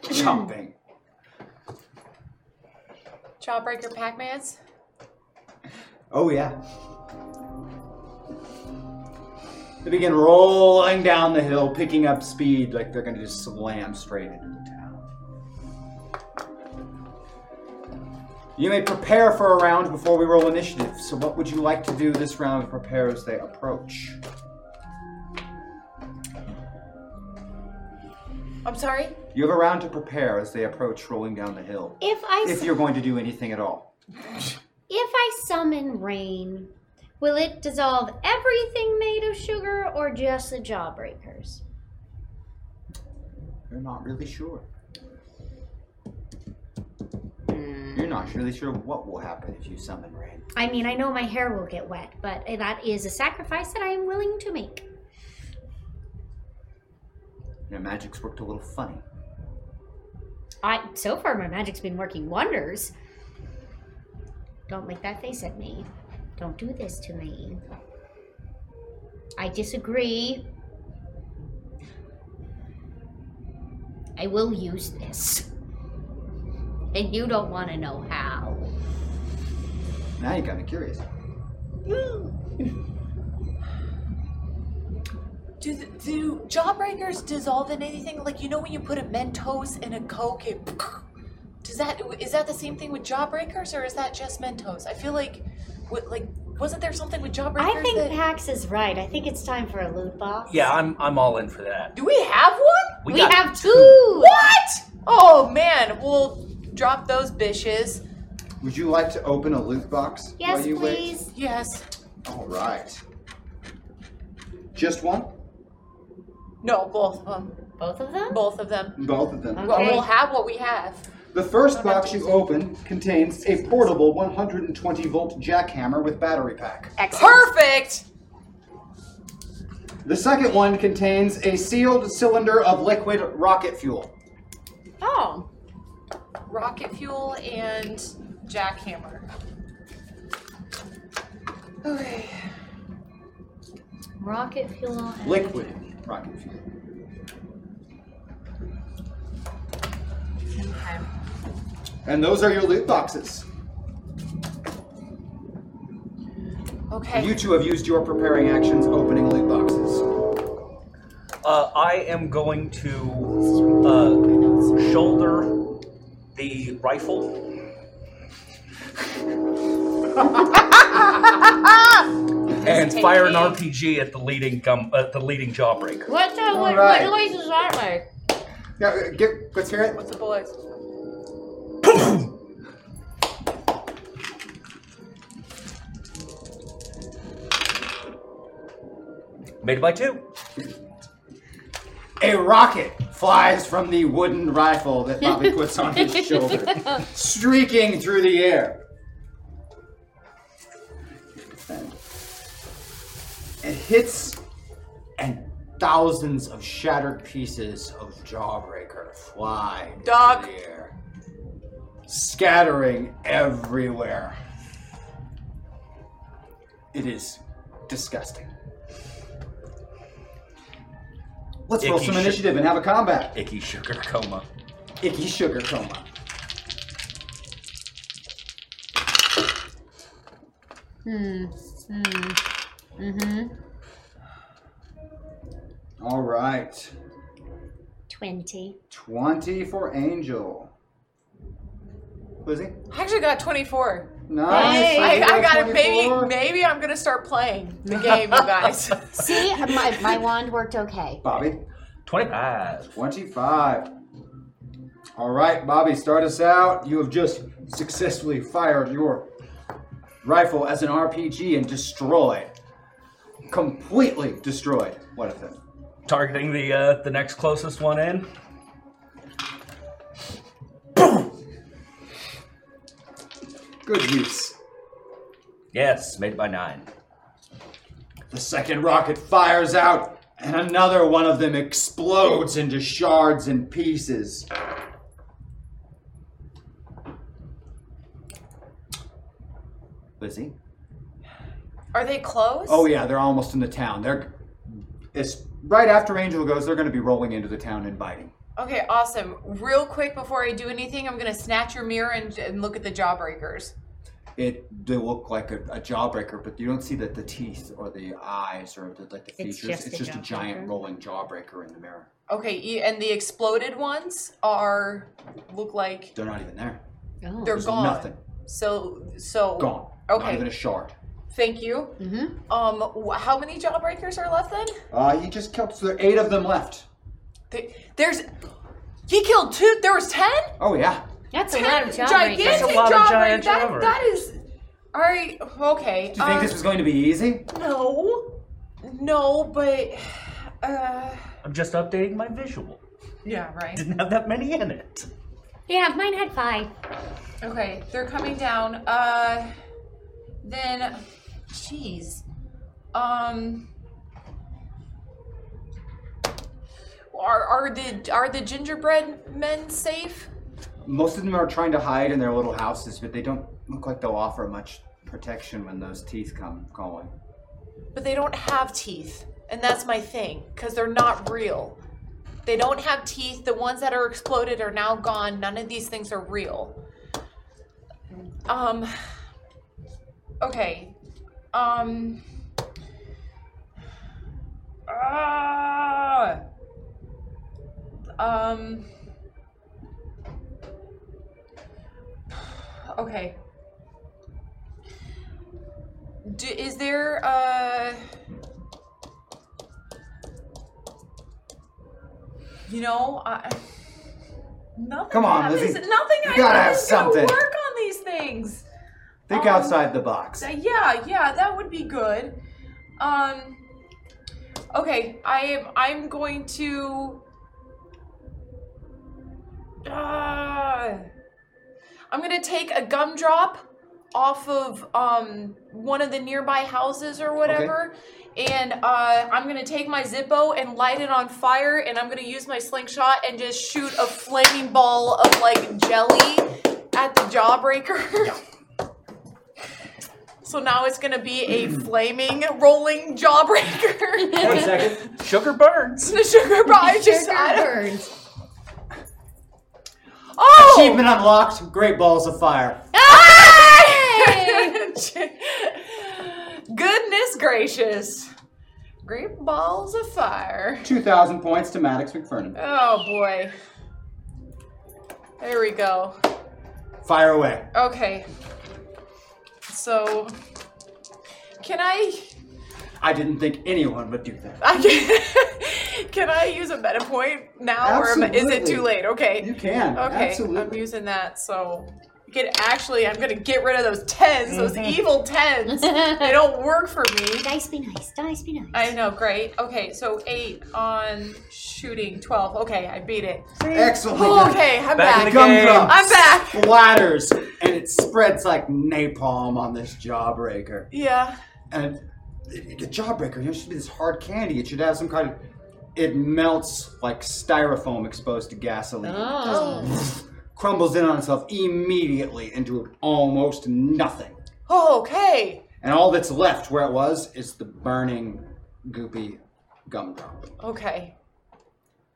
[SPEAKER 1] Chomping.
[SPEAKER 6] Jawbreaker Pac-Mans.
[SPEAKER 1] Oh, yeah. They begin rolling down the hill, picking up speed like they're going to just slam straight into the town. You may prepare for a round before we roll initiative. So, what would you like to do this round to prepare as they approach?
[SPEAKER 6] I'm sorry.
[SPEAKER 1] You have a round to prepare as they approach rolling down the hill.
[SPEAKER 3] If I
[SPEAKER 1] If
[SPEAKER 3] s-
[SPEAKER 1] you're going to do anything at all.
[SPEAKER 3] If I summon rain, will it dissolve everything made of sugar or just the jawbreakers?
[SPEAKER 1] You're not really sure. You're not really sure what will happen if you summon rain.
[SPEAKER 3] I mean, I know my hair will get wet, but that is a sacrifice that I am willing to make.
[SPEAKER 1] Your magic's worked a little funny.
[SPEAKER 3] I so far my magic's been working wonders. Don't make that face at me. Don't do this to me. I disagree. I will use this. And you don't want to know how.
[SPEAKER 1] Now you're kind of curious.
[SPEAKER 6] Do the, do jawbreakers dissolve in anything? Like you know when you put a Mentos in a Coke, it does that is that the same thing with jawbreakers or is that just Mentos? I feel like what like wasn't there something with jawbreakers?
[SPEAKER 3] I think
[SPEAKER 6] that,
[SPEAKER 3] Pax is right. I think it's time for a loot box.
[SPEAKER 4] yeah, I'm I'm all in for that.
[SPEAKER 6] do we have one?
[SPEAKER 4] We We got
[SPEAKER 3] have two.
[SPEAKER 6] What? Oh man, we'll drop those bitches.
[SPEAKER 1] Would you like to open a loot box while you wait?
[SPEAKER 6] Yes.
[SPEAKER 1] All right. Just one?
[SPEAKER 6] No, both of them.
[SPEAKER 3] Both of them.
[SPEAKER 6] Both of them.
[SPEAKER 1] Both of them.
[SPEAKER 6] Well, we'll have what we have.
[SPEAKER 1] The first box you open contains a portable 120 volt jackhammer with battery pack.
[SPEAKER 6] Perfect.
[SPEAKER 1] The second one contains a sealed cylinder of liquid rocket fuel.
[SPEAKER 3] Oh.
[SPEAKER 2] rocket fuel and jackhammer. Okay.
[SPEAKER 3] Rocket fuel. and-
[SPEAKER 1] Liquid rocket fuel.
[SPEAKER 3] Okay.
[SPEAKER 1] And those are your loot boxes.
[SPEAKER 2] Okay.
[SPEAKER 1] And you two have used your preparing actions opening loot boxes.
[SPEAKER 4] Uh, I am going to uh, shoulder the rifle. and
[SPEAKER 8] take
[SPEAKER 4] fire an
[SPEAKER 8] me.
[SPEAKER 4] RPG at the leading gum at the leading jawbreaker.
[SPEAKER 8] What the?
[SPEAKER 4] All
[SPEAKER 8] What,
[SPEAKER 4] right.
[SPEAKER 8] what noise is that like?
[SPEAKER 1] Yeah, uh, get, let's hear it.
[SPEAKER 8] What's
[SPEAKER 6] the bullet?
[SPEAKER 4] Made it by two.
[SPEAKER 1] A rocket flies from the wooden rifle that Bobby puts on his shoulder, streaking through the air. It hits, and thousands of shattered pieces of Jawbreaker fly into
[SPEAKER 6] Doc.
[SPEAKER 1] the air, scattering everywhere. It is disgusting. Let's roll
[SPEAKER 4] Icky
[SPEAKER 1] some
[SPEAKER 4] shit.
[SPEAKER 1] initiative and have a combat.
[SPEAKER 4] Icky sugar coma.
[SPEAKER 1] Icky Sugar Coma.
[SPEAKER 3] Hmm. Hmm. Mm-hmm.
[SPEAKER 1] All right.
[SPEAKER 3] Twenty.
[SPEAKER 1] 20 for Angel. Lizzie?
[SPEAKER 6] I actually got 24.
[SPEAKER 1] Nice.
[SPEAKER 3] Hey.
[SPEAKER 6] I, I got it.
[SPEAKER 3] 24.
[SPEAKER 6] Maybe, maybe I'm gonna start playing
[SPEAKER 1] <laughs>
[SPEAKER 6] the game, you guys.
[SPEAKER 4] <laughs>
[SPEAKER 3] See, my, my wand worked okay.
[SPEAKER 1] Bobby?
[SPEAKER 4] 25.
[SPEAKER 1] 25. All right, Bobby, start us out. You have just successfully fired your rifle as an RPG and destroyed, completely destroyed one of them.
[SPEAKER 4] Targeting the uh, the next closest one in.
[SPEAKER 1] Good use.
[SPEAKER 4] Yes, made it by nine.
[SPEAKER 1] The second rocket fires out, and another one of them explodes into shards and pieces. Lizzie?
[SPEAKER 6] Are they close?
[SPEAKER 1] Oh yeah, they're almost in the town. They're it's right after Angel goes, they're gonna be rolling into the town and biting.
[SPEAKER 6] Okay, awesome. Real quick before I do anything, I'm gonna snatch your mirror and, and look at the jawbreakers.
[SPEAKER 1] It they look like a, a jawbreaker, but you don't see that the teeth or the eyes or the, like the
[SPEAKER 6] It's
[SPEAKER 1] features.
[SPEAKER 6] just a
[SPEAKER 1] a giant
[SPEAKER 6] jawbreaker.
[SPEAKER 1] rolling jawbreaker in the mirror.
[SPEAKER 6] Okay, e- and the exploded ones are look like
[SPEAKER 1] They're not even there.
[SPEAKER 3] Oh.
[SPEAKER 6] they're
[SPEAKER 1] There's
[SPEAKER 6] gone.
[SPEAKER 1] Nothing.
[SPEAKER 6] So so
[SPEAKER 1] Gone. Not
[SPEAKER 6] Okay.
[SPEAKER 1] even a shard.
[SPEAKER 6] Thank you. Mm-hmm. Um, wh- how many jawbreakers are left then?
[SPEAKER 1] Uh, he just killed. So there are eight of them left.
[SPEAKER 6] Th- There's he killed two. There was ten.
[SPEAKER 1] Oh yeah.
[SPEAKER 8] That's
[SPEAKER 6] ten
[SPEAKER 8] a lot of jawbreakers.
[SPEAKER 6] Gigantic
[SPEAKER 1] That's a lot of
[SPEAKER 6] jawbreak-
[SPEAKER 1] giant
[SPEAKER 6] that-
[SPEAKER 1] jawbreakers.
[SPEAKER 6] that is. All right. Okay.
[SPEAKER 1] Do you think
[SPEAKER 6] um,
[SPEAKER 1] this was going to be easy?
[SPEAKER 6] No. No, but uh,
[SPEAKER 4] I'm just updating my visual. <laughs>
[SPEAKER 6] yeah, right.
[SPEAKER 4] Didn't have that many in it.
[SPEAKER 3] Yeah, mine had five.
[SPEAKER 6] Okay, they're coming down. Uh, then, jeez, um, are are the are the gingerbread men safe?
[SPEAKER 1] Most of them are trying to hide in their little houses, but they don't look like they'll offer much protection when those teeth come calling.
[SPEAKER 6] But they don't have teeth, and that's my thing, because they're not real. They don't have teeth. The ones that are exploded are now gone. None of these things are real. Um. Okay. Um. Ah. um. Okay. Do, is there uh you know I nothing
[SPEAKER 1] Come on,
[SPEAKER 6] happens-
[SPEAKER 1] Lizzie.
[SPEAKER 6] nothing
[SPEAKER 1] You
[SPEAKER 6] I
[SPEAKER 1] gotta
[SPEAKER 6] know
[SPEAKER 1] have
[SPEAKER 6] is gonna
[SPEAKER 1] something.
[SPEAKER 6] work on these things
[SPEAKER 1] Think
[SPEAKER 6] Um,
[SPEAKER 1] outside the box.
[SPEAKER 6] so, yeah yeah that would be good um okay I am I'm going to uh, I'm gonna take a gumdrop off of um, one of the nearby houses or whatever. And uh, I'm gonna take my Zippo and light it on fire, and I'm gonna use my slingshot and just shoot a flaming ball of like jelly at the jawbreaker. so now it's gonna be a flaming rolling jawbreaker.
[SPEAKER 4] One second. <laughs> Sugar
[SPEAKER 6] <laughs>
[SPEAKER 4] burns.
[SPEAKER 6] The sugar pie just I don't-
[SPEAKER 1] Oh! Achievement unlocked. Great balls of fire.
[SPEAKER 6] <laughs> Goodness gracious. Great balls of fire.
[SPEAKER 1] 2,000 points to Maddox McFernan.
[SPEAKER 6] Oh boy. There we go.
[SPEAKER 1] Fire away.
[SPEAKER 6] Okay. So, can I
[SPEAKER 1] I didn't think anyone would do that.
[SPEAKER 6] I can, <laughs> can I use a meta point now, or am- is it
[SPEAKER 1] Absolutely.
[SPEAKER 6] too late? Okay. You
[SPEAKER 1] can,
[SPEAKER 6] Okay, I'm
[SPEAKER 1] absolutely.
[SPEAKER 6] using that, so you can actually, I'm gonna get rid of those 10s those evil tens. they don't work for me.
[SPEAKER 3] Dice be nice. Dice be nice.
[SPEAKER 6] I know, great. Okay, so eight on shooting, twelve. Okay, I beat it.
[SPEAKER 1] Excellent.
[SPEAKER 6] Ooh, Oh, okay, I'm back.
[SPEAKER 1] Gumdrop
[SPEAKER 6] I'm back.
[SPEAKER 1] Splatters, and it spreads like napalm on this jawbreaker.
[SPEAKER 6] Yeah.
[SPEAKER 1] And it- the jawbreaker, you know, it should be this hard candy. It should have some kind of. It melts like styrofoam exposed to gasoline.
[SPEAKER 6] Oh.
[SPEAKER 1] Crumbles in on itself immediately into almost nothing.
[SPEAKER 6] Oh, okay.
[SPEAKER 1] And all that's left where it was is the burning, goopy gumdrop.
[SPEAKER 6] Okay.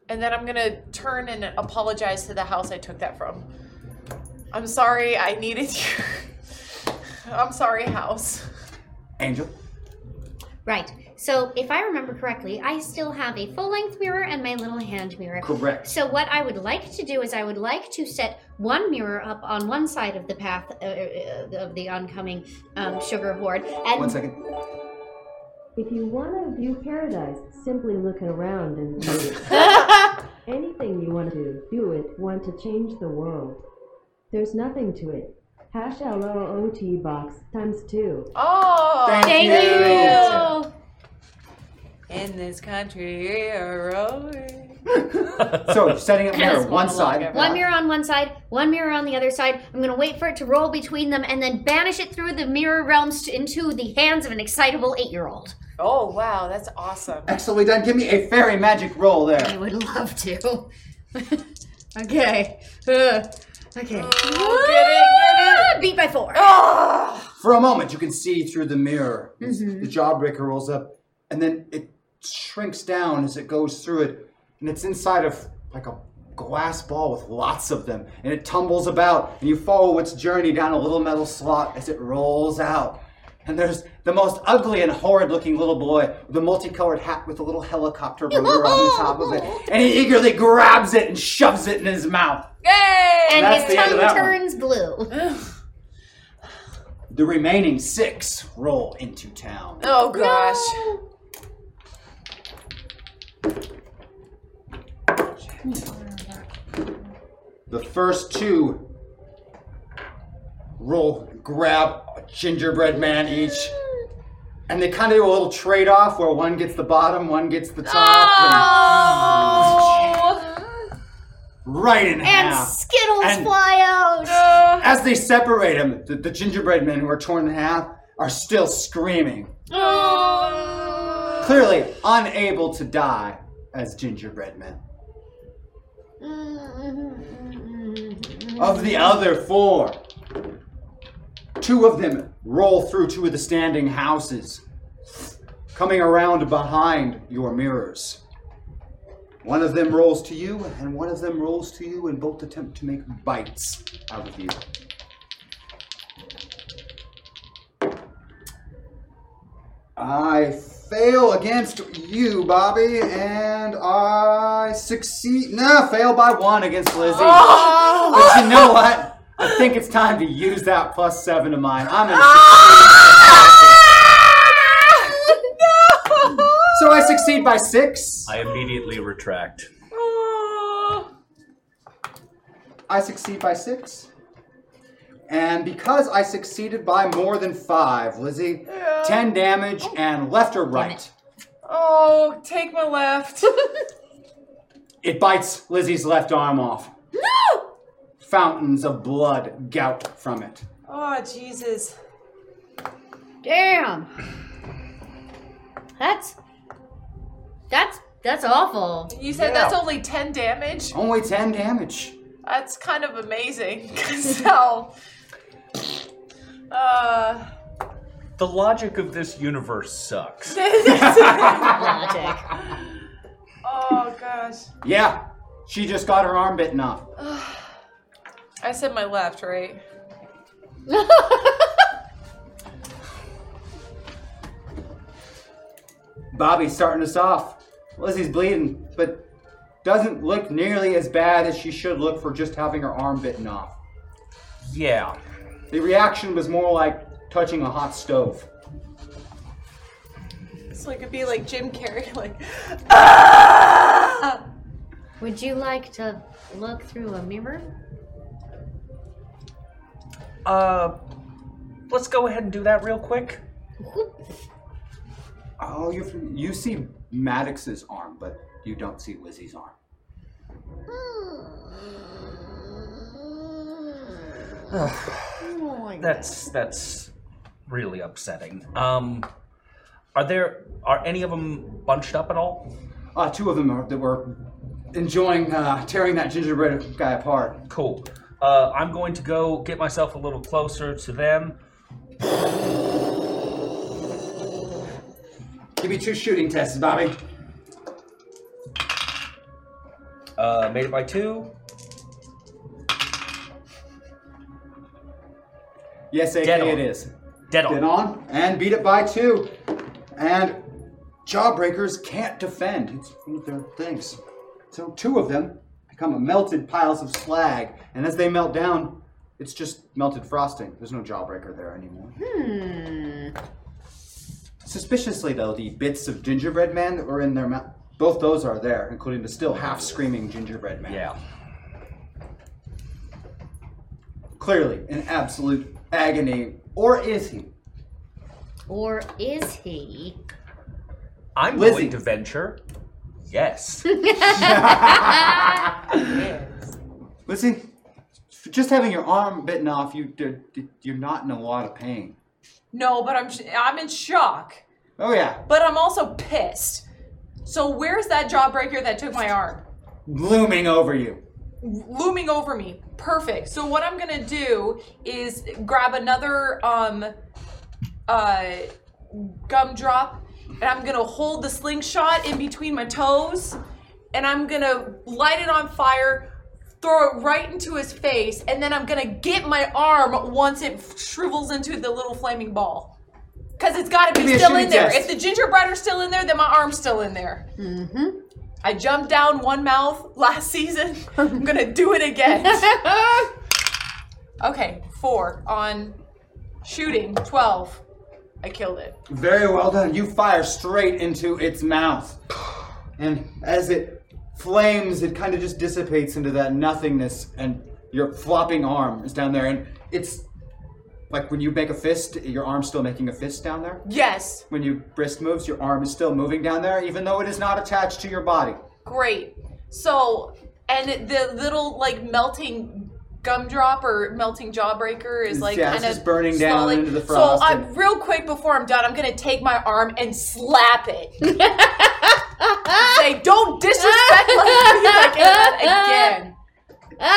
[SPEAKER 6] And then I'm gonna turn and apologize to the house I took that from. I'm sorry I needed <laughs> you. I'm sorry, house.
[SPEAKER 1] Angel?
[SPEAKER 3] Right. So, if I remember correctly, I still have a full length mirror and my little hand mirror.
[SPEAKER 1] Correct.
[SPEAKER 3] So, what I would like to do is I would like to set one mirror up on one side of the path uh, uh, of the oncoming um, sugar horde. And
[SPEAKER 1] One second.
[SPEAKER 5] If you want to view paradise, simply look around and do
[SPEAKER 3] it.
[SPEAKER 5] Anything you want to do, do it. Want to change the world. There's nothing to it. Hash LOOT box times two.
[SPEAKER 6] Oh,
[SPEAKER 5] Thank Thank you.
[SPEAKER 6] In this country, we are rolling.
[SPEAKER 1] So, setting up
[SPEAKER 3] Yes,
[SPEAKER 1] mirror, one
[SPEAKER 3] monologue
[SPEAKER 1] side.
[SPEAKER 3] One mirror on one side, one mirror on the other side. I'm going to wait for it to roll between them and then banish it through the mirror realms to, into the hands of an excitable eight year old.
[SPEAKER 6] Oh, wow, that's awesome.
[SPEAKER 1] Excellently done. Give me a fairy magic roll there.
[SPEAKER 3] I would love to. okay. Ugh. okay. Ah, Beat by four.
[SPEAKER 1] For a moment, you can see through the mirror. as The jawbreaker rolls up, and then it shrinks down as it goes through it, and it's inside of like a glass ball with lots of them, and it tumbles about, and you follow its journey down a little metal slot as it rolls out. And there's the most ugly and horrid looking little boy with a multicolored hat with a little helicopter balloon on the top of it. And he eagerly grabs it and shoves it in his mouth.
[SPEAKER 6] Yay!
[SPEAKER 3] And
[SPEAKER 1] That's
[SPEAKER 3] his
[SPEAKER 1] the end of that
[SPEAKER 3] tongue
[SPEAKER 1] one.
[SPEAKER 3] turns blue.
[SPEAKER 1] The remaining six roll into town.
[SPEAKER 6] Oh, gosh.
[SPEAKER 1] The first two roll, grab a gingerbread man each. And they kind of do a little trade off where one gets the bottom, one gets the top. and right in half.
[SPEAKER 3] Skittles
[SPEAKER 1] And-
[SPEAKER 3] fly out.
[SPEAKER 1] As they separate them, the, the gingerbread men who are torn in half are still screaming, clearly unable to die as gingerbread men. Of the other four, two of them roll through two of the standing houses, coming around behind your mirrors. One of them rolls to you, and one of them rolls to you, and both attempt to make bites out of you. I fail against you, Bobby, and I succeed. No, fail by one against Lizzie.
[SPEAKER 14] Oh.
[SPEAKER 1] But you know what? I think it's time to use that plus seven of mine. I'm gonna.
[SPEAKER 6] Ah!
[SPEAKER 3] Ah!
[SPEAKER 1] So I succeed by six.
[SPEAKER 4] I immediately retract.
[SPEAKER 1] I succeed by six. And because I succeeded by more than five, Lizzie, ten damage and left or right.
[SPEAKER 6] <laughs> Oh, take my
[SPEAKER 3] <laughs>
[SPEAKER 6] left.
[SPEAKER 1] It bites Lizzie's left arm off.
[SPEAKER 6] no!
[SPEAKER 1] Fountains of blood gout from it.
[SPEAKER 6] Oh, Jesus.
[SPEAKER 3] Damn. That's that's that's awful.
[SPEAKER 6] You said that's only 10 damage?
[SPEAKER 1] Only 10 damage.
[SPEAKER 6] That's kind of amazing. <laughs> so, uh, <laughs>
[SPEAKER 4] The logic of this universe sucks.
[SPEAKER 6] logic. Oh gosh.
[SPEAKER 1] Yeah, she just got her arm bitten off.
[SPEAKER 6] I said my left, right?
[SPEAKER 1] Bobby's starting us off. Lizzie's bleeding, but doesn't look nearly as bad as she should look for just having her arm bitten off.
[SPEAKER 4] Yeah.
[SPEAKER 1] The reaction was more like touching a hot stove.
[SPEAKER 6] So I could be like Jim Carrey, <laughs> like
[SPEAKER 3] Would you like to look through a mirror?
[SPEAKER 4] Uh, let's go ahead and do that real quick.
[SPEAKER 1] Oh, you you see Maddox's arm, but you don't see Lizzie's arm.
[SPEAKER 4] That's that's really upsetting. Um, are there are any of them bunched up at all?
[SPEAKER 1] Uh, two of them are, that were enjoying uh, tearing that gingerbread guy apart.
[SPEAKER 4] Cool. Uh, I'm going to go get myself a little closer to them.
[SPEAKER 1] Give me two shooting tests, Bobby.
[SPEAKER 4] Uh, made it by two.
[SPEAKER 1] Yes, AK
[SPEAKER 4] Dead on.
[SPEAKER 1] it is.
[SPEAKER 4] Dead on.
[SPEAKER 1] Dead on. And beat it by two. And Jawbreakers can't defend. It's one of their things. So two of them become melted piles of slag. And as they melt down, it's just melted frosting. There's no Jawbreaker there anymore.
[SPEAKER 3] Hmm.
[SPEAKER 1] Suspiciously, though, the bits of gingerbread man that were in their mouth, both those are there, including the still half screaming gingerbread man.
[SPEAKER 4] Yeah.
[SPEAKER 1] Clearly, in absolute agony. Or is he?
[SPEAKER 3] Or is he?
[SPEAKER 4] I'm going to venture. Yes. <laughs>
[SPEAKER 1] Listen, f- just having your arm bitten off, you you're, you're not in a lot of pain.
[SPEAKER 6] No, but I'm sh- I'm in shock.
[SPEAKER 1] Oh yeah,
[SPEAKER 6] But I'm also pissed. So where's that jawbreaker that took my arm?
[SPEAKER 1] looming over you.
[SPEAKER 6] Looming over me. Perfect. So what I'm gonna do is grab another um uh gumdrop and I'm gonna hold the slingshot in between my toes and I'm gonna light it on fire, throw it right into his face, and then I'm gonna get my arm once it shrivels into the little flaming ball. Cause it's gotta
[SPEAKER 13] Give me
[SPEAKER 6] be
[SPEAKER 13] a
[SPEAKER 6] still
[SPEAKER 13] shooting
[SPEAKER 6] in there.
[SPEAKER 13] test.
[SPEAKER 6] If the gingerbread are still in there, then my arm's still in there.
[SPEAKER 3] Mm-hmm.
[SPEAKER 6] I jumped down one mouth last season. I'm gonna do
[SPEAKER 1] <laughs>
[SPEAKER 6] it again. okay, four on shooting, 12. I killed it.
[SPEAKER 1] Very well done. You fire straight into its mouth, and as it flames, it kind of just dissipates into that nothingness, and your flopping arm is down there, and it's like when you make a fist, your arm's still making a fist down there.
[SPEAKER 6] Yes,
[SPEAKER 1] When your wrist moves, your arm is still moving down there, even though it is not attached to your body.
[SPEAKER 6] great. So, and the little like melting gumdrop or melting jawbreaker is like
[SPEAKER 1] Yeah, it's
[SPEAKER 6] kind of
[SPEAKER 1] just burning down into the frost
[SPEAKER 6] So, I'm
[SPEAKER 1] and-
[SPEAKER 6] real quick before I'm done, I'm gonna take my arm and slap
[SPEAKER 1] <laughs>
[SPEAKER 6] it. Say, don't disrespect me like that again. if I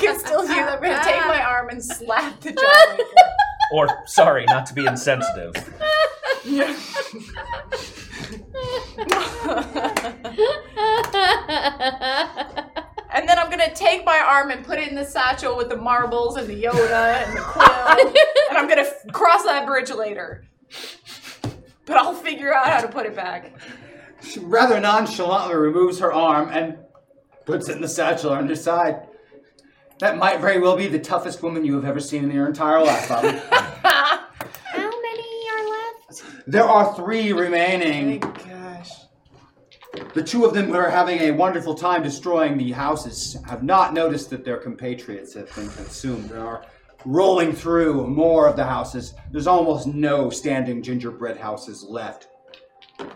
[SPEAKER 2] <laughs>
[SPEAKER 6] can still do that, I'm gonna take my arm and slap the jaw.
[SPEAKER 2] <laughs>
[SPEAKER 4] or sorry, not to be insensitive.
[SPEAKER 6] and then I'm gonna take my arm and put it in the satchel with the marbles and the Yoda
[SPEAKER 2] <laughs>
[SPEAKER 6] and the quill, and I'm gonna f- cross that bridge later. But I'll figure out how to put it back.
[SPEAKER 1] She rather nonchalantly removes her arm and puts it in the satchel on her side. That might very well be the toughest woman you have ever seen in your entire life, Bobby.
[SPEAKER 3] How many are left?
[SPEAKER 1] there are three remaining.
[SPEAKER 6] Gosh.
[SPEAKER 1] The two of them who are having a wonderful time destroying the houses have not noticed that their compatriots have been consumed and are rolling through more of the houses. There's almost no standing gingerbread houses left.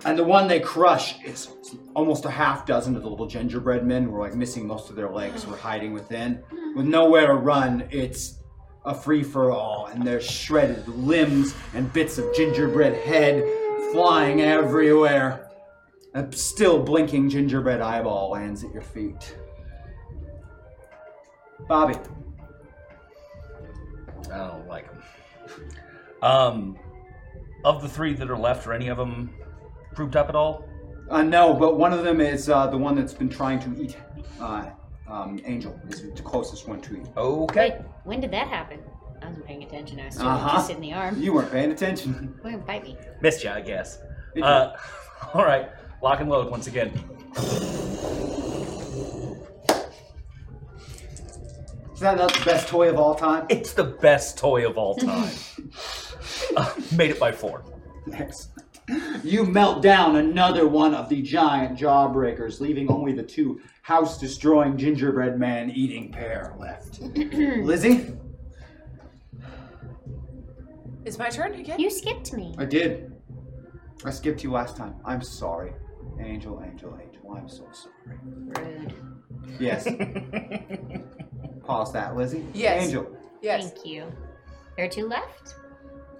[SPEAKER 1] And the one they crush is almost a half dozen of the little gingerbread men were like missing most of their legs, were hiding within. With nowhere to run, it's a free for all, and there's shredded limbs and bits of gingerbread head flying everywhere. A still blinking gingerbread eyeball lands at your feet. Bobby.
[SPEAKER 4] I don't like them. Um, of the three that are left, are any of them grouped up at all?
[SPEAKER 1] Uh, no, but one of them is uh, the one that's been trying to eat uh, um, Angel. Is the closest one to you.
[SPEAKER 4] Okay.
[SPEAKER 3] When did that happen? I wasn't paying attention. I was still
[SPEAKER 1] Uh-huh.
[SPEAKER 3] just in the arm.
[SPEAKER 1] You weren't paying
[SPEAKER 3] <laughs>
[SPEAKER 1] attention.
[SPEAKER 3] Go ahead, bite me.
[SPEAKER 4] Missed you, I guess. Uh, <laughs> all right, lock and load once again.
[SPEAKER 1] Is that not the best toy of all time?
[SPEAKER 4] It's the best toy of all time. <laughs> Uh, made it by four.
[SPEAKER 1] <laughs> Excellent. You melt down another one of the giant jawbreakers, leaving only the two house destroying gingerbread man eating pair left. Lizzie?
[SPEAKER 6] It's my turn again.
[SPEAKER 3] You skipped me.
[SPEAKER 1] I did. I skipped you last time. I'm sorry. Angel, angel, angel. I'm so sorry.
[SPEAKER 3] Rude.
[SPEAKER 1] Yes. Pause that, Lizzie.
[SPEAKER 3] Yes.
[SPEAKER 1] Angel,
[SPEAKER 6] Yes.
[SPEAKER 3] Thank you. There are two left?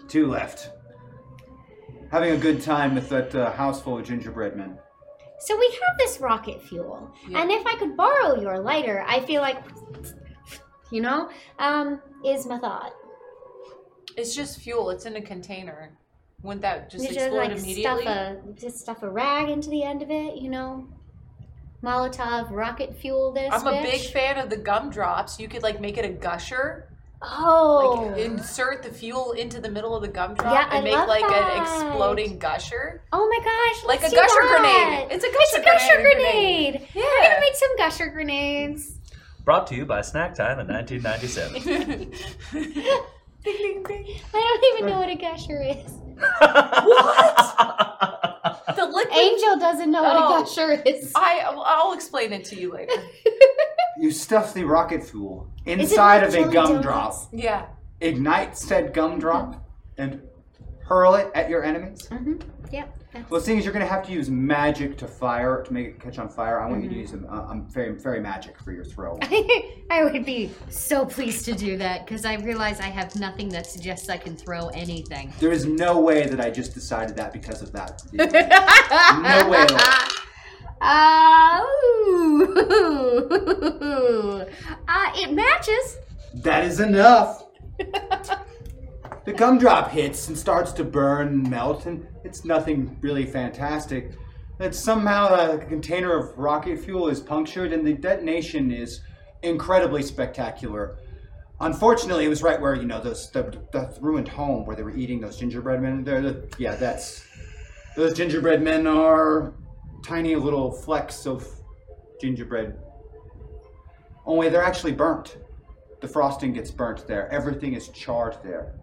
[SPEAKER 1] two left. Having a good time with that uh, house full of gingerbread men.
[SPEAKER 3] So we have this rocket fuel. And if I could borrow your lighter, I feel like, you know, um, is my thought.
[SPEAKER 2] It's just fuel. It's in a container. Wouldn't that just
[SPEAKER 3] You
[SPEAKER 2] explode immediately?
[SPEAKER 3] Stuff a, just stuff a rag into the end of it, you know? Molotov rocket fuel this
[SPEAKER 2] I'm a
[SPEAKER 3] bitch.
[SPEAKER 2] big fan of the gumdrops. You could like make it a gusher.
[SPEAKER 3] Oh.
[SPEAKER 2] Like insert the fuel into the middle of the gumdrop
[SPEAKER 3] Yeah, I
[SPEAKER 2] and make
[SPEAKER 3] love
[SPEAKER 2] like
[SPEAKER 3] that.
[SPEAKER 2] an exploding gusher.
[SPEAKER 3] Oh my gosh!
[SPEAKER 2] Like
[SPEAKER 3] let's
[SPEAKER 2] a
[SPEAKER 3] do
[SPEAKER 2] gusher
[SPEAKER 3] that.
[SPEAKER 2] grenade. It's a
[SPEAKER 3] It's a
[SPEAKER 2] gusher
[SPEAKER 3] gusher
[SPEAKER 2] grenade.
[SPEAKER 3] grenade. We're
[SPEAKER 2] <laughs>
[SPEAKER 3] gonna make some gusher grenades.
[SPEAKER 4] Brought to you by Snack Time in 1997.
[SPEAKER 3] I don't even know what a gusher is.
[SPEAKER 4] <laughs>
[SPEAKER 2] what? the liquid.
[SPEAKER 3] Angel doesn't know what
[SPEAKER 2] Oh.
[SPEAKER 3] a gusher is.
[SPEAKER 2] I I'll explain it to you
[SPEAKER 3] <laughs>
[SPEAKER 2] later.
[SPEAKER 1] You stuff the rocket fuel
[SPEAKER 2] it
[SPEAKER 1] inside
[SPEAKER 2] like
[SPEAKER 1] of a
[SPEAKER 2] Jelly
[SPEAKER 1] gumdrop.
[SPEAKER 2] Donuts? Yeah.
[SPEAKER 1] Ignite said gumdrop and hurl it at your enemies.
[SPEAKER 3] Mm-hmm. Yep.
[SPEAKER 1] Well, seeing as you're going to have to use magic to fire to make it catch on fire, I want you to use um, uh, um, fairy, fairy magic for your throw.
[SPEAKER 3] <laughs> I would be so pleased to do that because I realize I have nothing that suggests I can throw anything.
[SPEAKER 1] there is no way that I just decided that because of that.
[SPEAKER 3] no
[SPEAKER 1] way at all.
[SPEAKER 3] Uh, <laughs> uh, it matches.
[SPEAKER 1] That is enough. the gumdrop hits and starts to burn and melt, and it's nothing really fantastic. That somehow the container of rocket fuel is punctured, and the detonation is incredibly spectacular. Unfortunately, it was right where you know those the, the ruined home where they were eating those gingerbread men. They're the, yeah, that's those gingerbread men are tiny little flecks of gingerbread. Only they're actually burnt. The frosting gets burnt there. Everything is charred there.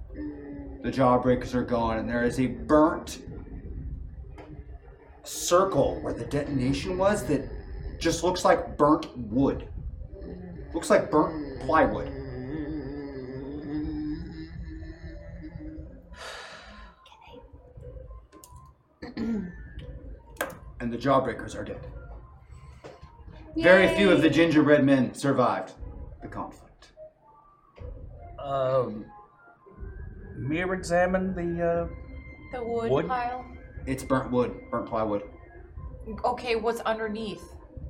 [SPEAKER 1] The jawbreakers are gone, and there is a burnt circle where the detonation was that just looks like burnt wood. Looks like burnt plywood. And the jawbreakers are dead. Very few of the gingerbread men survived the conflict.
[SPEAKER 4] um, mirror examine the.
[SPEAKER 2] The wood,
[SPEAKER 4] Wood?
[SPEAKER 2] pile.
[SPEAKER 1] It's burnt wood, burnt plywood.
[SPEAKER 2] Okay, what's underneath?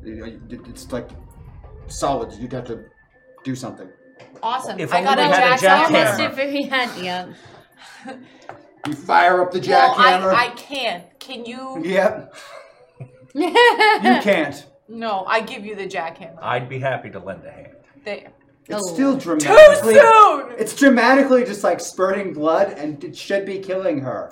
[SPEAKER 1] It- it- It's like solid. You'd have to do something.
[SPEAKER 2] Awesome.
[SPEAKER 1] If
[SPEAKER 2] I got
[SPEAKER 1] only
[SPEAKER 2] a
[SPEAKER 1] we had a
[SPEAKER 2] jackhammer.
[SPEAKER 1] jackhammer.
[SPEAKER 3] If he had, yeah.
[SPEAKER 1] You fire up the
[SPEAKER 2] Well,
[SPEAKER 1] jackhammer.
[SPEAKER 2] I, I can. Can you?
[SPEAKER 3] <laughs>
[SPEAKER 1] Yep.
[SPEAKER 2] you
[SPEAKER 1] You can't.
[SPEAKER 2] No, I give you the jackhammer.
[SPEAKER 4] I'd be happy to lend a hand.
[SPEAKER 2] There.
[SPEAKER 1] It's
[SPEAKER 3] Oh.
[SPEAKER 1] still dramatically.
[SPEAKER 2] soon!
[SPEAKER 1] It's dramatically just like spurting blood, and it should be killing her.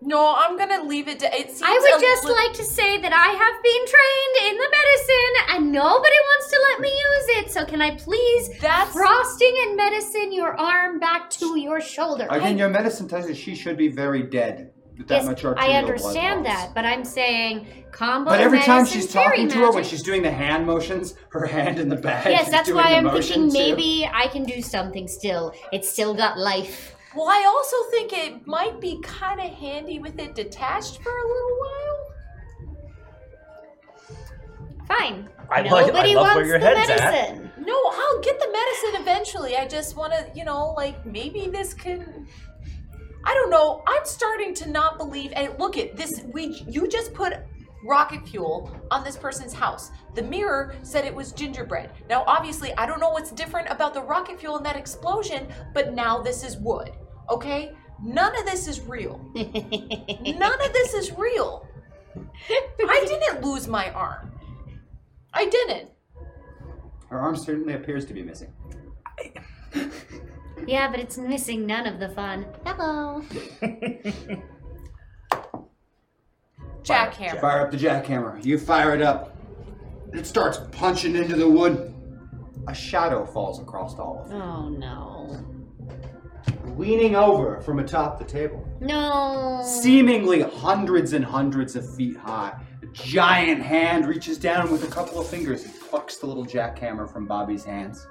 [SPEAKER 2] No, I'm gonna leave it to. It seems.
[SPEAKER 3] I would
[SPEAKER 2] a
[SPEAKER 3] just
[SPEAKER 2] li-
[SPEAKER 3] like to say that I have been trained in the medicine and nobody wants to let me use it. So can I please frosting and medicine your arm back to your shoulder?
[SPEAKER 1] Again, your medicine tells you she should be very dead with that
[SPEAKER 3] Yes,
[SPEAKER 1] much arterial
[SPEAKER 3] I
[SPEAKER 1] blood
[SPEAKER 3] understand
[SPEAKER 1] loss.
[SPEAKER 3] that, but I'm saying combo.
[SPEAKER 1] But every time
[SPEAKER 3] medicine,
[SPEAKER 1] she's
[SPEAKER 3] fairy
[SPEAKER 1] talking to her, when
[SPEAKER 3] magic.
[SPEAKER 1] she's doing the hand motions, her hand in the bag.
[SPEAKER 3] Yes,
[SPEAKER 1] she's
[SPEAKER 3] that's
[SPEAKER 1] doing
[SPEAKER 3] why
[SPEAKER 1] the
[SPEAKER 3] I'm
[SPEAKER 1] motion
[SPEAKER 3] thinking
[SPEAKER 1] too.
[SPEAKER 3] maybe I can do something still. It's still got life.
[SPEAKER 2] Well, I also think it might be kind of handy with it detached for a little
[SPEAKER 3] fine.
[SPEAKER 4] I like- I
[SPEAKER 3] Nobody
[SPEAKER 4] love where
[SPEAKER 3] wants
[SPEAKER 4] your
[SPEAKER 3] the
[SPEAKER 4] head's at.
[SPEAKER 3] medicine.
[SPEAKER 6] No, I'll get the medicine eventually. I just want to, you know, like maybe this can. I don't know. I'm starting to not believe. And look at this. We you just put rocket fuel on this person's house. The mirror said it was gingerbread. Now, obviously, I don't know what's different about the rocket fuel and that explosion, but now this is wood. Okay, none of this is real. none of this is real. I didn't lose my arm. I didn't.
[SPEAKER 1] Her arm certainly appears to be missing.
[SPEAKER 3] Yeah, but it's missing none of the fun. Hello.
[SPEAKER 6] Jackhammer.
[SPEAKER 1] Fire up the jackhammer. You fire it up. It starts punching into the wood. A shadow falls across all of
[SPEAKER 3] Oh no.
[SPEAKER 1] them, leaning over from atop the table.
[SPEAKER 3] No.
[SPEAKER 1] Seemingly hundreds and hundreds of feet high, a giant hand reaches down with a couple of fingers and plucks the little jackhammer from Bobby's hands.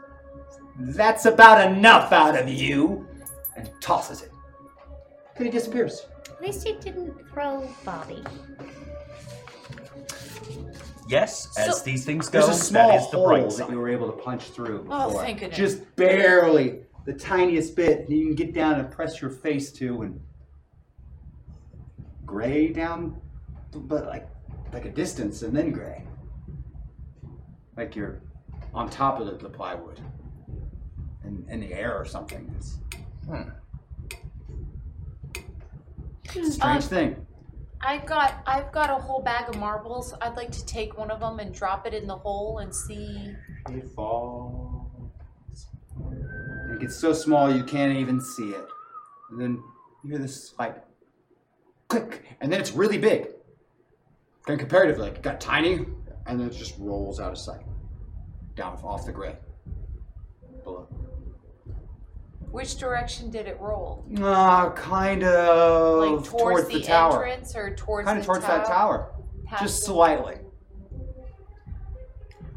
[SPEAKER 1] That's about enough out of you! And tosses it. Then he disappears.
[SPEAKER 3] At least you didn't throw Bobby.
[SPEAKER 4] Yes, as
[SPEAKER 3] So-
[SPEAKER 4] these things go,
[SPEAKER 1] There's a small
[SPEAKER 4] that is the
[SPEAKER 1] hole
[SPEAKER 4] bright
[SPEAKER 1] that
[SPEAKER 4] side.
[SPEAKER 1] you were able to punch through.
[SPEAKER 6] Oh,
[SPEAKER 1] before.
[SPEAKER 6] thank goodness.
[SPEAKER 1] Just barely, the tiniest bit. You can get down and press your face to, and gray down, but like like a distance, and then gray. Like you're on top of the, the plywood, in, in the air or something. It's a strange
[SPEAKER 6] Um,
[SPEAKER 1] thing.
[SPEAKER 6] I've got I've got a whole bag of marbles. I'd like to take one of them and drop it in the hole and see.
[SPEAKER 1] He falls. And it gets so small you can't even see it. And then you hear this like click, and then it's really big. And comparatively, like, it got tiny, and then it just rolls out of sight. Down off the grid. Below.
[SPEAKER 6] Which direction did it roll?
[SPEAKER 1] Ah, kind of
[SPEAKER 6] Like towards,
[SPEAKER 1] Oh, the,
[SPEAKER 6] the,
[SPEAKER 1] tower.
[SPEAKER 6] entrance or towards
[SPEAKER 1] Kind of
[SPEAKER 6] the
[SPEAKER 1] towards that tower.
[SPEAKER 6] Past
[SPEAKER 1] Just
[SPEAKER 6] the-
[SPEAKER 1] slightly.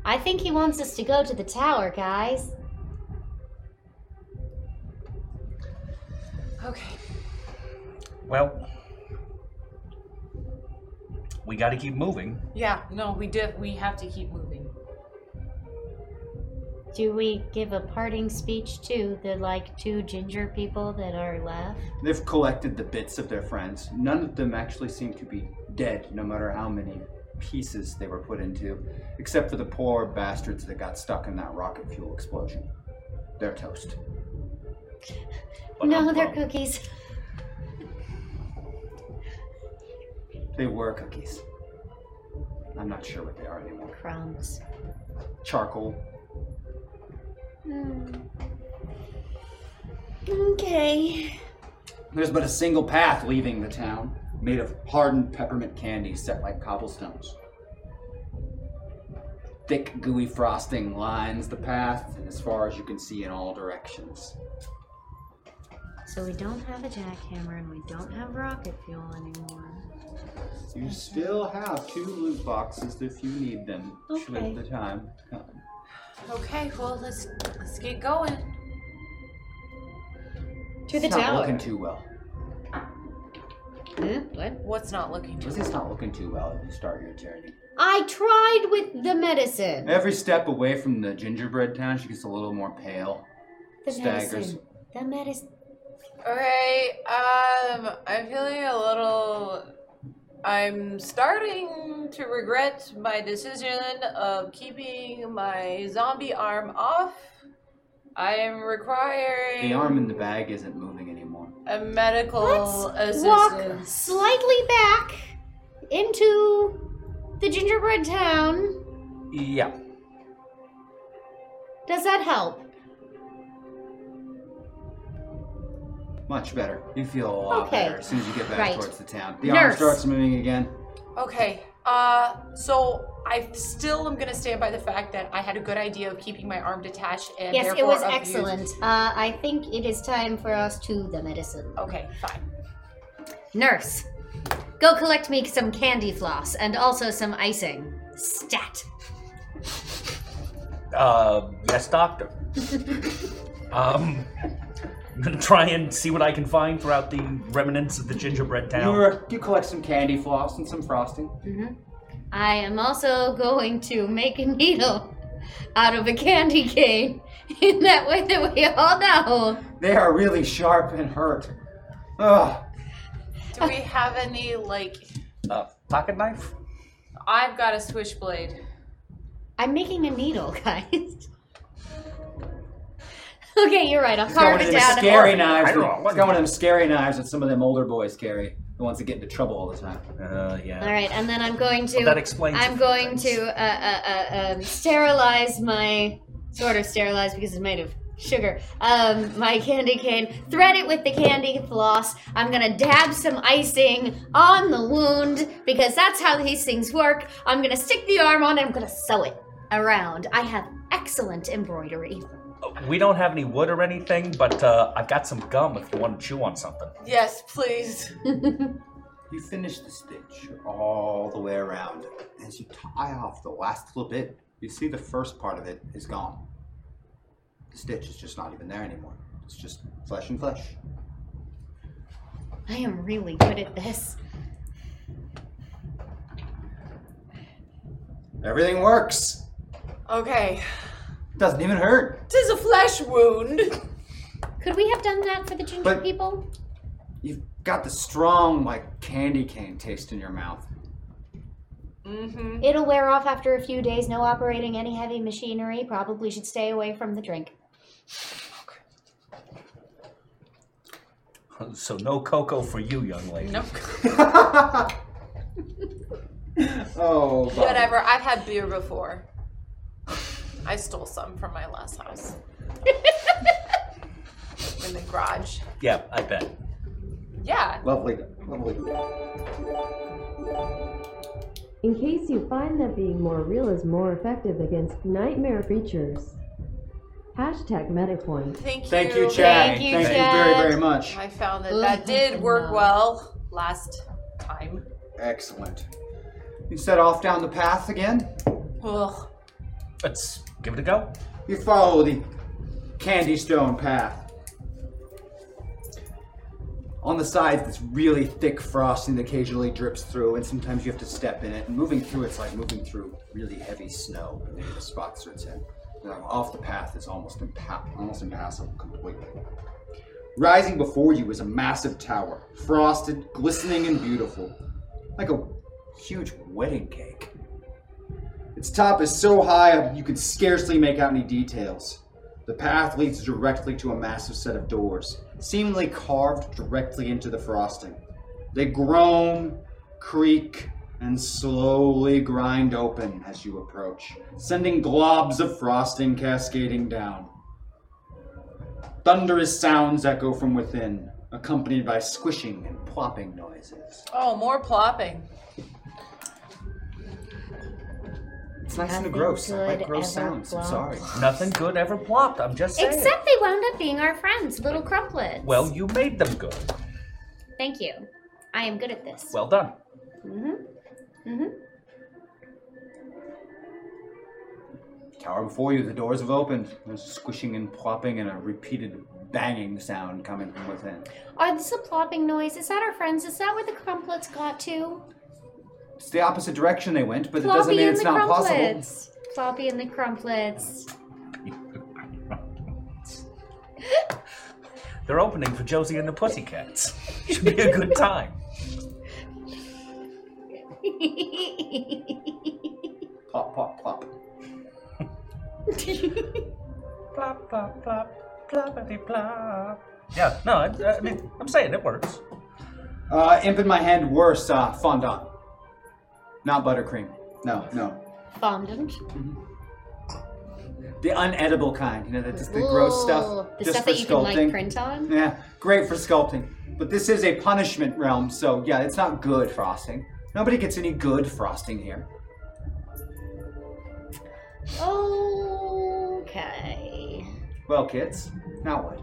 [SPEAKER 3] I think he wants us to go to the tower, guys.
[SPEAKER 6] Okay.
[SPEAKER 4] Well, we got to keep moving.
[SPEAKER 6] Yeah. No, we did. We have to keep moving.
[SPEAKER 3] Do we give a parting speech to the like two ginger people that are left?
[SPEAKER 1] They've collected the bits of their friends. None of them actually seem to be dead, no matter how many pieces they were put into, except for the poor bastards that got stuck in that rocket fuel explosion. They're toast.
[SPEAKER 3] no, they're cookies.
[SPEAKER 1] They were cookies. I'm not sure what they are anymore.
[SPEAKER 3] Crumbs.
[SPEAKER 1] Charcoal.
[SPEAKER 3] Okay.
[SPEAKER 1] There's but a single path leaving the town, made of hardened peppermint candy set like cobblestones. Thick, gooey frosting lines the path, and as far as you can see in all directions.
[SPEAKER 3] So we don't have a jackhammer and we don't have rocket fuel anymore.
[SPEAKER 1] You still have two loot boxes if you need them.
[SPEAKER 3] Okay.
[SPEAKER 1] Should the time come.
[SPEAKER 6] Okay. Well, let's let's get going.
[SPEAKER 3] To
[SPEAKER 1] It's not looking too well.
[SPEAKER 3] What?
[SPEAKER 6] What's not looking too?
[SPEAKER 1] This is not looking too well if you start your journey.
[SPEAKER 3] I tried with the medicine.
[SPEAKER 1] Every step away from the gingerbread town, she gets a little more pale.
[SPEAKER 3] The
[SPEAKER 1] Staggers.
[SPEAKER 3] medicine. The medicine.
[SPEAKER 6] Okay, um, I'm feeling a little. I'm starting to regret my decision of keeping my zombie arm off. I am requiring
[SPEAKER 1] The arm in the bag isn't moving anymore.
[SPEAKER 6] a medical
[SPEAKER 3] Let's walk
[SPEAKER 6] assistance.
[SPEAKER 3] slightly back into the gingerbread town.
[SPEAKER 4] Yeah.
[SPEAKER 3] Does that help?
[SPEAKER 1] Much better. You feel a lot
[SPEAKER 6] Okay.
[SPEAKER 1] better as soon as you get back
[SPEAKER 6] Right.
[SPEAKER 1] towards the town. The arm
[SPEAKER 6] Nurse.
[SPEAKER 1] starts moving again.
[SPEAKER 6] Okay, uh, so I still am gonna stand by the fact that I had a good idea of keeping my arm detached and
[SPEAKER 3] yes, it
[SPEAKER 6] therefore
[SPEAKER 3] was
[SPEAKER 6] of you-
[SPEAKER 3] excellent. Uh, I think it is time for us to the medicine.
[SPEAKER 6] Okay, fine.
[SPEAKER 3] Nurse, go collect me some candy floss and also some icing. Stat.
[SPEAKER 4] Uh, yes, doctor. um, I'm gonna try and see what I can find throughout the remnants of the gingerbread town.
[SPEAKER 1] You, were, you collect some candy floss and some frosting.
[SPEAKER 3] Mm-hmm. I am also going to make a needle out of a candy cane in that way that we all know.
[SPEAKER 1] They are really sharp and hurt. Ugh.
[SPEAKER 6] Do we have any like?
[SPEAKER 4] Uh, pocket knife?
[SPEAKER 6] I've got a switchblade.
[SPEAKER 3] I'm making a needle, <laughs> guys. okay, you're right. I'll carve it
[SPEAKER 1] them
[SPEAKER 3] down.
[SPEAKER 1] scary knives.
[SPEAKER 3] I don't know.
[SPEAKER 1] It's got one of them scary knives that some of them older boys carry. The ones that get into trouble all the time.
[SPEAKER 4] Uh, yeah.
[SPEAKER 3] All right, and then I'm going to.
[SPEAKER 1] Well, that explains a
[SPEAKER 3] I'm
[SPEAKER 1] few
[SPEAKER 3] going to uh, uh, uh, um, sterilize my sort of sterilize because it's made of sugar. Um, my candy cane. Thread it with the candy floss. I'm gonna dab some icing on the wound because that's how these things work. I'm gonna stick the arm on and I'm gonna sew it around. I have excellent embroidery.
[SPEAKER 4] We don't have any wood or anything, but uh, I've got some gum if you want to chew on something.
[SPEAKER 6] Yes, please.
[SPEAKER 1] You finish the stitch all the way around. As you tie off the last little bit, you see the first part of it is gone. The stitch is just not even there anymore. It's just flesh and flesh.
[SPEAKER 3] I am really good at this.
[SPEAKER 1] Everything works.
[SPEAKER 6] Okay.
[SPEAKER 1] Doesn't even hurt.
[SPEAKER 6] Tis a flesh wound.
[SPEAKER 3] Could we have done that for the ginger
[SPEAKER 1] But-
[SPEAKER 3] people?
[SPEAKER 1] You've got the strong, like, candy cane taste in your mouth. <laughs>
[SPEAKER 6] Mm-hmm.
[SPEAKER 3] It'll wear off after a few days. No operating any heavy machinery. Probably should stay away from the drink.
[SPEAKER 4] So no cocoa for you, young lady.
[SPEAKER 6] No.
[SPEAKER 1] Oh, Bobby.
[SPEAKER 6] Whatever. I've had beer before. I stole some from my last <laughs> house. In the garage.
[SPEAKER 4] Yeah, I bet.
[SPEAKER 6] Yeah.
[SPEAKER 1] Lovely. Lovely.
[SPEAKER 5] In case you find that being more real is more effective against nightmare creatures. Hashtag MetaPoint.
[SPEAKER 6] Thank you.
[SPEAKER 1] Thank you, Chad. Thank you, Thank you very, very Chad. much.
[SPEAKER 6] I found that
[SPEAKER 1] Ooh,
[SPEAKER 6] that did work well last time.
[SPEAKER 1] Excellent. You set off down the path again.
[SPEAKER 6] Ugh.
[SPEAKER 4] Let's give it a go.
[SPEAKER 1] You follow the candy stone path. On the sides, it's really thick frosting that occasionally drips through, and sometimes you have to step in it. And moving through, it's like moving through really heavy snow. And the spots that it's in. Now, off the path is almost impa- almost impassable completely. Rising before you is a massive tower, frosted, glistening, and beautiful, like a huge wedding cake. Its top is so high up you can scarcely make out any details. The path leads directly to a massive set of doors, seemingly carved directly into the frosting. They groan, creak, and slowly grind open as you approach, sending globs of frosting cascading down. Thunderous sounds echo from within, accompanied by squishing and plopping noises.
[SPEAKER 6] Oh, more plopping.
[SPEAKER 1] It's nice
[SPEAKER 4] Nothing
[SPEAKER 1] and gross. I like
[SPEAKER 4] good
[SPEAKER 1] gross
[SPEAKER 4] ever
[SPEAKER 1] sounds.
[SPEAKER 4] flops.
[SPEAKER 1] I'm sorry.
[SPEAKER 4] Nothing good ever plopped. I'm just saying.
[SPEAKER 3] Except they wound up being our friends, little crumplets.
[SPEAKER 4] Well, you made them good.
[SPEAKER 3] Thank you. I am good at this.
[SPEAKER 4] Well done.
[SPEAKER 3] Mm-hmm. Mm-hmm.
[SPEAKER 1] Tower before you, the doors have opened. There's squishing and plopping and a repeated banging sound coming from within.
[SPEAKER 3] Are this a plopping noise? Is that our friends? Is that where the crumplets got to?
[SPEAKER 1] It's the opposite direction they went, but it
[SPEAKER 3] Floppy
[SPEAKER 1] doesn't mean
[SPEAKER 3] and
[SPEAKER 1] it's
[SPEAKER 3] the
[SPEAKER 1] not possible.
[SPEAKER 3] crumplets. Floppy and the crumplets. <laughs>
[SPEAKER 4] They're opening for Josie and the Pussycats. <laughs> Should be a good time.
[SPEAKER 1] Plop, plop, plop.
[SPEAKER 4] Plop, plop, plop, ploppity plop. Yeah, no, I, I mean, I'm saying it works.
[SPEAKER 1] Uh, imp in my hand, worse uh, fondant. Not buttercream. No, no.
[SPEAKER 3] Fondant.
[SPEAKER 1] The unedible kind, you know, that's just the gross
[SPEAKER 3] Ooh,
[SPEAKER 1] stuff.
[SPEAKER 3] The
[SPEAKER 1] just
[SPEAKER 3] stuff
[SPEAKER 1] for
[SPEAKER 3] that you
[SPEAKER 1] sculpting.
[SPEAKER 3] can like print on.
[SPEAKER 1] Yeah, great for sculpting. But this is a punishment realm, so yeah, it's not good frosting. Nobody gets any good frosting here.
[SPEAKER 3] Okay.
[SPEAKER 1] Well, kids, now what?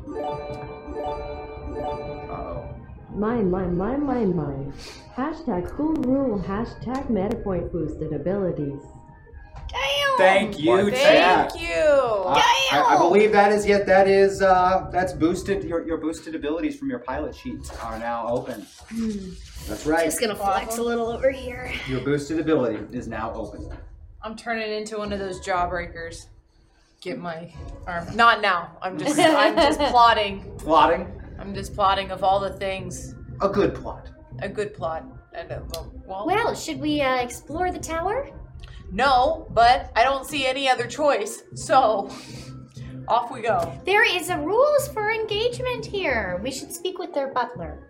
[SPEAKER 1] Uh-oh.
[SPEAKER 5] Mine, mine, mine, mine, mine. Hashtag cool rule, hashtag metapoint boosted abilities.
[SPEAKER 3] Damn!
[SPEAKER 1] Thank you, Jack.
[SPEAKER 6] Thank you.
[SPEAKER 1] I, I- I believe that is yet that is uh that's boosted your your boosted abilities from your pilot sheets are now open. That's right.
[SPEAKER 3] Hmm. Just gonna flex a little over here.
[SPEAKER 1] Your boosted ability is now open.
[SPEAKER 6] I'm turning into one of those jawbreakers. Get my arm. Not now. I'm just.
[SPEAKER 1] <laughs>
[SPEAKER 6] I'm just plotting.
[SPEAKER 1] Plotting
[SPEAKER 6] I'm just plotting of all the things.
[SPEAKER 1] a good plot.
[SPEAKER 6] A good plot. And a, well,
[SPEAKER 3] Well, should we uh, explore the tower?
[SPEAKER 6] No, but I don't see any other choice. So, <laughs> off we go.
[SPEAKER 3] There is a rules for engagement here. We should speak with their butler.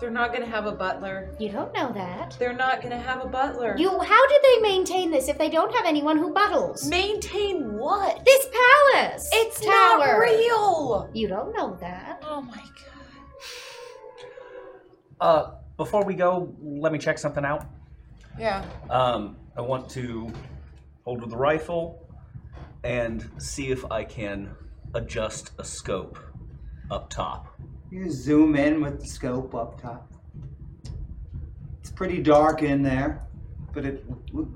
[SPEAKER 6] They're not gonna have a butler.
[SPEAKER 3] You don't know that.
[SPEAKER 6] They're not gonna have a butler.
[SPEAKER 3] You. How do they maintain this if they don't have anyone who buttles?
[SPEAKER 6] Maintain what?
[SPEAKER 3] This palace.
[SPEAKER 6] It's not
[SPEAKER 3] tower.
[SPEAKER 6] real.
[SPEAKER 3] You don't know that.
[SPEAKER 6] Oh my god.
[SPEAKER 4] Uh, before we go, let me check something out.
[SPEAKER 6] Yeah.
[SPEAKER 4] Um, I want to hold the rifle and see if I can adjust a scope up top.
[SPEAKER 1] You zoom in with the scope up top. It's pretty dark in there, but it looks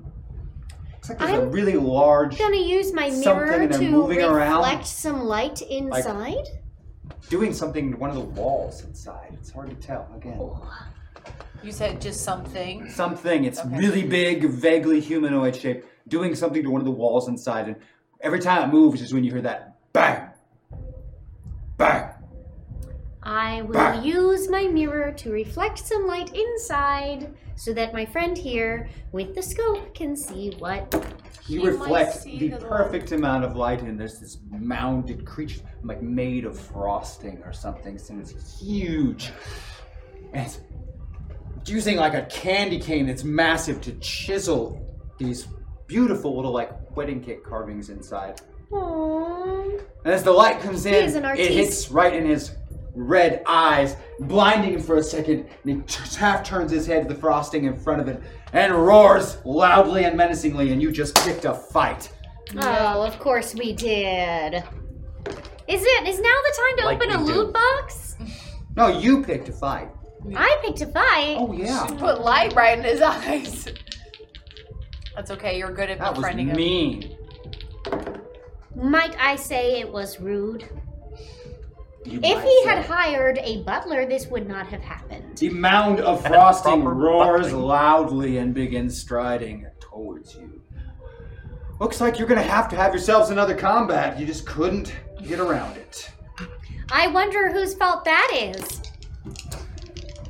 [SPEAKER 1] like there's a
[SPEAKER 3] I'm
[SPEAKER 1] really large.
[SPEAKER 3] gonna use my
[SPEAKER 1] Something
[SPEAKER 3] mirror
[SPEAKER 1] and they're
[SPEAKER 3] to
[SPEAKER 1] moving
[SPEAKER 3] reflect
[SPEAKER 1] around.
[SPEAKER 3] some light inside.
[SPEAKER 1] doing something to one of the walls inside. It's hard to tell. Again,
[SPEAKER 6] You said just something.
[SPEAKER 1] something. It's
[SPEAKER 6] Okay.
[SPEAKER 1] really big, vaguely humanoid shaped, doing something to one of the walls inside. And every time it moves is when you hear that bang, bang.
[SPEAKER 3] I will use my mirror to reflect some light inside so that my friend here with the scope can see what.
[SPEAKER 1] You reflect the, perfect amount of light, and there's this mounded creature, like made of frosting or something. So it's huge. And it's using like a candy cane that's massive to chisel these beautiful little like wedding cake carvings inside.
[SPEAKER 3] Aww.
[SPEAKER 1] And as the light comes in,
[SPEAKER 3] He is an
[SPEAKER 1] it
[SPEAKER 3] artiste.
[SPEAKER 1] hits right in his red eyes, blinding him for a second, and he t- half turns his head to the frosting in front of it and roars loudly and menacingly, and you just picked a fight.
[SPEAKER 3] Oh, of course we did. Is it? Is now the time to
[SPEAKER 1] Like
[SPEAKER 3] open a
[SPEAKER 1] we do.
[SPEAKER 3] loot box?
[SPEAKER 1] No, you picked a fight.
[SPEAKER 3] I picked a fight.
[SPEAKER 1] Mm-hmm. Oh yeah.
[SPEAKER 6] She put light right in his <laughs> eyes. That's okay. You're good at
[SPEAKER 1] That was
[SPEAKER 6] befriending him.
[SPEAKER 1] mean.
[SPEAKER 3] Might I say it was rude?
[SPEAKER 1] You
[SPEAKER 3] If
[SPEAKER 1] might
[SPEAKER 3] he
[SPEAKER 1] say.
[SPEAKER 3] had hired a butler, this would not have happened.
[SPEAKER 1] The mound of frosting roars loudly and begins striding towards you. Looks like you're gonna have to have yourselves another combat. You just couldn't get around it.
[SPEAKER 3] I wonder whose fault that is.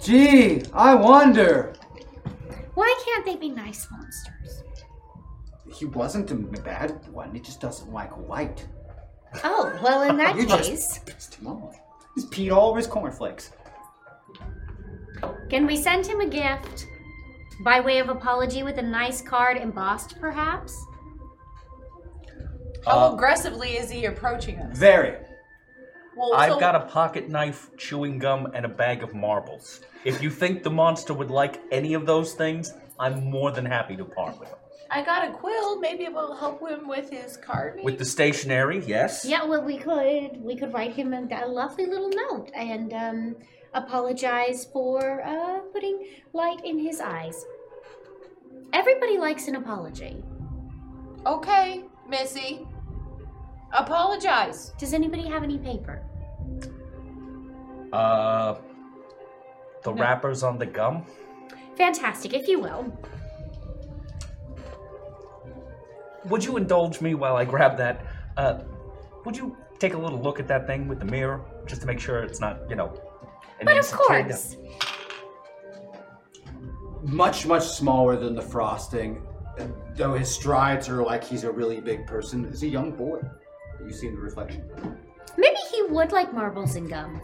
[SPEAKER 1] Gee, I wonder.
[SPEAKER 3] Why can't they be nice monsters?
[SPEAKER 1] He wasn't a bad one. He just doesn't like light.
[SPEAKER 3] Oh, well,
[SPEAKER 1] <laughs>
[SPEAKER 3] in that
[SPEAKER 1] You just-
[SPEAKER 3] case,
[SPEAKER 1] Pissed him off. He's peed all over his cornflakes.
[SPEAKER 3] can we send him a gift by way of apology with a nice card embossed, perhaps?
[SPEAKER 6] How
[SPEAKER 4] Uh,
[SPEAKER 6] aggressively is he approaching us?
[SPEAKER 1] Very.
[SPEAKER 6] Well,
[SPEAKER 4] I've
[SPEAKER 6] so-
[SPEAKER 4] got a pocket knife, chewing gum, and a bag of marbles. If you think the monster would like any of those things, I'm more than happy to part with them.
[SPEAKER 6] I got a quill. Maybe it will help him with his carving.
[SPEAKER 4] With the stationery, yes.
[SPEAKER 3] Yeah, well, we could we could write him a, a lovely little note and um, apologize for uh, putting light in his eyes. Everybody likes an apology.
[SPEAKER 6] Okay, Missy. Apologize.
[SPEAKER 3] Does anybody have any paper?
[SPEAKER 4] Uh, the wrappers on the gum.
[SPEAKER 3] Fantastic, if you will.
[SPEAKER 4] Would you indulge me while I grab that? Uh, would you take a little look at that thing with the mirror, just to make sure it's not, you know? an
[SPEAKER 3] But of
[SPEAKER 4] innocent kid?
[SPEAKER 3] course.
[SPEAKER 1] Much, much smaller than the frosting, though his strides are like he's a really big person. He's a young boy. that You see in the reflection.
[SPEAKER 3] Maybe he would like marbles and gum.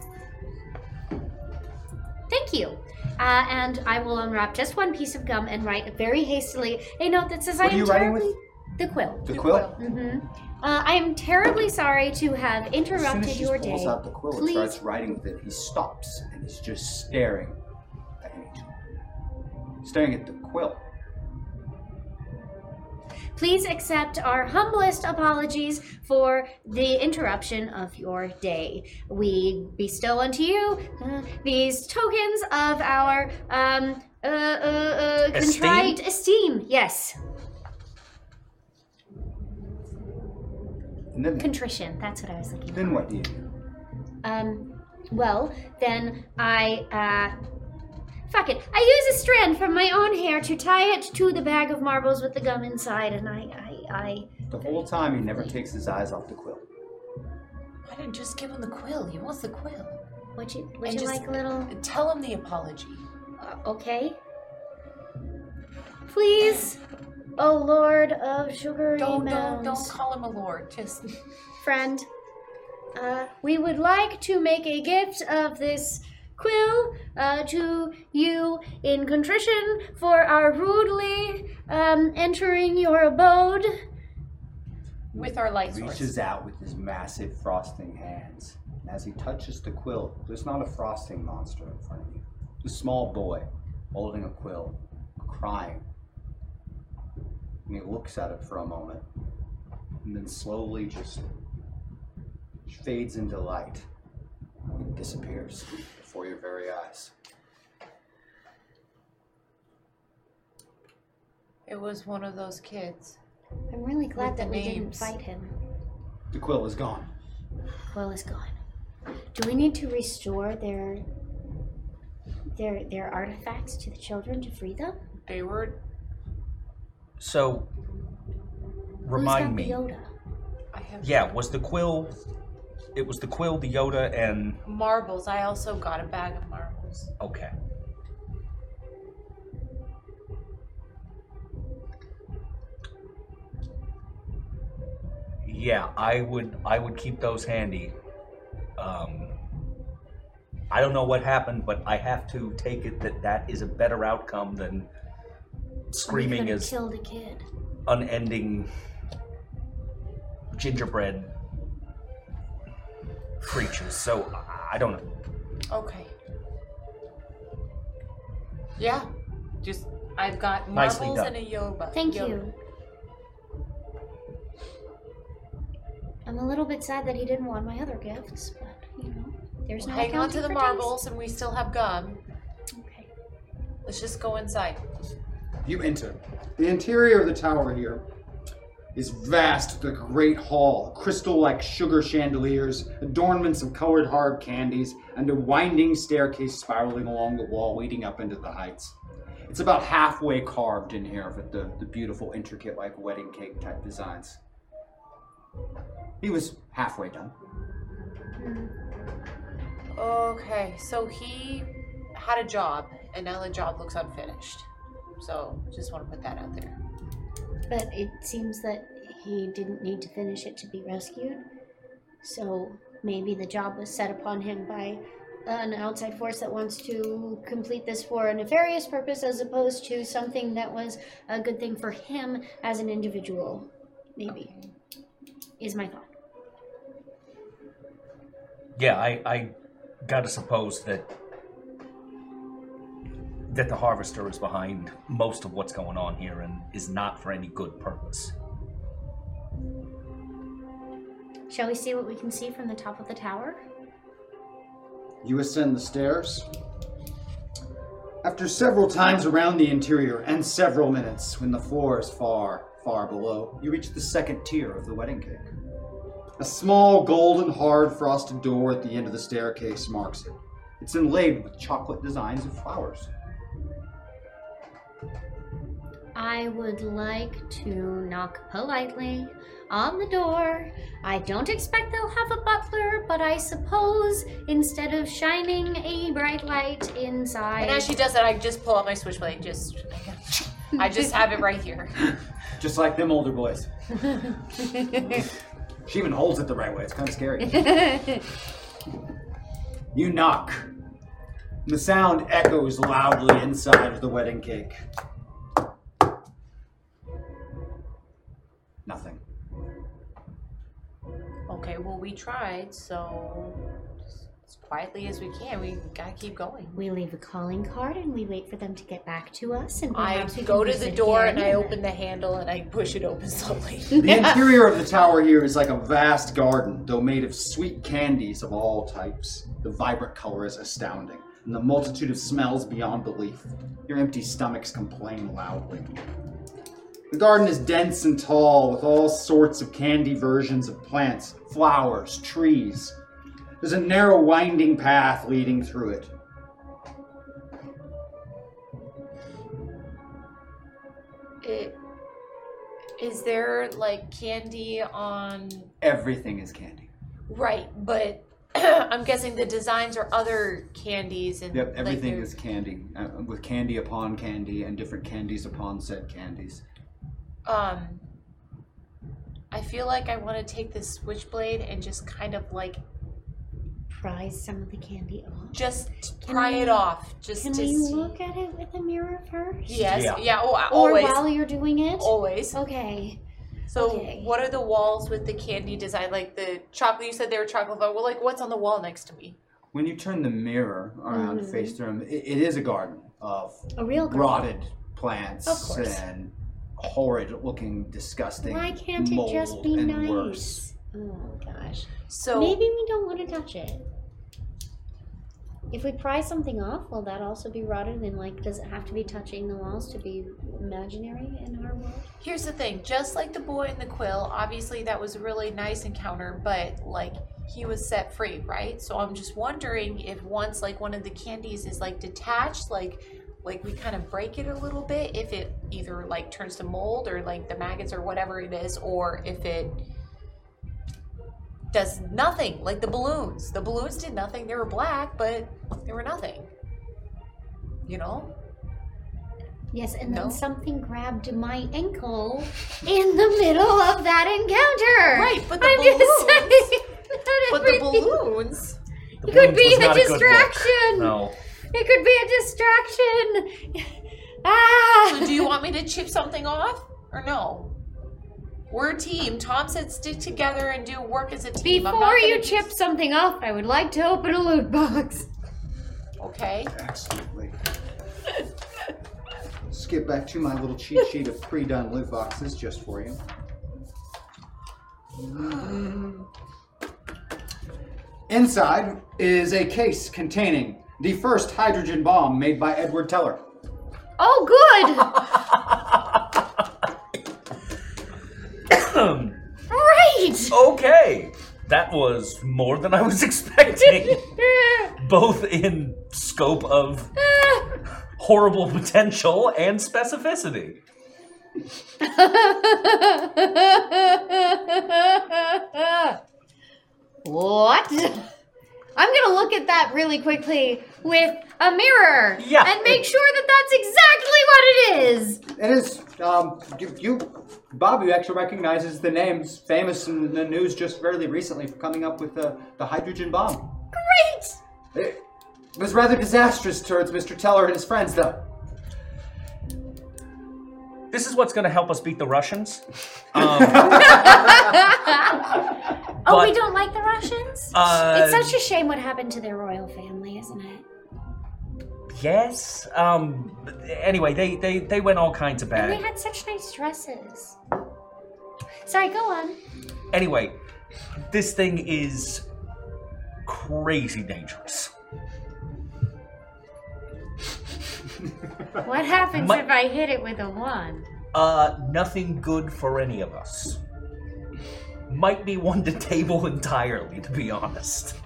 [SPEAKER 3] Thank you. Uh, and I will unwrap just one piece of gum and write very hastily a note that says
[SPEAKER 1] What
[SPEAKER 3] I
[SPEAKER 1] are
[SPEAKER 3] am
[SPEAKER 1] you writing
[SPEAKER 3] terribly the quill.
[SPEAKER 1] The quill.
[SPEAKER 3] hmm Uh, I am terribly sorry to have
[SPEAKER 1] As soon as
[SPEAKER 3] interrupted
[SPEAKER 1] she
[SPEAKER 3] your
[SPEAKER 1] pulls
[SPEAKER 3] day.
[SPEAKER 1] out the quill and
[SPEAKER 3] Please,
[SPEAKER 1] starts writing with it, he stops and he's just staring at an angel. Staring at the quill.
[SPEAKER 3] please accept our humblest apologies for the interruption of your day. We bestow unto you uh, these tokens of our um, uh, uh, uh,
[SPEAKER 4] Esteem?
[SPEAKER 3] contrite esteem. Yes.
[SPEAKER 1] And then,
[SPEAKER 3] Contrition. That's what I was looking
[SPEAKER 1] then what do you do?
[SPEAKER 3] Um, well, then I, uh, fuck it. I use a strand from my own hair to tie it to the bag of marbles with the gum inside, and I, I, I.
[SPEAKER 1] The whole time he never takes his eyes off the quill.
[SPEAKER 6] Why didn't you just give him the quill? He wants the quill.
[SPEAKER 3] Would you,
[SPEAKER 6] And
[SPEAKER 3] would you
[SPEAKER 6] just
[SPEAKER 3] like a little?
[SPEAKER 6] Tell him the apology.
[SPEAKER 3] Uh, okay. Please, oh Lord of Sugary
[SPEAKER 6] Don't, don't,
[SPEAKER 3] Mounds.
[SPEAKER 6] don't call him a lord. Just
[SPEAKER 3] friend. Uh, we would like to make a gift of this quill uh, to you in contrition for our rudely um, entering your abode.
[SPEAKER 6] with our light source.
[SPEAKER 1] Reaches out with his massive frosting hands. And as he touches the quill, there's not a frosting monster in front of you. A small boy holding a quill, crying. And he looks at it for a moment, and then slowly just fades into light and disappears before your very eyes.
[SPEAKER 6] It was one of those kids.
[SPEAKER 3] I'm really glad
[SPEAKER 6] With the
[SPEAKER 3] that we didn't
[SPEAKER 6] names.
[SPEAKER 3] fight him.
[SPEAKER 1] The quill is gone.
[SPEAKER 3] Quill is gone. Do we need to restore their their their artifacts to the children to free them?
[SPEAKER 6] They were.
[SPEAKER 4] So, remind me.
[SPEAKER 3] Yoda.
[SPEAKER 6] I have
[SPEAKER 4] Yeah, was the quill? It was the quill, the Yoda, and
[SPEAKER 6] marbles. I also got a bag of marbles.
[SPEAKER 4] okay. Yeah, I would. I would keep those handy. Um, I don't know what happened, but I have to take it that that is a better outcome than screaming
[SPEAKER 3] Could've
[SPEAKER 4] is
[SPEAKER 3] killed a kid.
[SPEAKER 4] unending gingerbread creatures. So I- I don't know.
[SPEAKER 6] Okay. Yeah. Just I've got
[SPEAKER 4] Nicely
[SPEAKER 6] marbles and
[SPEAKER 4] done.
[SPEAKER 6] a yoba.
[SPEAKER 3] Thank
[SPEAKER 6] yoba.
[SPEAKER 3] you. I'm a little bit sad that he didn't want my other gifts, but you know, there's no.
[SPEAKER 6] Hang on to
[SPEAKER 3] accounting
[SPEAKER 6] the
[SPEAKER 3] for
[SPEAKER 6] marbles,
[SPEAKER 3] taste.
[SPEAKER 6] and we still have gum.
[SPEAKER 3] Okay.
[SPEAKER 6] Let's just go inside.
[SPEAKER 1] You enter. The interior of the tower here is vast with a great hall, crystal like sugar chandeliers, adornments of colored hard candies, and a winding staircase spiraling along the wall leading up into the heights. It's about halfway carved in here with the, the beautiful, intricate, like wedding cake type designs. He was halfway done.
[SPEAKER 6] Okay, so he had a job, and now the job looks unfinished. So just want to put that out there.
[SPEAKER 3] But it seems that he didn't need to finish it to be rescued, so maybe the job was set upon him by an outside force that wants to complete this for a nefarious purpose, as opposed to something that was a good thing for him as an individual. Maybe is my thought.
[SPEAKER 4] Yeah, I, I gotta suppose that that the harvester is behind most of what's going on here and is not for any good purpose.
[SPEAKER 3] Shall we see what we can see from the top of the tower?
[SPEAKER 1] You ascend the stairs. After several times around the interior and several minutes when the floor is far, far below, you reach the second tier of the wedding cake. A small, golden, hard frosted door at the end of the staircase marks it. It's inlaid with chocolate designs of flowers.
[SPEAKER 3] I would like to knock politely on the door. I don't expect they'll have a butler, but I suppose instead of shining a bright light inside.
[SPEAKER 6] And as she does that, I just pull out my switchblade. Just, I just have it right <laughs> here.
[SPEAKER 1] Just like them older boys. She even holds it the right way, it's kind of scary. You knock. The sound echoes loudly inside of the wedding cake. Nothing.
[SPEAKER 6] okay, well we tried, so just as quietly as we can, we gotta keep going.
[SPEAKER 3] We leave a calling card and we wait for them to get back to us. And
[SPEAKER 6] I
[SPEAKER 3] perhaps we
[SPEAKER 6] go
[SPEAKER 3] can
[SPEAKER 6] to the
[SPEAKER 3] visit
[SPEAKER 6] door
[SPEAKER 3] again
[SPEAKER 6] and I open the handle and I push it open slowly.
[SPEAKER 1] The interior of the tower here is like a vast garden, though made of sweet candies of all types. The vibrant color is astounding, and the multitude of smells beyond belief. Your empty stomachs complain loudly. The garden is dense and tall with all sorts of candy versions of plants, flowers, trees. There's a narrow winding path leading through it.
[SPEAKER 6] <laughs> It, is there like candy on
[SPEAKER 1] Everything is candy.
[SPEAKER 6] right? But <clears throat> I'm guessing the designs are other candies and
[SPEAKER 1] Yep,
[SPEAKER 6] like,
[SPEAKER 1] everything
[SPEAKER 6] they're-
[SPEAKER 1] is candy, uh, with candy upon candy and different candies upon said candies.
[SPEAKER 6] Um, I feel like I want to take this switchblade and just kind of like
[SPEAKER 3] pry some of the candy off.
[SPEAKER 6] Just
[SPEAKER 3] Can
[SPEAKER 6] pry it
[SPEAKER 3] we-
[SPEAKER 6] off, just
[SPEAKER 3] Can
[SPEAKER 6] to
[SPEAKER 3] we
[SPEAKER 6] see.
[SPEAKER 3] look at it with a mirror first?
[SPEAKER 6] Yes, Yeah. yeah, oh, I-
[SPEAKER 3] or
[SPEAKER 6] always.
[SPEAKER 3] while you're doing it.
[SPEAKER 6] Always.
[SPEAKER 3] Okay.
[SPEAKER 6] So, what are the walls with the candy design? Like the chocolate, you said they were chocolate, but well, like what's on the wall next to me?
[SPEAKER 1] When you turn the mirror around
[SPEAKER 6] Mhm.
[SPEAKER 3] Mm-hmm.
[SPEAKER 1] face through, 'em, it, it is a garden of
[SPEAKER 3] A real garden.
[SPEAKER 1] rotted plants
[SPEAKER 3] Of course.
[SPEAKER 1] and horrid-looking, disgusting.
[SPEAKER 3] Why can't it just
[SPEAKER 1] mold
[SPEAKER 3] be
[SPEAKER 1] and
[SPEAKER 3] nice?
[SPEAKER 1] worse.
[SPEAKER 3] Oh gosh.
[SPEAKER 6] So
[SPEAKER 3] maybe we don't want to touch it. If we pry something off, will that also be rotted? And like, does it have to be touching the walls to be imaginary in our world?
[SPEAKER 6] Here's the thing just like the boy in the quill, obviously that was a really nice encounter, but like he was set free, right? So, I'm just wondering if once like one of the candies is like detached, like like we kind of break it a little bit if it either like turns to mold or like the maggots or whatever it is or if it does nothing like the balloons the balloons did nothing they were black but they were nothing you know
[SPEAKER 3] Yes, and
[SPEAKER 6] No.
[SPEAKER 3] then something grabbed my ankle in the middle of that encounter.
[SPEAKER 6] Right, but the
[SPEAKER 3] I'm just
[SPEAKER 6] balloons-
[SPEAKER 3] saying. <laughs> not
[SPEAKER 6] but the
[SPEAKER 3] <laughs> everything-
[SPEAKER 6] balloons
[SPEAKER 3] It could
[SPEAKER 4] balloons
[SPEAKER 3] be
[SPEAKER 4] was
[SPEAKER 3] a
[SPEAKER 4] not a good look.
[SPEAKER 3] distraction.
[SPEAKER 4] No.
[SPEAKER 3] It could be a distraction. <laughs> ah!
[SPEAKER 6] So do you want me to chip something off or no? We're a team. Tom said stick together and do work as a team. I'm not
[SPEAKER 3] Before
[SPEAKER 6] gonna
[SPEAKER 3] you
[SPEAKER 6] do-
[SPEAKER 3] chip something off, I would like to open a loot box.
[SPEAKER 6] Okay.
[SPEAKER 1] Absolutely. Skip back to my little cheat sheet of pre-done loot boxes just for
[SPEAKER 3] <gasps>
[SPEAKER 1] you. Inside is a case containing the first hydrogen bomb made by Edward Teller.
[SPEAKER 6] <laughs>
[SPEAKER 3] Oh, good. Great.
[SPEAKER 4] okay. That was more than I was <laughs>
[SPEAKER 3] <laughs>
[SPEAKER 4] expecting, both in scope of horrible potential and specificity.
[SPEAKER 3] what? I'm gonna look at that really quickly with a mirror
[SPEAKER 1] Yeah.
[SPEAKER 3] and make sure that that's exactly what it is.
[SPEAKER 1] It is, um, you, you Bob, you actually recognizes the names famous in the news just fairly recently for coming up with the, the hydrogen bomb.
[SPEAKER 3] Great.
[SPEAKER 1] It was rather disastrous towards Mr. Teller and his friends, though.
[SPEAKER 4] This is what's going to help us beat the Russians.
[SPEAKER 3] oh, we
[SPEAKER 4] But-
[SPEAKER 3] don't like the Russians?
[SPEAKER 4] Uh,
[SPEAKER 3] it's such a shame what happened to their royal family, isn't it?
[SPEAKER 4] Yes. Um. Anyway, they they they went all kinds of
[SPEAKER 3] And they
[SPEAKER 4] bad.
[SPEAKER 3] had such nice dresses. Sorry, go on.
[SPEAKER 4] Anyway, this thing is crazy dangerous. <laughs>
[SPEAKER 3] What happens
[SPEAKER 4] My-
[SPEAKER 3] if I hit it with a one?
[SPEAKER 4] Uh, nothing good for any of us. Might be one to table <laughs> entirely, to be honest.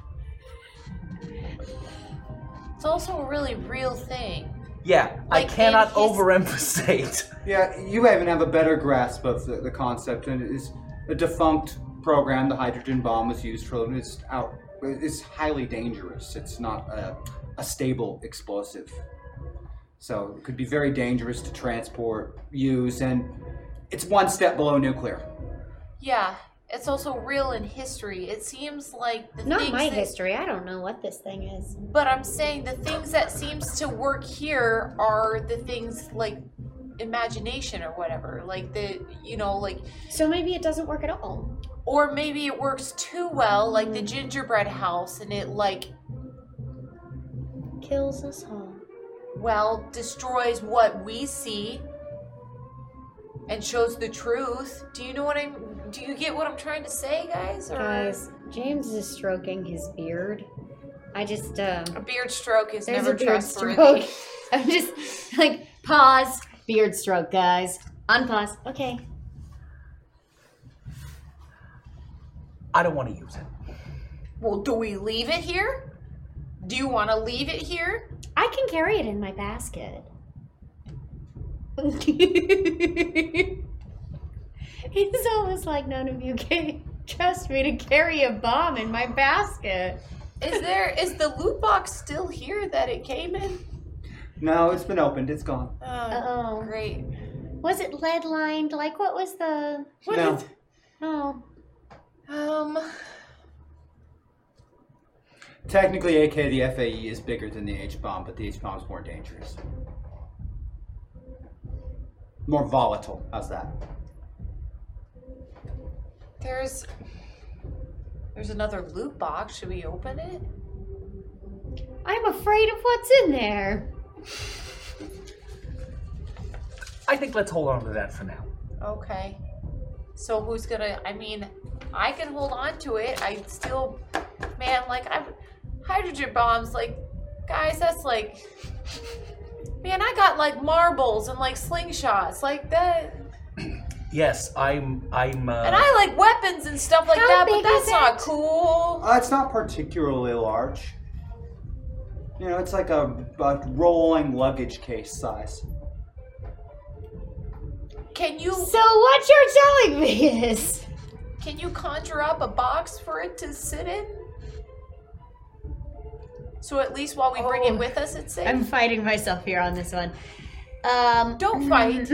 [SPEAKER 6] It's also a really real thing.
[SPEAKER 4] Yeah,
[SPEAKER 6] Like,
[SPEAKER 4] I
[SPEAKER 6] in
[SPEAKER 4] cannot
[SPEAKER 6] his-
[SPEAKER 4] overemphasate.
[SPEAKER 1] Yeah, you even have a better grasp of the, the concept, and it is a defunct program. The hydrogen bomb was used for, and it's out. It's highly dangerous. It's not a, a stable explosive, so it could be very dangerous to transport, use, and it's one step below nuclear.
[SPEAKER 6] Yeah, it's also real in history. It seems like the
[SPEAKER 3] Not
[SPEAKER 6] things
[SPEAKER 3] my
[SPEAKER 6] that-
[SPEAKER 3] history. I don't know what this thing is.
[SPEAKER 6] But I'm saying the things that seems to work here are the things like imagination or whatever. Like the you know like
[SPEAKER 3] So maybe it doesn't work at all.
[SPEAKER 6] or maybe it works too well like
[SPEAKER 3] Mm.
[SPEAKER 6] the gingerbread house and it like
[SPEAKER 3] Kills us all.
[SPEAKER 6] well destroys what we see and shows the truth do you know what i'm do you get what i'm trying to say guys or
[SPEAKER 3] Guys, James is stroking his beard. I just, um.
[SPEAKER 6] a beard stroke is
[SPEAKER 3] There's
[SPEAKER 6] never
[SPEAKER 3] <laughs> a beard
[SPEAKER 6] trustworthy
[SPEAKER 3] stroke. I'm just like, pause. Beard stroke, guys. Unpause. Okay.
[SPEAKER 4] I don't want to use it.
[SPEAKER 6] Well, do we leave it here? Do you want to leave it here?
[SPEAKER 3] I can carry it in my basket. He's almost like none of you can trust me to carry a bomb in my basket.
[SPEAKER 6] Is there is the loot box still here that it came in?
[SPEAKER 1] No, it's been opened. It's gone.
[SPEAKER 6] Oh, great.
[SPEAKER 3] Was it lead lined? Like what was the what
[SPEAKER 1] no.
[SPEAKER 3] is- Oh.
[SPEAKER 6] Um
[SPEAKER 1] Technically, AK the FAE is bigger than the H bomb, but the H bomb is more dangerous. More volatile. How's that?
[SPEAKER 6] There's there's another loot box. Should we open it?
[SPEAKER 3] I'm afraid of what's in there.
[SPEAKER 4] I think let's hold on to that for now.
[SPEAKER 6] Okay. So who's gonna? I mean, I can hold on to it. I still, man, like I, hydrogen bombs, like guys, that's like, man, I got like marbles and like slingshots, like that,
[SPEAKER 4] Yes, I'm. I'm. Uh,
[SPEAKER 6] and I like weapons and stuff like that. But that's not cool.
[SPEAKER 1] Uh, it's not particularly large. You know, it's like a, a rolling luggage case size.
[SPEAKER 6] Can you?
[SPEAKER 3] So what you're telling me is
[SPEAKER 6] Can you conjure up a box for it to sit in? So at least while we bring it with us, it's safe.
[SPEAKER 3] I'm fighting myself here on this one. Um,
[SPEAKER 6] don't fight.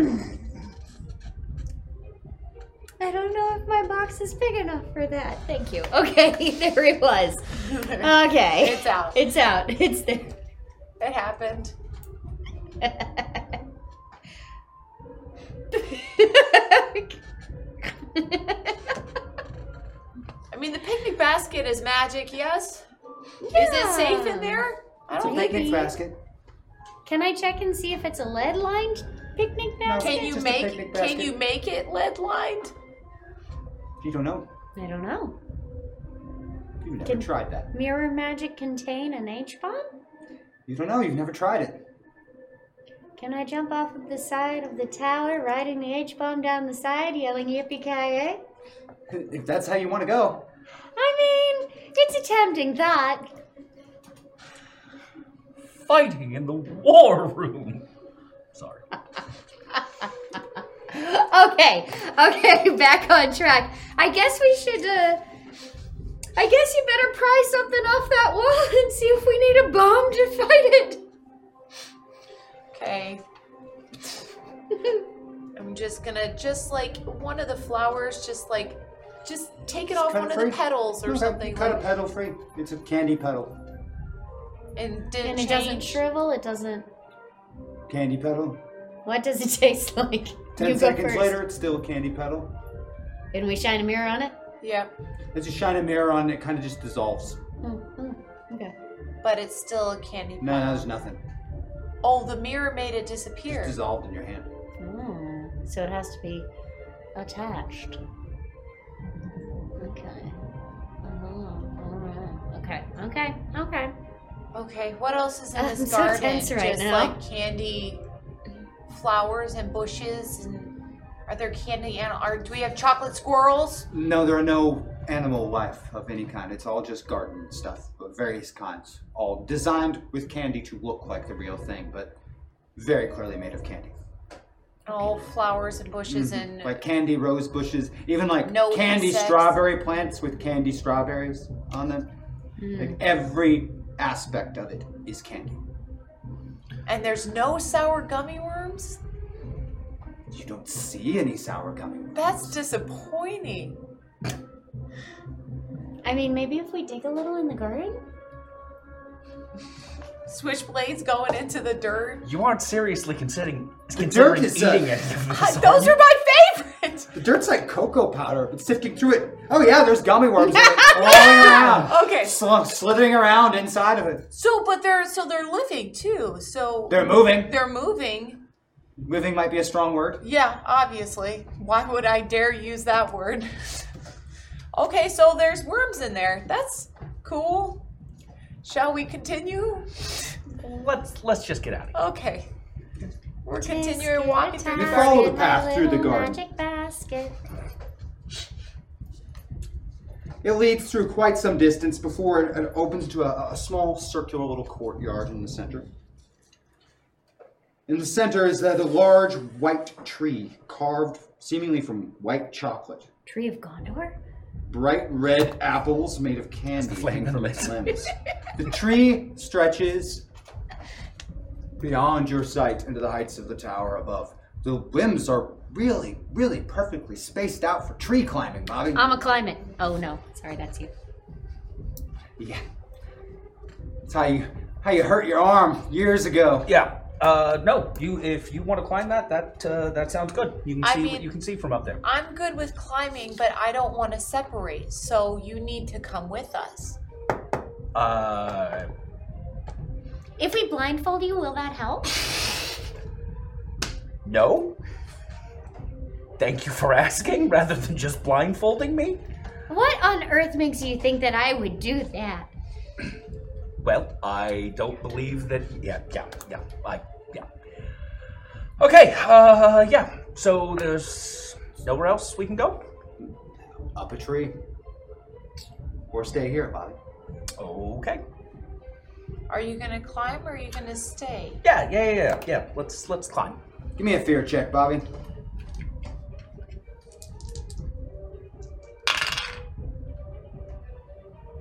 [SPEAKER 3] I don't know if my box is big enough for that. Thank you. Okay, <laughs> there it was. Okay.
[SPEAKER 6] It's out.
[SPEAKER 3] It's out. <laughs> It's there.
[SPEAKER 6] It happened. I mean, the picnic basket is magic, yes? Is it safe in there? I
[SPEAKER 1] It's a
[SPEAKER 6] don't think
[SPEAKER 1] picnic
[SPEAKER 6] it's.
[SPEAKER 1] basket.
[SPEAKER 3] Can I check and see if it's a lead lined picnic basket?
[SPEAKER 6] Can you make can you make it lead lined?
[SPEAKER 1] You don't know.
[SPEAKER 3] I don't know.
[SPEAKER 1] You've never
[SPEAKER 3] Can-
[SPEAKER 1] tried that.
[SPEAKER 3] Mirror magic contain an H bomb?
[SPEAKER 1] You don't know. You've never tried it. <laughs>
[SPEAKER 3] Can I jump off of the side of the tower, riding the H bomb down the side, yelling yippee ki yay?
[SPEAKER 1] If that's how you want to go.
[SPEAKER 3] I mean, it's a tempting thought.
[SPEAKER 4] fighting in the war room. Sorry.
[SPEAKER 3] okay, okay, <laughs> back on track. I guess we should. Uh, I guess you better pry something off that wall <laughs> and see if we need a bomb to fight it.
[SPEAKER 1] <laughs>
[SPEAKER 6] Okay. I'm just gonna just like one of the flowers, just like just take it off
[SPEAKER 1] Cut
[SPEAKER 6] one
[SPEAKER 1] it
[SPEAKER 6] of the
[SPEAKER 1] free.
[SPEAKER 6] petals or
[SPEAKER 1] No, cut-
[SPEAKER 6] something
[SPEAKER 1] Cut
[SPEAKER 6] like,
[SPEAKER 1] a petal free. It's a candy petal.
[SPEAKER 6] and didn't
[SPEAKER 3] And
[SPEAKER 6] change.
[SPEAKER 3] it doesn't shrivel. It doesn't.
[SPEAKER 1] Candy petal.
[SPEAKER 3] What does it <laughs> taste like?
[SPEAKER 1] Ten
[SPEAKER 3] you go
[SPEAKER 1] seconds
[SPEAKER 3] first.
[SPEAKER 1] later, it's still a candy petal.
[SPEAKER 3] And we shine a mirror on it.
[SPEAKER 6] Yeah.
[SPEAKER 1] As you shine a mirror on it, it kind of just dissolves.
[SPEAKER 3] Mm-hmm. Okay.
[SPEAKER 6] But it's still a candy.
[SPEAKER 1] No, no, there's nothing.
[SPEAKER 6] Oh, the mirror made it disappear.
[SPEAKER 1] It's dissolved in your hand.
[SPEAKER 3] Oh, so it has to be attached. Okay. Oh, alright. Okay. Okay. Okay.
[SPEAKER 6] Okay, what else is in
[SPEAKER 3] <laughs> I'm
[SPEAKER 6] this
[SPEAKER 3] so
[SPEAKER 6] garden?
[SPEAKER 3] tense right
[SPEAKER 6] Just
[SPEAKER 3] now.
[SPEAKER 6] like candy flowers and bushes and are there candy and are do we have chocolate squirrels?
[SPEAKER 1] No, there are no animal life of any kind. It's all just garden stuff of various kinds, all designed with candy to look like the real thing, but very clearly made of candy.
[SPEAKER 6] Oh, flowers and bushes
[SPEAKER 1] Mhm.
[SPEAKER 6] and
[SPEAKER 1] like candy rose bushes, even like
[SPEAKER 6] No
[SPEAKER 1] candy
[SPEAKER 6] insects.
[SPEAKER 1] strawberry plants with candy strawberries on them.
[SPEAKER 3] Hmm.
[SPEAKER 1] Like every aspect of it is candy.
[SPEAKER 6] and there's no sour gummy worms?
[SPEAKER 1] You don't see any sour gummy.
[SPEAKER 6] That's disappointing.
[SPEAKER 3] I mean, maybe if we dig a little in the garden.
[SPEAKER 6] Switchblades going into the dirt.
[SPEAKER 4] You aren't seriously considering considering
[SPEAKER 1] is, uh,
[SPEAKER 4] eating it.
[SPEAKER 6] <laughs> Those are my favorite. <laughs>
[SPEAKER 1] The dirt's like cocoa powder, but sifting through it. Oh yeah, there's gummy worms in it. All around.
[SPEAKER 6] Okay.
[SPEAKER 1] Sl- slithering around inside of it.
[SPEAKER 6] So but they're so they're living too. So
[SPEAKER 1] They're moving.
[SPEAKER 6] They're moving.
[SPEAKER 1] Living might be a strong word.
[SPEAKER 6] Yeah, obviously. Why would I dare use that word? <laughs> okay, so there's worms in there. That's cool. Shall we continue?
[SPEAKER 4] Let's let's just get out of
[SPEAKER 6] Okay.
[SPEAKER 16] We're continuing walking through
[SPEAKER 1] You follow the path through the garden.
[SPEAKER 3] Magic basket.
[SPEAKER 1] It leads through quite some distance before it, it opens to a, a small circular little courtyard in the center. In the center is uh, the, the large white tree, carved seemingly from white chocolate.
[SPEAKER 3] Tree of Gondor?
[SPEAKER 1] Bright red apples made of candy. hang from its limbs. the tree stretches beyond your sight into the heights of the tower above. The limbs are really, really perfectly spaced out for tree climbing, Bobby.
[SPEAKER 3] I'm a climate. Oh no, sorry, that's you.
[SPEAKER 1] Yeah. That's how you how you hurt your arm years ago.
[SPEAKER 4] Yeah. Uh, no, you if you want to climb that, that uh, that sounds good. You can
[SPEAKER 6] I
[SPEAKER 4] see
[SPEAKER 6] mean-
[SPEAKER 4] what you can see from up there.
[SPEAKER 6] I'm good with climbing, but I don't want to separate, so you need to come with us.
[SPEAKER 4] Uh,
[SPEAKER 3] If we blindfold you, will that help?
[SPEAKER 4] no. Thank you for <laughs> asking, rather than just blindfolding me.
[SPEAKER 3] What on earth makes you think that I would do that?
[SPEAKER 4] Well, I don't believe that. Yeah, yeah, yeah. I yeah. Okay. Uh, yeah. So there's nowhere else we can go.
[SPEAKER 1] Up a tree. Or stay here, Bobby.
[SPEAKER 4] Okay.
[SPEAKER 6] Are you gonna climb or are you gonna stay?
[SPEAKER 4] Yeah, yeah, yeah, yeah, yeah. Let's let's climb.
[SPEAKER 1] Give me a fear check, Bobby.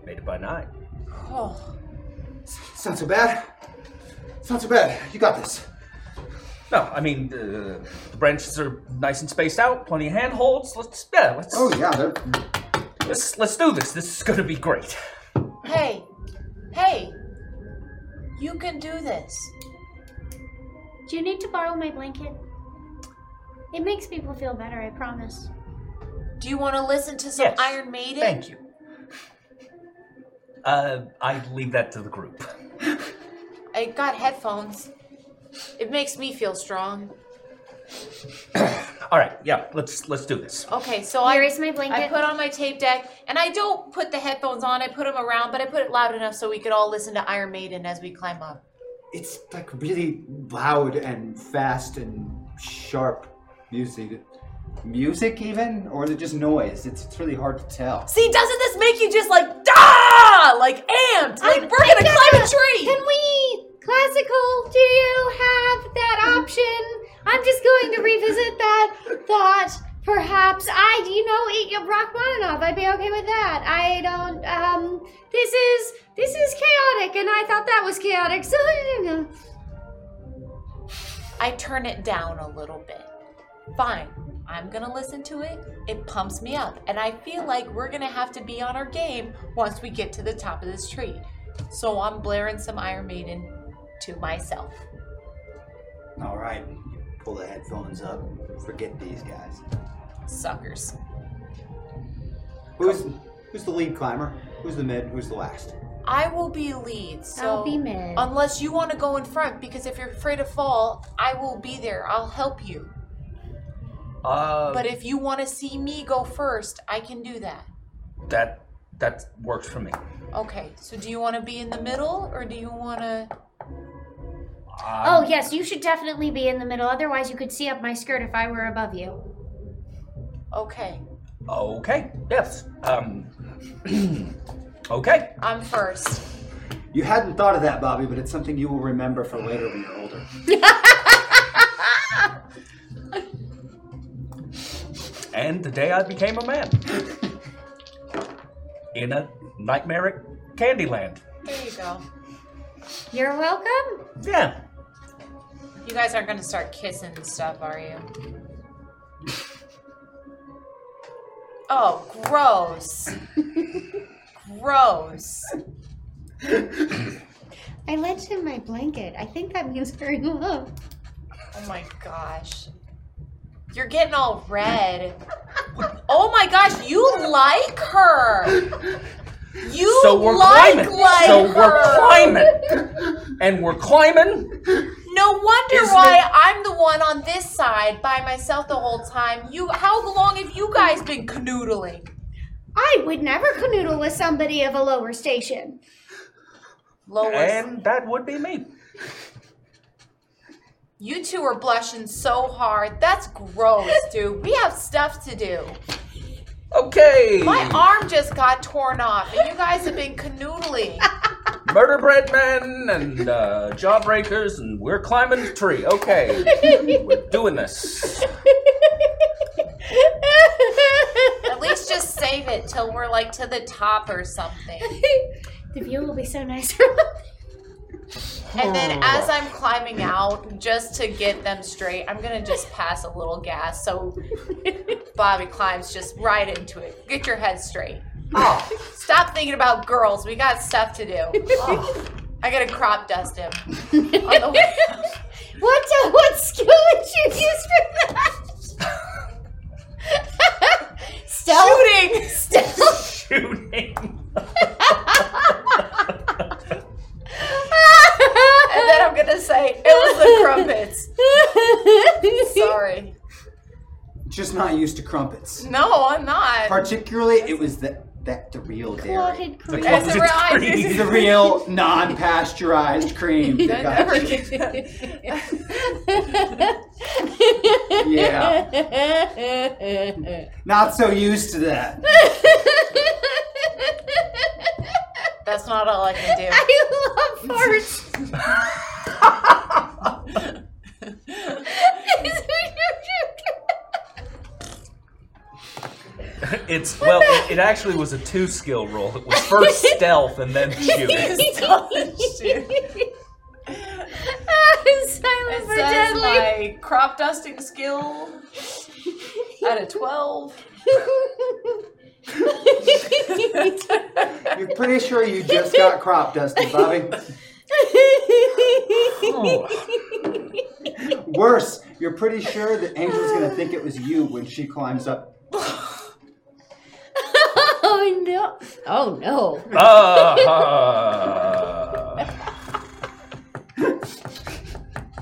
[SPEAKER 4] Made it by nine.
[SPEAKER 6] Oh,
[SPEAKER 1] It's not so bad. It's not so bad. You got this.
[SPEAKER 4] No, I mean the, the branches are nice and spaced out, plenty of handholds. Let's yeah, let's. Oh
[SPEAKER 1] yeah, they're.
[SPEAKER 4] Let's let's do this. This is gonna be great.
[SPEAKER 6] hey, hey, you can do this.
[SPEAKER 3] Do you need to borrow my blanket? It makes people feel better, I promise.
[SPEAKER 6] Do you want to listen to some Iron Maiden?
[SPEAKER 4] Thank you. Uh, I leave that to the group.
[SPEAKER 6] I got headphones. It makes me feel strong.
[SPEAKER 4] All right, yeah, let's let's do this.
[SPEAKER 6] Okay, so I I put on my tape deck, and I don't put the headphones on. I put them around, but I put it loud enough so we could all listen to Iron Maiden as we climb up.
[SPEAKER 1] It's like really loud and fast and sharp music. Music even, or is it just noise? It's, it's really hard to tell.
[SPEAKER 6] See, doesn't this make you just like ah, like amped? Like we're gonna climb a tree.
[SPEAKER 3] Can we? Classical, do you have that option? I'm just going to revisit that thought. Perhaps I, you know, eat your Rachmaninoff. I'd be okay with that. I don't. Um, this is this is chaotic, and I thought that was chaotic. <laughs> So
[SPEAKER 6] I turn it down a little bit. Fine, I'm gonna listen to it. It pumps me up, and I feel like we're gonna have to be on our game once we get to the top of this tree. So I'm blaring some Iron Maiden to myself.
[SPEAKER 1] All right, pull the headphones up. Forget these guys.
[SPEAKER 6] Suckers.
[SPEAKER 1] Who's who's the lead climber? Who's the mid? Who's the last?
[SPEAKER 6] I will be lead. So
[SPEAKER 3] I'll be mid.
[SPEAKER 6] Unless you want to go in front, because if you're afraid to fall, I will be there. I'll help you.
[SPEAKER 4] Uh,
[SPEAKER 6] but if you want to see me go first, I can do that.
[SPEAKER 4] that that works for me.
[SPEAKER 6] Okay. So do you want to be in the middle, or do you want to?
[SPEAKER 3] Oh yes, you should definitely be in the middle. Otherwise, you could see up my skirt if I were above you.
[SPEAKER 6] Okay.
[SPEAKER 4] Okay. Yes. Um. <clears throat> okay.
[SPEAKER 6] I'm first.
[SPEAKER 1] You hadn't thought of that, Bobby, but it's something you will remember for later when you're older.
[SPEAKER 4] And the day I became
[SPEAKER 6] <laughs>
[SPEAKER 4] a man. In a nightmaric Candyland.
[SPEAKER 6] There you go.
[SPEAKER 3] You're welcome.
[SPEAKER 4] Yeah.
[SPEAKER 6] You guys aren't gonna start kissing and stuff, are you? Oh, gross. gross.
[SPEAKER 3] I lent him my blanket. I think that means we're in love.
[SPEAKER 6] Oh my gosh. You're getting all red. Oh my gosh, you like her. You
[SPEAKER 4] so we're
[SPEAKER 6] like
[SPEAKER 4] climbing.
[SPEAKER 6] like
[SPEAKER 4] so
[SPEAKER 6] her.
[SPEAKER 4] we're climbing. And we're climbing.
[SPEAKER 6] No wonder
[SPEAKER 4] Isn't
[SPEAKER 6] why
[SPEAKER 4] it-
[SPEAKER 6] I'm the one on this side by myself the whole time. You how long have you guys been canoodling?
[SPEAKER 3] I would never canoodle with somebody of a lower station.
[SPEAKER 6] Lois.
[SPEAKER 4] And that would be me.
[SPEAKER 6] You two are blushing so hard. That's gross, dude. We have stuff to do.
[SPEAKER 4] Okay.
[SPEAKER 6] My arm just got torn off, and you guys have been canoodling.
[SPEAKER 4] Murder bread men and uh, jawbreakers, and we're climbing a tree. Okay, we're doing this.
[SPEAKER 6] At least just save it till we're like to the top or something.
[SPEAKER 3] The view will be so nice. <laughs>
[SPEAKER 6] And then as I'm climbing out, just to get them straight, I'm gonna just pass a little gas so <laughs> Bobby climbs just right into it. Get your head straight. Oh, <laughs> stop thinking about girls. We got stuff to do. Oh, I gotta crop dust
[SPEAKER 3] <laughs>
[SPEAKER 6] him. On the way.
[SPEAKER 3] what what skill would you use for that?
[SPEAKER 6] <laughs>
[SPEAKER 3] Stealth?
[SPEAKER 6] Shooting.
[SPEAKER 3] Stealth.
[SPEAKER 6] and then I'm gonna say it was the
[SPEAKER 3] <laughs>
[SPEAKER 6] crumpets. Sorry.
[SPEAKER 1] Just not used to crumpets.
[SPEAKER 6] No, I'm not.
[SPEAKER 1] Particularly, it was the that the real dairy,
[SPEAKER 6] Clotted cream. Yes,
[SPEAKER 1] clotted
[SPEAKER 6] right.
[SPEAKER 1] cream. the real non-pasteurized cream. They
[SPEAKER 6] I
[SPEAKER 1] got
[SPEAKER 6] never
[SPEAKER 1] you.
[SPEAKER 6] get that.
[SPEAKER 1] Yeah. Not so used to that.
[SPEAKER 6] That's not all <laughs> I can do.
[SPEAKER 3] I love
[SPEAKER 4] <laughs>
[SPEAKER 3] farts.
[SPEAKER 4] It's well, it, it actually was a two skill roll. It was first
[SPEAKER 6] <laughs>
[SPEAKER 4] stealth and then shooting.
[SPEAKER 6] It <laughs>
[SPEAKER 3] Silent for
[SPEAKER 6] says
[SPEAKER 3] deadly.
[SPEAKER 6] my crop dusting skill at a 12.
[SPEAKER 1] You're pretty sure you just got crop dusted, Bobby. Worse, you're pretty sure that Angel's gonna think it was you when she climbs up.
[SPEAKER 3] oh no! Oh no!
[SPEAKER 4] <laughs>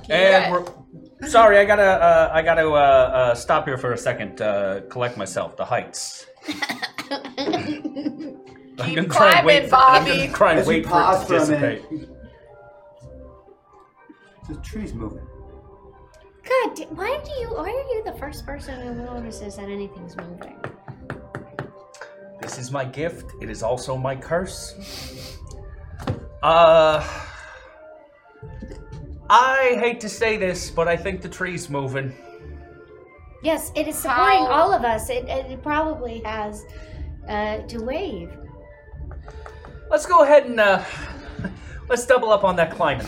[SPEAKER 4] and we're <laughs> sorry. I gotta uh, I gotta uh, uh, stop here for a second to collect myself. The heights. <laughs> I'm gonna try and
[SPEAKER 6] climbing,
[SPEAKER 4] wait. For, I'm
[SPEAKER 6] Bobby.
[SPEAKER 4] gonna try and
[SPEAKER 1] As you
[SPEAKER 4] wait for
[SPEAKER 1] pause
[SPEAKER 4] it to
[SPEAKER 1] for a
[SPEAKER 4] dissipate.
[SPEAKER 1] The tree's moving.
[SPEAKER 3] God, di- why do you? Why are you the first person who notices that anything's moving?
[SPEAKER 4] This is my gift. It is also my curse. Uh, I hate to say this, but I think the tree's moving.
[SPEAKER 3] Yes, it is supporting
[SPEAKER 6] How-
[SPEAKER 3] all of us. It, it probably has uh, to wave.
[SPEAKER 4] Let's go ahead and uh, <laughs> let's double up on that climbing.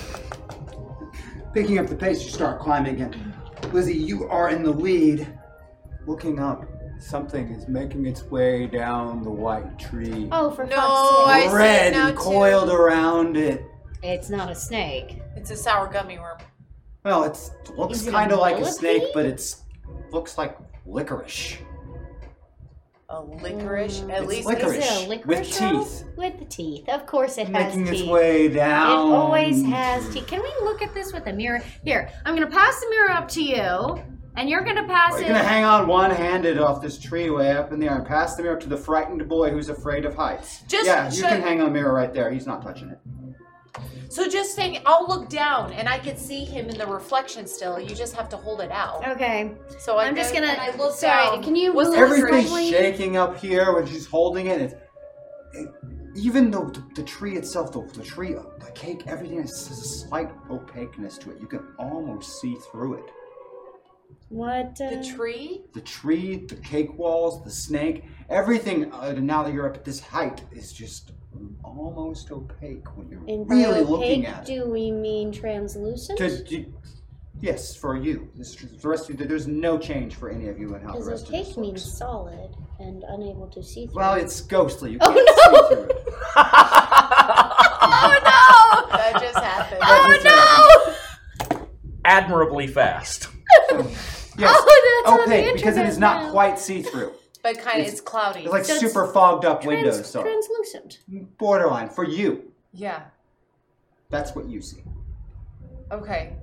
[SPEAKER 1] Picking up the pace, you start climbing again. Lizzie, you are in the lead. Looking up, something is making its way down the white tree.
[SPEAKER 3] Oh, for
[SPEAKER 6] No,
[SPEAKER 3] fuck's sake!
[SPEAKER 6] I see it
[SPEAKER 1] Red
[SPEAKER 6] now,
[SPEAKER 1] and
[SPEAKER 6] too.
[SPEAKER 1] coiled around it.
[SPEAKER 3] It's not a snake.
[SPEAKER 6] It's a sour gummy worm.
[SPEAKER 1] Well, it's looks
[SPEAKER 6] Is it a
[SPEAKER 1] kind of like a
[SPEAKER 6] millipede?
[SPEAKER 1] snake, but it's looks like licorice.
[SPEAKER 6] A licorice. At
[SPEAKER 1] It's
[SPEAKER 6] least
[SPEAKER 1] licorice.
[SPEAKER 3] Is it a
[SPEAKER 1] With
[SPEAKER 3] licorice roll?
[SPEAKER 1] teeth.
[SPEAKER 3] With the teeth. Of course it has
[SPEAKER 1] Making
[SPEAKER 3] teeth.
[SPEAKER 1] its way down.
[SPEAKER 3] It always has teeth. Can we look at this with a mirror? Here, I'm going to pass the mirror up to you, and you're going to pass
[SPEAKER 1] Are you
[SPEAKER 3] it.
[SPEAKER 1] gonna hang on one-handed off this tree way up in the air and pass the mirror to the frightened boy who's afraid of heights?
[SPEAKER 6] Just
[SPEAKER 1] yeah, you
[SPEAKER 6] shut-
[SPEAKER 1] can hang on the mirror right there. He's not touching it.
[SPEAKER 6] So just saying, I'll look down and I can see him in the reflection still. You just have to hold it out.
[SPEAKER 3] Okay.
[SPEAKER 6] So I
[SPEAKER 3] Oh, I'm just
[SPEAKER 6] go-
[SPEAKER 3] gonna-
[SPEAKER 6] and I look
[SPEAKER 3] sorry,
[SPEAKER 6] down.
[SPEAKER 3] can you
[SPEAKER 6] What's
[SPEAKER 3] move
[SPEAKER 6] the
[SPEAKER 1] Everything's
[SPEAKER 6] licorice?
[SPEAKER 1] shaking up here when she's holding it. It's, it- even though the, the tree itself, the, the tree, the cake, everything has a slight opaqueness to it. You can almost see through it.
[SPEAKER 3] What? Uh...
[SPEAKER 6] The tree?
[SPEAKER 1] The tree, the cake walls, the snake, everything. Uh, now that you're up at this height, is just almost opaque when you're
[SPEAKER 3] And by
[SPEAKER 1] really
[SPEAKER 3] opaque,
[SPEAKER 1] looking at it.
[SPEAKER 3] do we mean translucent?
[SPEAKER 1] To, to- yes, for you. This, the rest of you, there's no change for any of you in how the
[SPEAKER 3] Because
[SPEAKER 1] rest of
[SPEAKER 3] opaque
[SPEAKER 1] this
[SPEAKER 3] means
[SPEAKER 1] looks.
[SPEAKER 3] solid and unable to see through.
[SPEAKER 1] Well, it's ghostly. You
[SPEAKER 3] Oh,
[SPEAKER 1] can't
[SPEAKER 3] no.
[SPEAKER 1] see through it.
[SPEAKER 3] <laughs> oh
[SPEAKER 6] That just
[SPEAKER 3] <laughs>
[SPEAKER 6] happened.
[SPEAKER 3] no!
[SPEAKER 4] Admirably fast.
[SPEAKER 1] Yes,
[SPEAKER 3] Oh, that's on the
[SPEAKER 1] opaque because it
[SPEAKER 3] internet
[SPEAKER 1] is not
[SPEAKER 3] now.
[SPEAKER 1] quite see-through.
[SPEAKER 6] But kind of,
[SPEAKER 1] It's-
[SPEAKER 6] it's cloudy.
[SPEAKER 1] It's like
[SPEAKER 6] So
[SPEAKER 1] super fogged up
[SPEAKER 3] Trans-
[SPEAKER 1] windows. So
[SPEAKER 3] translucent.
[SPEAKER 1] borderline for you.
[SPEAKER 6] Yeah.
[SPEAKER 1] That's what you see.
[SPEAKER 3] <laughs>
[SPEAKER 6] Okay.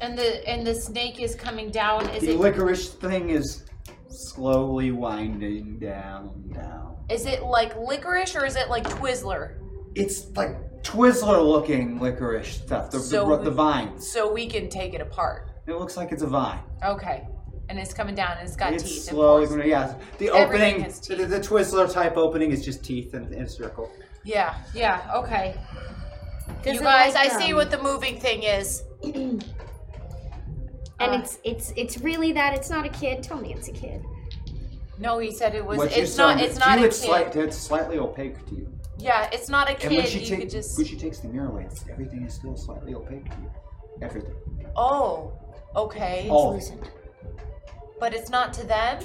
[SPEAKER 6] and the and the snake is coming down. Is
[SPEAKER 1] the
[SPEAKER 6] it
[SPEAKER 1] licorice thing is slowly winding down, down.
[SPEAKER 6] is it like licorice or is it like Twizzler?
[SPEAKER 1] It's like Twizzler looking licorice stuff. The, the-
[SPEAKER 6] So
[SPEAKER 1] the,
[SPEAKER 6] we-
[SPEAKER 1] vines.
[SPEAKER 6] So we can take it apart.
[SPEAKER 1] It looks like it's a vine.
[SPEAKER 6] Okay. And it's coming down and it's got
[SPEAKER 1] it's
[SPEAKER 6] teeth. and
[SPEAKER 1] slowly
[SPEAKER 6] pores.
[SPEAKER 1] going yeah. The
[SPEAKER 6] Everything
[SPEAKER 1] opening,
[SPEAKER 6] has
[SPEAKER 1] the, the Twizzler type opening is just teeth in, in a circle.
[SPEAKER 6] Yeah, yeah, okay.
[SPEAKER 3] Does
[SPEAKER 6] you
[SPEAKER 3] it
[SPEAKER 6] guys,
[SPEAKER 3] like,
[SPEAKER 6] I see
[SPEAKER 3] um,
[SPEAKER 6] what the moving thing is.
[SPEAKER 3] and it's it's it's really that it's not a kid. Tell me it's a kid.
[SPEAKER 6] No, he said it was.
[SPEAKER 1] What you
[SPEAKER 6] it's not.
[SPEAKER 1] saw-
[SPEAKER 6] It's
[SPEAKER 1] to
[SPEAKER 6] not
[SPEAKER 1] you
[SPEAKER 6] a kid.
[SPEAKER 1] it's slight- it's slightly opaque to you.
[SPEAKER 6] yeah, it's not a
[SPEAKER 1] and when
[SPEAKER 6] kid.
[SPEAKER 1] she,
[SPEAKER 6] You
[SPEAKER 1] take-
[SPEAKER 6] could just.
[SPEAKER 1] when she takes the mirror away, it's- everything is still slightly opaque to you. Everything.
[SPEAKER 6] Oh, okay.
[SPEAKER 1] All
[SPEAKER 6] But it's not to them.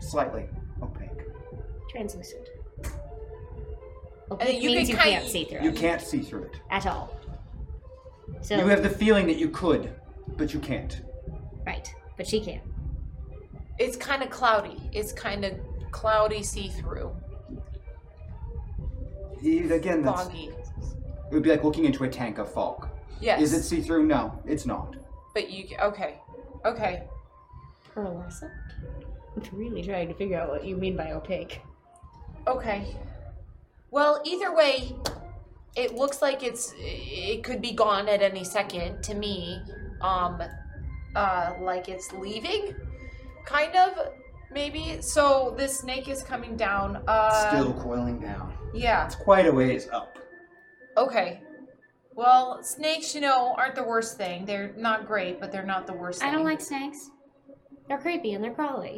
[SPEAKER 1] slightly.
[SPEAKER 3] Translucent.
[SPEAKER 6] And
[SPEAKER 3] Opaque means Uh, you
[SPEAKER 6] kinda-
[SPEAKER 3] can't see through
[SPEAKER 1] You
[SPEAKER 3] it.
[SPEAKER 1] can't see through it.
[SPEAKER 3] at all. So
[SPEAKER 1] you have the feeling that you could, but you can't.
[SPEAKER 3] right, but she can.
[SPEAKER 6] It's kind of cloudy. It's kind of cloudy, see-through,
[SPEAKER 1] You- Again, that's,
[SPEAKER 6] foggy.
[SPEAKER 1] it would be like looking into a tank of fog.
[SPEAKER 6] Yes.
[SPEAKER 1] Is it see through? No, it's not.
[SPEAKER 6] But you okay? Okay.
[SPEAKER 3] Pearlescent. I'm really trying to figure out what you mean by
[SPEAKER 5] <laughs>
[SPEAKER 3] opaque. <laughs>
[SPEAKER 6] Okay. Well, either way, it looks like it's it could be gone at any second to me. Um uh like it's leaving kind of maybe. So the snake is coming down. Uh
[SPEAKER 1] Still coiling down.
[SPEAKER 6] yeah.
[SPEAKER 1] It's quite a ways up.
[SPEAKER 6] Okay. Well, snakes, you know, aren't the worst thing. They're not great, but they're not the worst
[SPEAKER 3] I
[SPEAKER 6] thing.
[SPEAKER 3] don't like snakes. They're creepy and they're crawly.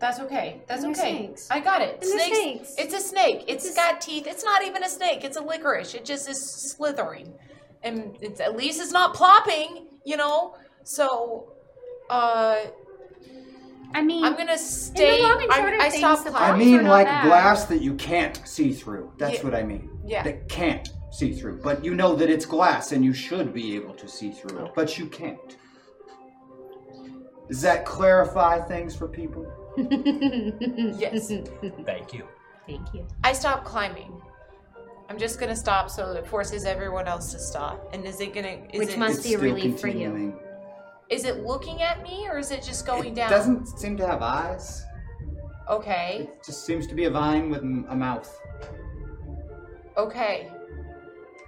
[SPEAKER 6] That's okay. That's
[SPEAKER 3] And they're
[SPEAKER 6] okay.
[SPEAKER 3] snakes.
[SPEAKER 6] I got it.
[SPEAKER 3] And they're snakes.
[SPEAKER 6] It's a snake. it's got teeth. It's not even a snake. It's a licorice. It just is slithering, and it's at least it's not plopping. You know. So, uh,
[SPEAKER 3] I mean,
[SPEAKER 6] I'm gonna stay.
[SPEAKER 3] long and
[SPEAKER 6] I-
[SPEAKER 3] short of
[SPEAKER 6] I,
[SPEAKER 3] things,
[SPEAKER 6] stopped
[SPEAKER 3] the
[SPEAKER 1] I
[SPEAKER 6] plopping.
[SPEAKER 1] mean, like glass that you can't see through. That's
[SPEAKER 6] Yeah.
[SPEAKER 1] what I mean.
[SPEAKER 6] Yeah.
[SPEAKER 1] That can't see through. But you know that it's glass and you should be able to see through it, but you can't. Does that clarify things for people?
[SPEAKER 6] yes.
[SPEAKER 4] Thank you.
[SPEAKER 3] Thank you.
[SPEAKER 6] I stopped climbing. I'm just gonna stop so it forces everyone else to stop. And is it gonna? Is
[SPEAKER 3] Which
[SPEAKER 6] it,
[SPEAKER 3] must
[SPEAKER 1] it's
[SPEAKER 3] be a
[SPEAKER 1] still
[SPEAKER 3] relief for you.
[SPEAKER 1] continuing.
[SPEAKER 6] Is it looking at me or is it just going down?
[SPEAKER 1] Doesn't seem to have eyes.
[SPEAKER 6] Okay.
[SPEAKER 1] Just seems to be a vine with m- a mouth
[SPEAKER 6] Okay.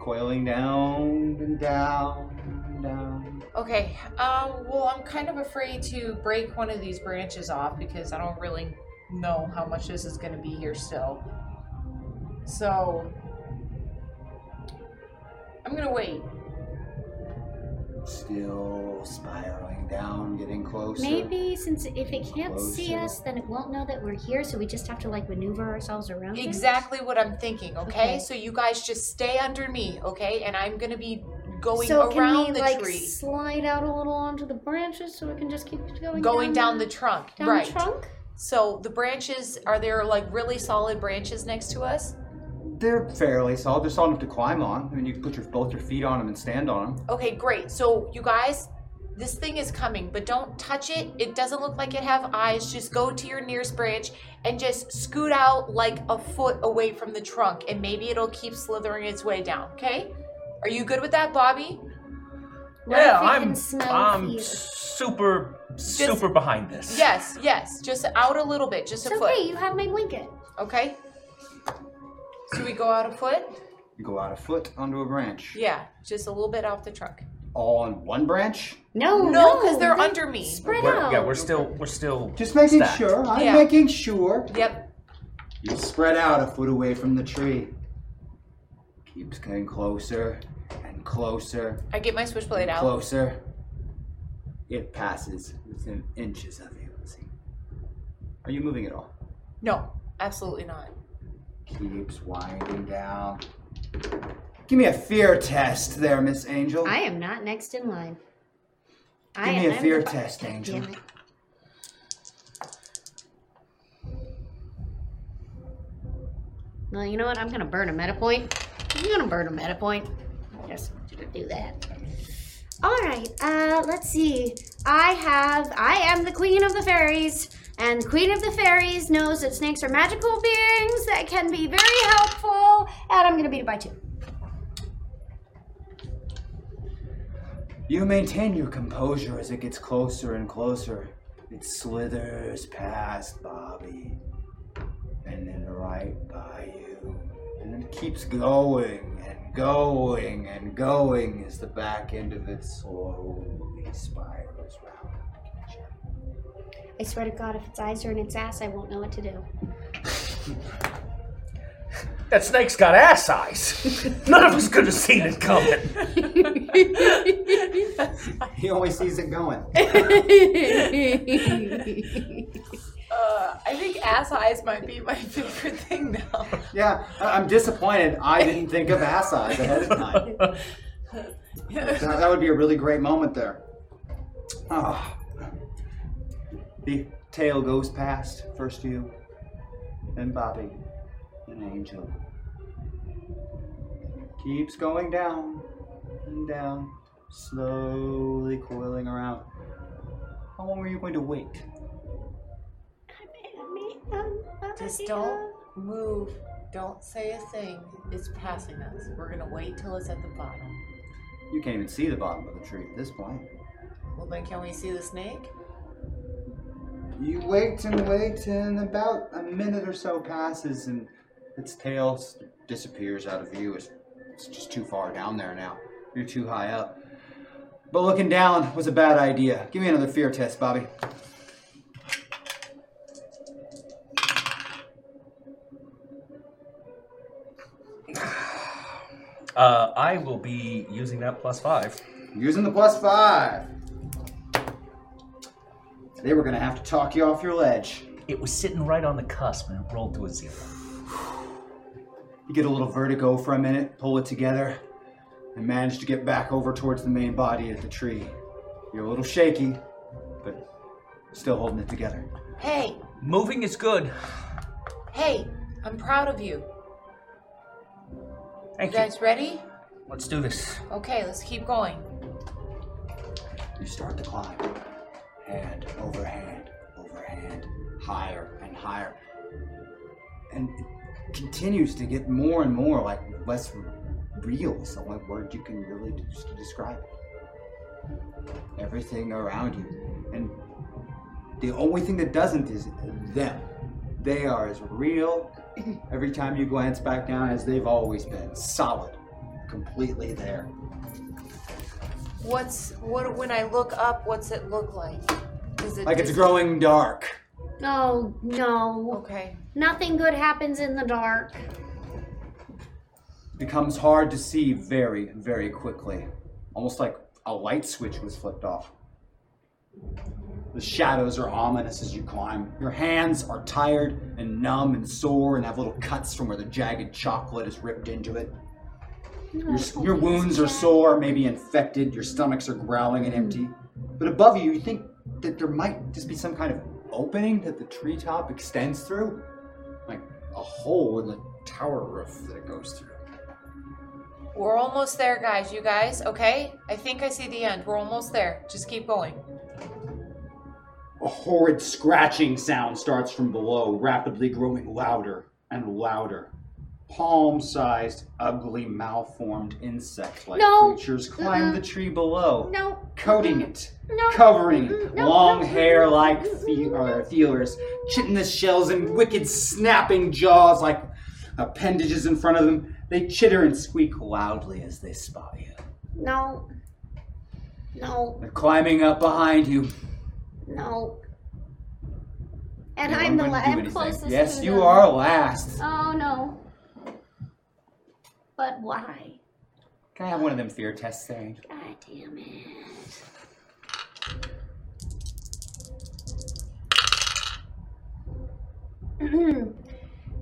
[SPEAKER 1] coiling down and down and down.
[SPEAKER 6] Okay. Um, well, I'm kind of afraid to break one of these branches off because I don't really know how much this is going to be here still. So I'm going to wait.
[SPEAKER 1] Still spiraling down, getting closer.
[SPEAKER 3] Maybe since if it can't see
[SPEAKER 1] Closer.
[SPEAKER 3] us, then it won't know that we're here, so we just have to like maneuver ourselves around. it?
[SPEAKER 6] Exactly what I'm thinking, okay?
[SPEAKER 3] Okay.
[SPEAKER 6] So you guys just stay under me, okay? And I'm going to be going
[SPEAKER 3] so
[SPEAKER 6] around
[SPEAKER 3] can we
[SPEAKER 6] the
[SPEAKER 3] like
[SPEAKER 6] tree.
[SPEAKER 3] slide out a little onto the branches so we can just keep going
[SPEAKER 6] going down the trunk,
[SPEAKER 3] down the
[SPEAKER 6] right?
[SPEAKER 3] trunk?
[SPEAKER 6] So the branches are there like really solid branches next to us?
[SPEAKER 1] They're fairly solid. They're solid enough to climb on. I mean, you can put your, both your feet on them and stand on them.
[SPEAKER 6] Okay, great. So you guys, this thing is coming, but don't touch it. It doesn't look like it have eyes. Just go to your nearest branch and just scoot out like a foot away from the trunk, and maybe it'll keep slithering its way down. Okay? Are you good with that, Bobby? What
[SPEAKER 4] yeah,
[SPEAKER 6] if it
[SPEAKER 4] I'm
[SPEAKER 6] can smell
[SPEAKER 4] I'm
[SPEAKER 6] fear?
[SPEAKER 4] super super behind this.
[SPEAKER 6] Yes, yes. Just out a little bit, just a
[SPEAKER 3] It's okay.
[SPEAKER 6] foot.
[SPEAKER 3] You have my blanket.
[SPEAKER 6] Okay. So we go out a foot.
[SPEAKER 1] You go out a foot onto a branch.
[SPEAKER 6] Yeah, just a little bit off the trunk.
[SPEAKER 1] All on one branch?
[SPEAKER 3] No,
[SPEAKER 6] Oh, no, because they're under me. Spread
[SPEAKER 4] We're- yeah, we're still we're still
[SPEAKER 1] Just making
[SPEAKER 4] stacked.
[SPEAKER 1] sure. I'm
[SPEAKER 6] Yeah.
[SPEAKER 1] making sure.
[SPEAKER 6] Yep.
[SPEAKER 1] You spread out a foot away from the tree. Keeps getting closer and closer
[SPEAKER 6] I get my switchblade out.
[SPEAKER 1] closer. It passes within inches of you. Let's see. Are you moving at all?
[SPEAKER 6] No, absolutely not.
[SPEAKER 1] Keeps winding down. Give me a fear test there, Miss Angel.
[SPEAKER 3] I am not next in line.
[SPEAKER 1] Give
[SPEAKER 3] I
[SPEAKER 1] me
[SPEAKER 3] am
[SPEAKER 1] a fear
[SPEAKER 3] the-
[SPEAKER 1] test, Angel.
[SPEAKER 3] Damn it. Well, you know what? I'm gonna burn a meta point. I'm gonna burn a meta point. I just wanted to do that. All right. Uh, let's see. I have. I am the queen of the fairies, and the queen of the fairies knows that snakes are magical beings that can be very helpful. And I'm gonna beat it by two.
[SPEAKER 1] You maintain your composure as it gets closer and closer. It slithers past Bobby, and then right by you, and then keeps going and going and going as the back end of it slowly spirals round.
[SPEAKER 17] I swear to God, if its eyes are in its ass, I won't know what to do.
[SPEAKER 4] That snake's got
[SPEAKER 6] <laughs>
[SPEAKER 4] ass eyes. None of us could have seen it coming.
[SPEAKER 1] He only sees it
[SPEAKER 3] <laughs>
[SPEAKER 1] going.
[SPEAKER 6] Uh, I think ass eyes might be my <laughs> favorite thing now.
[SPEAKER 1] Yeah, I- I'm disappointed. I didn't think of ass eyes ahead of time.
[SPEAKER 4] Uh,
[SPEAKER 1] That, that would be a really great moment there. Ah. The tail goes past. First you, then Bobby, then Angel. Keeps going down and down, slowly coiling around. How long are you going to wait?
[SPEAKER 2] Just don't move. Don't say a thing. It's passing us. We're gonna wait till it's at the bottom.
[SPEAKER 1] You can't even see the bottom of the tree at this point.
[SPEAKER 2] Well, then can we see the snake?
[SPEAKER 1] You wait and wait, and about a minute or so passes, and its tail s- disappears out of view. It's, it's just too far down there now. You're too high up. But looking down was a bad idea. Give me another fear test, Bobby.
[SPEAKER 4] Uh, I will be using that plus five.
[SPEAKER 1] Using the plus five. They were going to have to talk you off your ledge.
[SPEAKER 4] It was sitting right on the cusp and it rolled to a zero.
[SPEAKER 1] You get a little vertigo for a minute, pull it together, and manage to get back over towards the main body of the tree. You're a little shaky, but still holding it together.
[SPEAKER 2] Hey,
[SPEAKER 4] Moving is good.
[SPEAKER 2] hey! I'm proud of you.
[SPEAKER 4] Thank
[SPEAKER 2] you guys ready?
[SPEAKER 4] Let's do this.
[SPEAKER 2] Okay, let's keep going.
[SPEAKER 1] You start to climb, hand over hand over hand, higher and higher. And it continues to get more and more like less real is the only word you can really use to describe it. Everything around you. And the only thing that doesn't is them. They are as real <clears throat> every time you glance back down as they've always been. Solid. Completely there.
[SPEAKER 2] What's what? When I look up, what's it look like? Is it
[SPEAKER 1] Like it's
[SPEAKER 2] just-
[SPEAKER 1] growing dark.
[SPEAKER 3] Oh no.
[SPEAKER 2] Okay.
[SPEAKER 3] Nothing good happens in the dark.
[SPEAKER 1] becomes hard to see very, very quickly. Almost like a light switch was flipped off. The shadows are ominous as you climb. Your hands are tired and numb and sore and have little cuts from where the jagged chocolate is ripped into it. Your, your wounds are sore, maybe infected. Your stomachs are growling and empty. But above you, you think that there might just be some kind of opening that the treetop extends through, like a hole in the tower roof that it goes through.
[SPEAKER 2] We're almost there, guys. You guys, okay? I think I see the end. We're almost there. Just keep going.
[SPEAKER 1] A horrid scratching sound starts from below, rapidly growing louder and louder. Palm sized, ugly, malformed insect like
[SPEAKER 14] No.
[SPEAKER 1] creatures climb the tree below,
[SPEAKER 3] No.
[SPEAKER 1] coating it, covering it, long hair like fe- uh, feelers, chitinous shells, and wicked snapping jaws like appendages in front of them. They chitter and squeak loudly as they spot you.
[SPEAKER 3] No. No.
[SPEAKER 1] They're climbing up behind you.
[SPEAKER 3] No. And
[SPEAKER 1] No,
[SPEAKER 3] I'm the
[SPEAKER 1] I'm gonna
[SPEAKER 3] la-
[SPEAKER 1] do
[SPEAKER 3] I'm
[SPEAKER 1] anything.
[SPEAKER 3] closest.
[SPEAKER 1] Yes,
[SPEAKER 3] to
[SPEAKER 1] you
[SPEAKER 3] them.
[SPEAKER 1] are last.
[SPEAKER 3] Oh no. But why?
[SPEAKER 1] Can I have one of them fear tests, Sarah?
[SPEAKER 3] God damn it. <clears throat>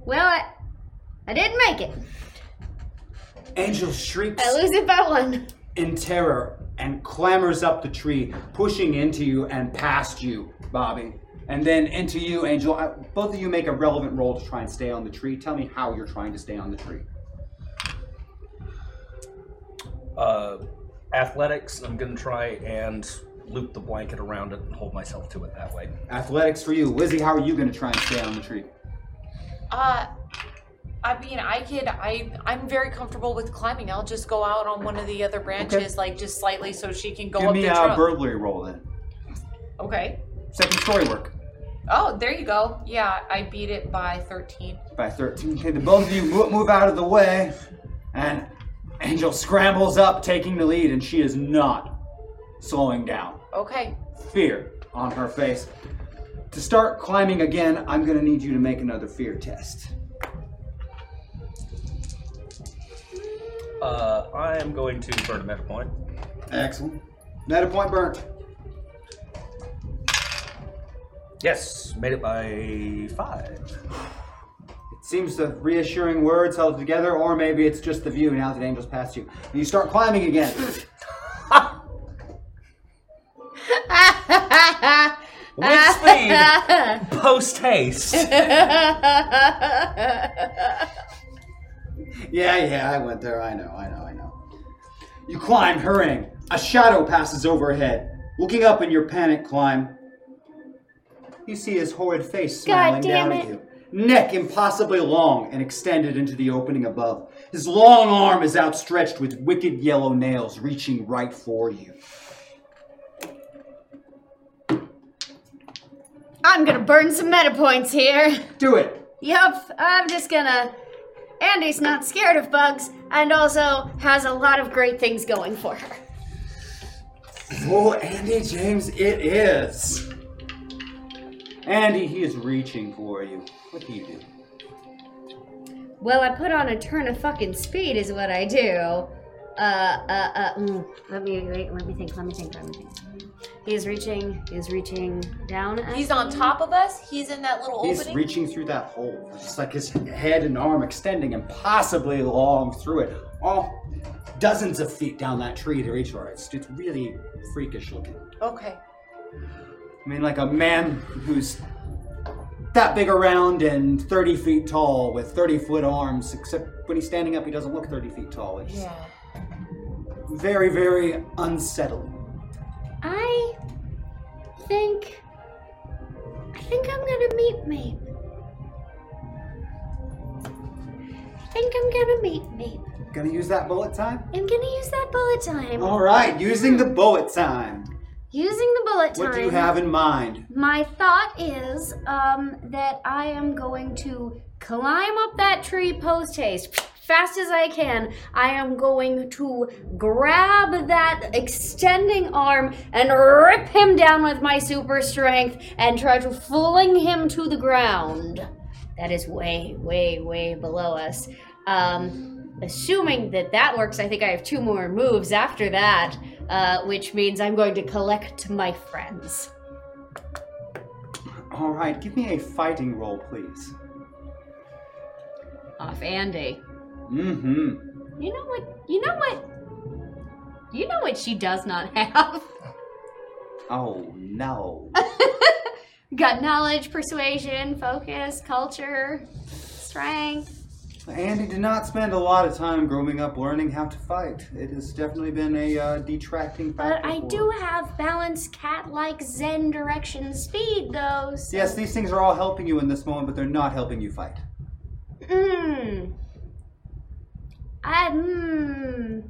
[SPEAKER 3] well, I, I didn't make it.
[SPEAKER 1] Angel shrieks
[SPEAKER 3] I lose it by one.
[SPEAKER 1] in terror and clambers up the tree, pushing into you and past you, Bobby. And then into you, Angel. I, both of you make a relevant roll to try and stay on the tree. Tell me how you're trying to stay on the tree.
[SPEAKER 4] Uh, athletics, I'm going to try and loop the blanket around it and hold myself to it that way.
[SPEAKER 1] Athletics for you. Lizzie, how are you going to try and stay on the tree?
[SPEAKER 2] Uh, I mean, I could. I I'm very comfortable with climbing. I'll just go out on one of the other branches, like just slightly, so she can go
[SPEAKER 1] Give
[SPEAKER 2] up
[SPEAKER 1] me uh,
[SPEAKER 2] the
[SPEAKER 1] a
[SPEAKER 2] trunk.
[SPEAKER 1] burglary roll then.
[SPEAKER 2] okay.
[SPEAKER 1] Second story work.
[SPEAKER 6] Oh, there you go. Yeah, I beat it by 13.
[SPEAKER 1] by 13. Okay, the both of you mo- move out of the way, and Angel scrambles up, taking the lead, and she is not slowing down.
[SPEAKER 6] Okay.
[SPEAKER 1] Fear on her face. To start climbing again, I'm gonna need you to make another fear test.
[SPEAKER 4] Uh, I am going to burn a meta point.
[SPEAKER 1] Excellent. Meta point burnt.
[SPEAKER 4] Yes, made it by five.
[SPEAKER 1] It seems the reassuring words held together, or maybe it's just the view now that Angel's past you. And you start climbing again.
[SPEAKER 4] With speed, post haste.
[SPEAKER 1] Yeah, yeah, I went there. I know, I know, I know. You climb, hurrying. A shadow passes overhead. Looking up in your panic climb, you see his horrid face smiling
[SPEAKER 17] God damn
[SPEAKER 1] down
[SPEAKER 17] it.
[SPEAKER 1] at you. Neck impossibly long and extended into the opening above. His long arm is outstretched with wicked yellow nails reaching right for you.
[SPEAKER 3] I'm gonna burn some meta points here.
[SPEAKER 1] Do it.
[SPEAKER 3] Yup, I'm just gonna. Andy's not scared of bugs and also has a lot of great things going for her.
[SPEAKER 1] Oh, Andy James, it is. Andy, he is reaching for you. What do you do?
[SPEAKER 3] Well, I put on a turn of fucking speed, is what I do. Uh, uh, uh, mm, let me wait, let me think, let me think, let me think. He's reaching, he's reaching down. at
[SPEAKER 2] He's on
[SPEAKER 3] me.
[SPEAKER 2] top of us. He's in that little
[SPEAKER 1] He's
[SPEAKER 2] opening.
[SPEAKER 1] reaching through that hole. It's like his head and arm extending impossibly long through it. Oh, dozens of feet down that tree to reach for it. It's, it's really freakish looking.
[SPEAKER 2] okay.
[SPEAKER 1] I mean, like a man who's that big around and 30 feet tall with 30 foot arms, except when he's standing up, he doesn't look 30 feet tall. It's
[SPEAKER 2] Yeah.
[SPEAKER 1] very, very unsettling.
[SPEAKER 3] I think. I think I'm gonna meet me. I think I'm gonna meet me.
[SPEAKER 1] Gonna use that bullet time?
[SPEAKER 3] I'm gonna use that bullet time.
[SPEAKER 1] All right, using the bullet time.
[SPEAKER 3] Using the bullet time.
[SPEAKER 1] What do you have in mind?
[SPEAKER 3] My thought is um, that I am going to climb up that tree post haste fast as I can. I am going to grab that extending arm and rip him down with my super strength and try to fling him to the ground. That is way, way, way below us. Um, assuming that that works, I think I have two more moves after that, uh, which means I'm going to collect my friends.
[SPEAKER 1] All right, give me a fighting roll, please.
[SPEAKER 3] off Andy.
[SPEAKER 1] Mm-hmm.
[SPEAKER 3] You know what? You know what? You know what she does not <laughs> have?
[SPEAKER 1] Oh
[SPEAKER 3] <laughs>
[SPEAKER 1] no.
[SPEAKER 3] Got knowledge, persuasion, focus, culture, strength.
[SPEAKER 1] Andy did not spend a lot of time growing up learning how to fight. It has definitely been a uh, detracting factor.
[SPEAKER 3] But I
[SPEAKER 1] for
[SPEAKER 3] do
[SPEAKER 1] us.
[SPEAKER 3] have balance, cat-like Zen direction, speed, though. So.
[SPEAKER 1] Yes, these things are all helping you in this moment, but they're not helping you fight.
[SPEAKER 3] Mm. I mm.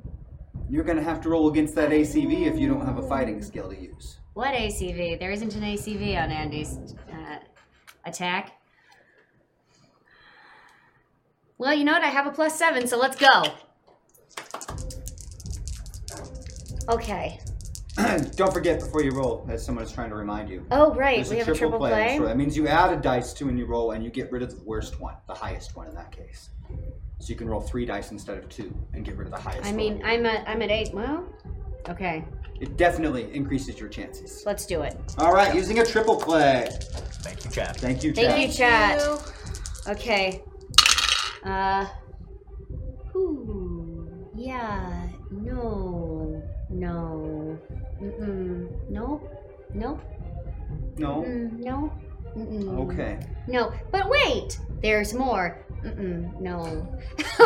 [SPEAKER 1] You're gonna have to roll against that ACV if you don't have a fighting skill to use. <clears throat>
[SPEAKER 3] What ACV? There isn't an ACV on Andy's uh, attack. Well, you know what? I have a plus seven, so let's go. Okay.
[SPEAKER 1] don't forget before you roll, as someone is trying to remind you.
[SPEAKER 3] Oh, right.
[SPEAKER 1] There's
[SPEAKER 3] we have a triple play.
[SPEAKER 1] So that means you add a dice to when you roll, and you get rid of the worst one, the highest one in that case. So you can roll three dice instead of two, and get rid of the highest.
[SPEAKER 3] I mean, I'm at, I'm at eight. Well, okay.
[SPEAKER 1] one. it definitely increases your chances.
[SPEAKER 3] Let's do it.
[SPEAKER 1] All right, using a triple play. Thank you, Chad. Thank you, Chad.
[SPEAKER 3] Thank you, chat. Okay. Uh. Ooh. Yeah. No. No. Mm-mm. Nope. Nope.
[SPEAKER 1] No.
[SPEAKER 3] Mm, no. Mm-mm.
[SPEAKER 1] Okay.
[SPEAKER 3] No. But wait, there's more. Mm-mm. No. <laughs>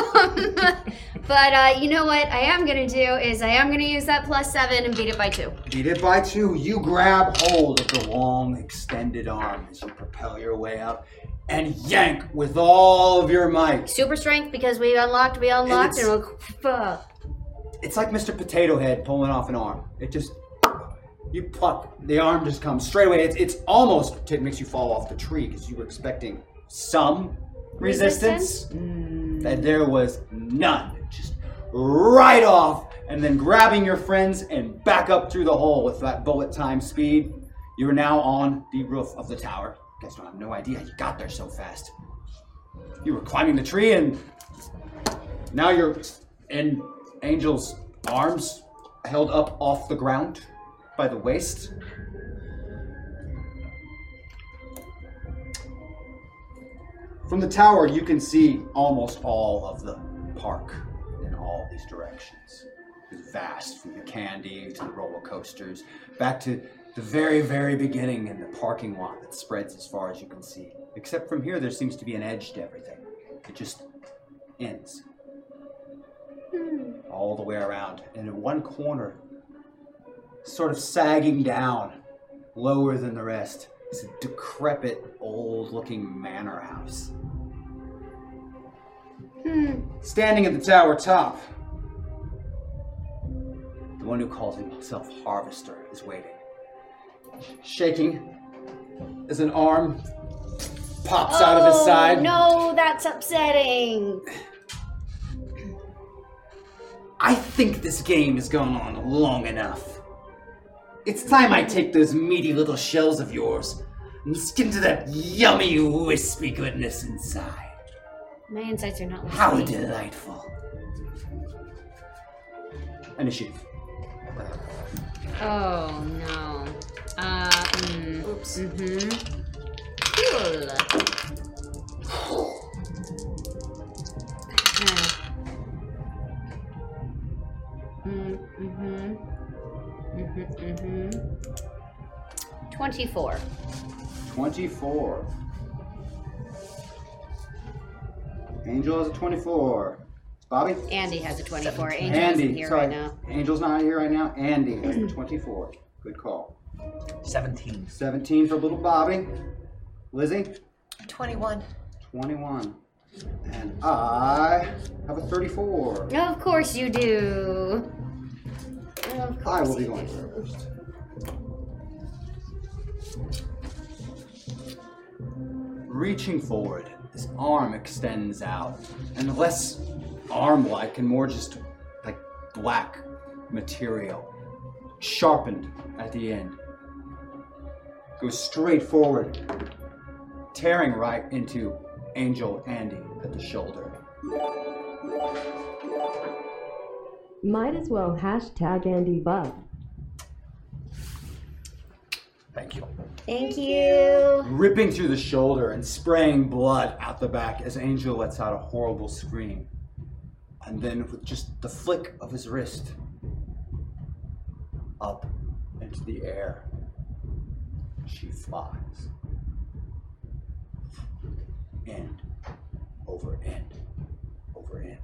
[SPEAKER 3] but uh, you know what? I am gonna do is I am gonna use that plus seven and beat it by two.
[SPEAKER 1] Beat it by two. You grab hold of the long, extended arm as you propel your way up and yank with all of your might.
[SPEAKER 3] Super strength because we unlocked, we unlocked, and we're.
[SPEAKER 1] It's like Mr. Potato Head pulling off an arm. It just. You pluck, the arm just comes straight away. It's, it's almost it makes you fall off the tree because you were expecting some resistance. That there was none. Just right off, and then grabbing your friends and back up through the hole with that bullet time speed. You are now on the roof of the tower. You guys don't have no idea you got there so fast. You were climbing the tree, and now you're in Angel's arms, held up off the ground by the waist. From the tower, you can see almost all of the park in all these directions. It's vast, from the candy to the roller coasters, back to the very, very beginning in the parking lot that spreads as far as you can see. Except from here, there seems to be an edge to everything. It just ends
[SPEAKER 17] Hmm.
[SPEAKER 1] all the way around. And in one corner, sort of sagging down, lower than the rest, is a decrepit, old looking manor house.
[SPEAKER 17] Hmm.
[SPEAKER 1] Standing at the tower top, the one who calls himself Harvester is waiting. Shaking as an arm pops out of his
[SPEAKER 17] Oh,
[SPEAKER 1] side.
[SPEAKER 17] No, that's upsetting.
[SPEAKER 1] I think this game has gone on long enough. It's time I take those meaty little shells of yours and skin to that yummy, wispy goodness inside.
[SPEAKER 3] My insights are not.
[SPEAKER 1] How
[SPEAKER 3] listening.
[SPEAKER 1] delightful. Initiative.
[SPEAKER 3] Oh no. Uh, mm, Oops. Mm-hmm. Cool. Mm-hmm. Mm-hmm. Mm-hmm. Twenty-four.
[SPEAKER 1] 24. Angel has a 24. Bobby?
[SPEAKER 3] Andy has a twenty-four.
[SPEAKER 1] Andy,
[SPEAKER 3] Angel isn't here
[SPEAKER 1] sorry.
[SPEAKER 3] right now.
[SPEAKER 1] Angel's not here right now. Andy has a 24. Good call.
[SPEAKER 4] 17.
[SPEAKER 1] 17 for little Bobby. Lizzie?
[SPEAKER 6] 21.
[SPEAKER 1] 21. And I have a 34.
[SPEAKER 3] Of course you do. Of
[SPEAKER 1] I
[SPEAKER 3] course.
[SPEAKER 1] will be going first. Reaching forward, his arm extends out, and less arm like and more just like black material, sharpened at the end. Goes straight forward, tearing right into Angel Andy at the shoulder.
[SPEAKER 5] Might as well hashtag Andy Buff.
[SPEAKER 4] Thank you.
[SPEAKER 17] Thank you.
[SPEAKER 1] ripping through the shoulder and spraying blood out the back as Angel lets out a horrible scream. And then, with just the flick of his wrist, up into the air, she flies. End over end over end.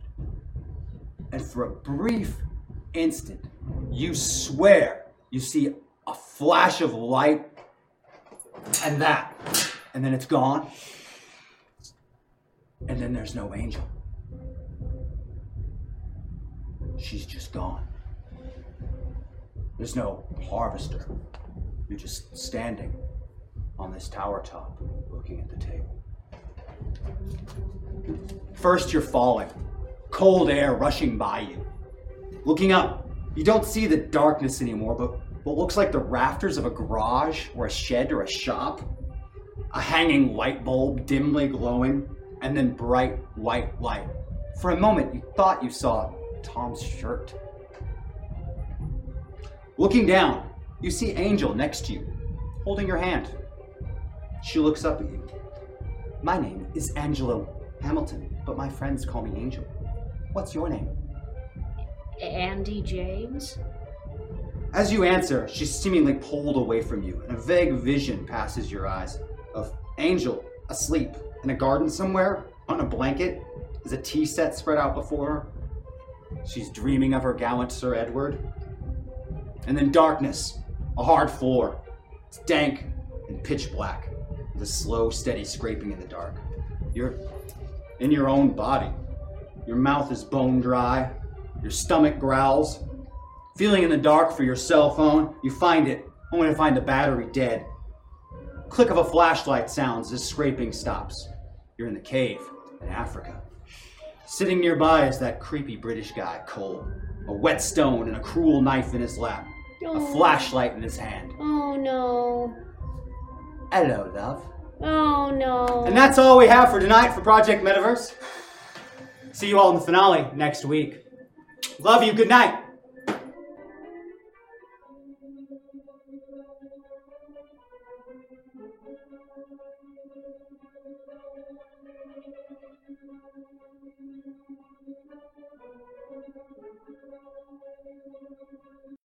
[SPEAKER 1] And for a brief instant, you swear you see a flash of light and that, and then it's gone. And then there's no angel. She's just gone. There's no harvester. You're just standing on this tower top looking at the table. First, you're falling, cold air rushing by you. Looking up, you don't see the darkness anymore, but what looks like the rafters of a garage or a shed or a shop. A hanging light bulb dimly glowing, and then bright white light. For a moment, you thought you saw Tom's shirt. Looking down, you see Angel next to you, holding your hand. She looks up at you. My name is Angelo Hamilton, but my friends call me Angel. What's your name?
[SPEAKER 3] Andy James.
[SPEAKER 1] As you answer, she's seemingly pulled away from you, and a vague vision passes your eyes of Angel asleep in a garden somewhere on a blanket. Is a tea set spread out before her? She's dreaming of her gallant Sir Edward. And then darkness, a hard floor. It's dank and pitch black, with a slow, steady scraping in the dark. You're in your own body. Your mouth is bone dry, your stomach growls, Feeling in the dark for your cell phone, you find it only to find the battery dead. Click of a flashlight sounds as scraping stops. You're in the cave in Africa. Sitting nearby is that creepy British guy, Cole. A whetstone and a cruel knife in his lap, a
[SPEAKER 17] Oh.
[SPEAKER 1] flashlight in his hand.
[SPEAKER 17] Oh no.
[SPEAKER 1] Hello, love.
[SPEAKER 17] Oh no.
[SPEAKER 1] And that's all we have for tonight for Project Metaverse. See you all in the finale next week. Love you. Good night.
[SPEAKER 17] all.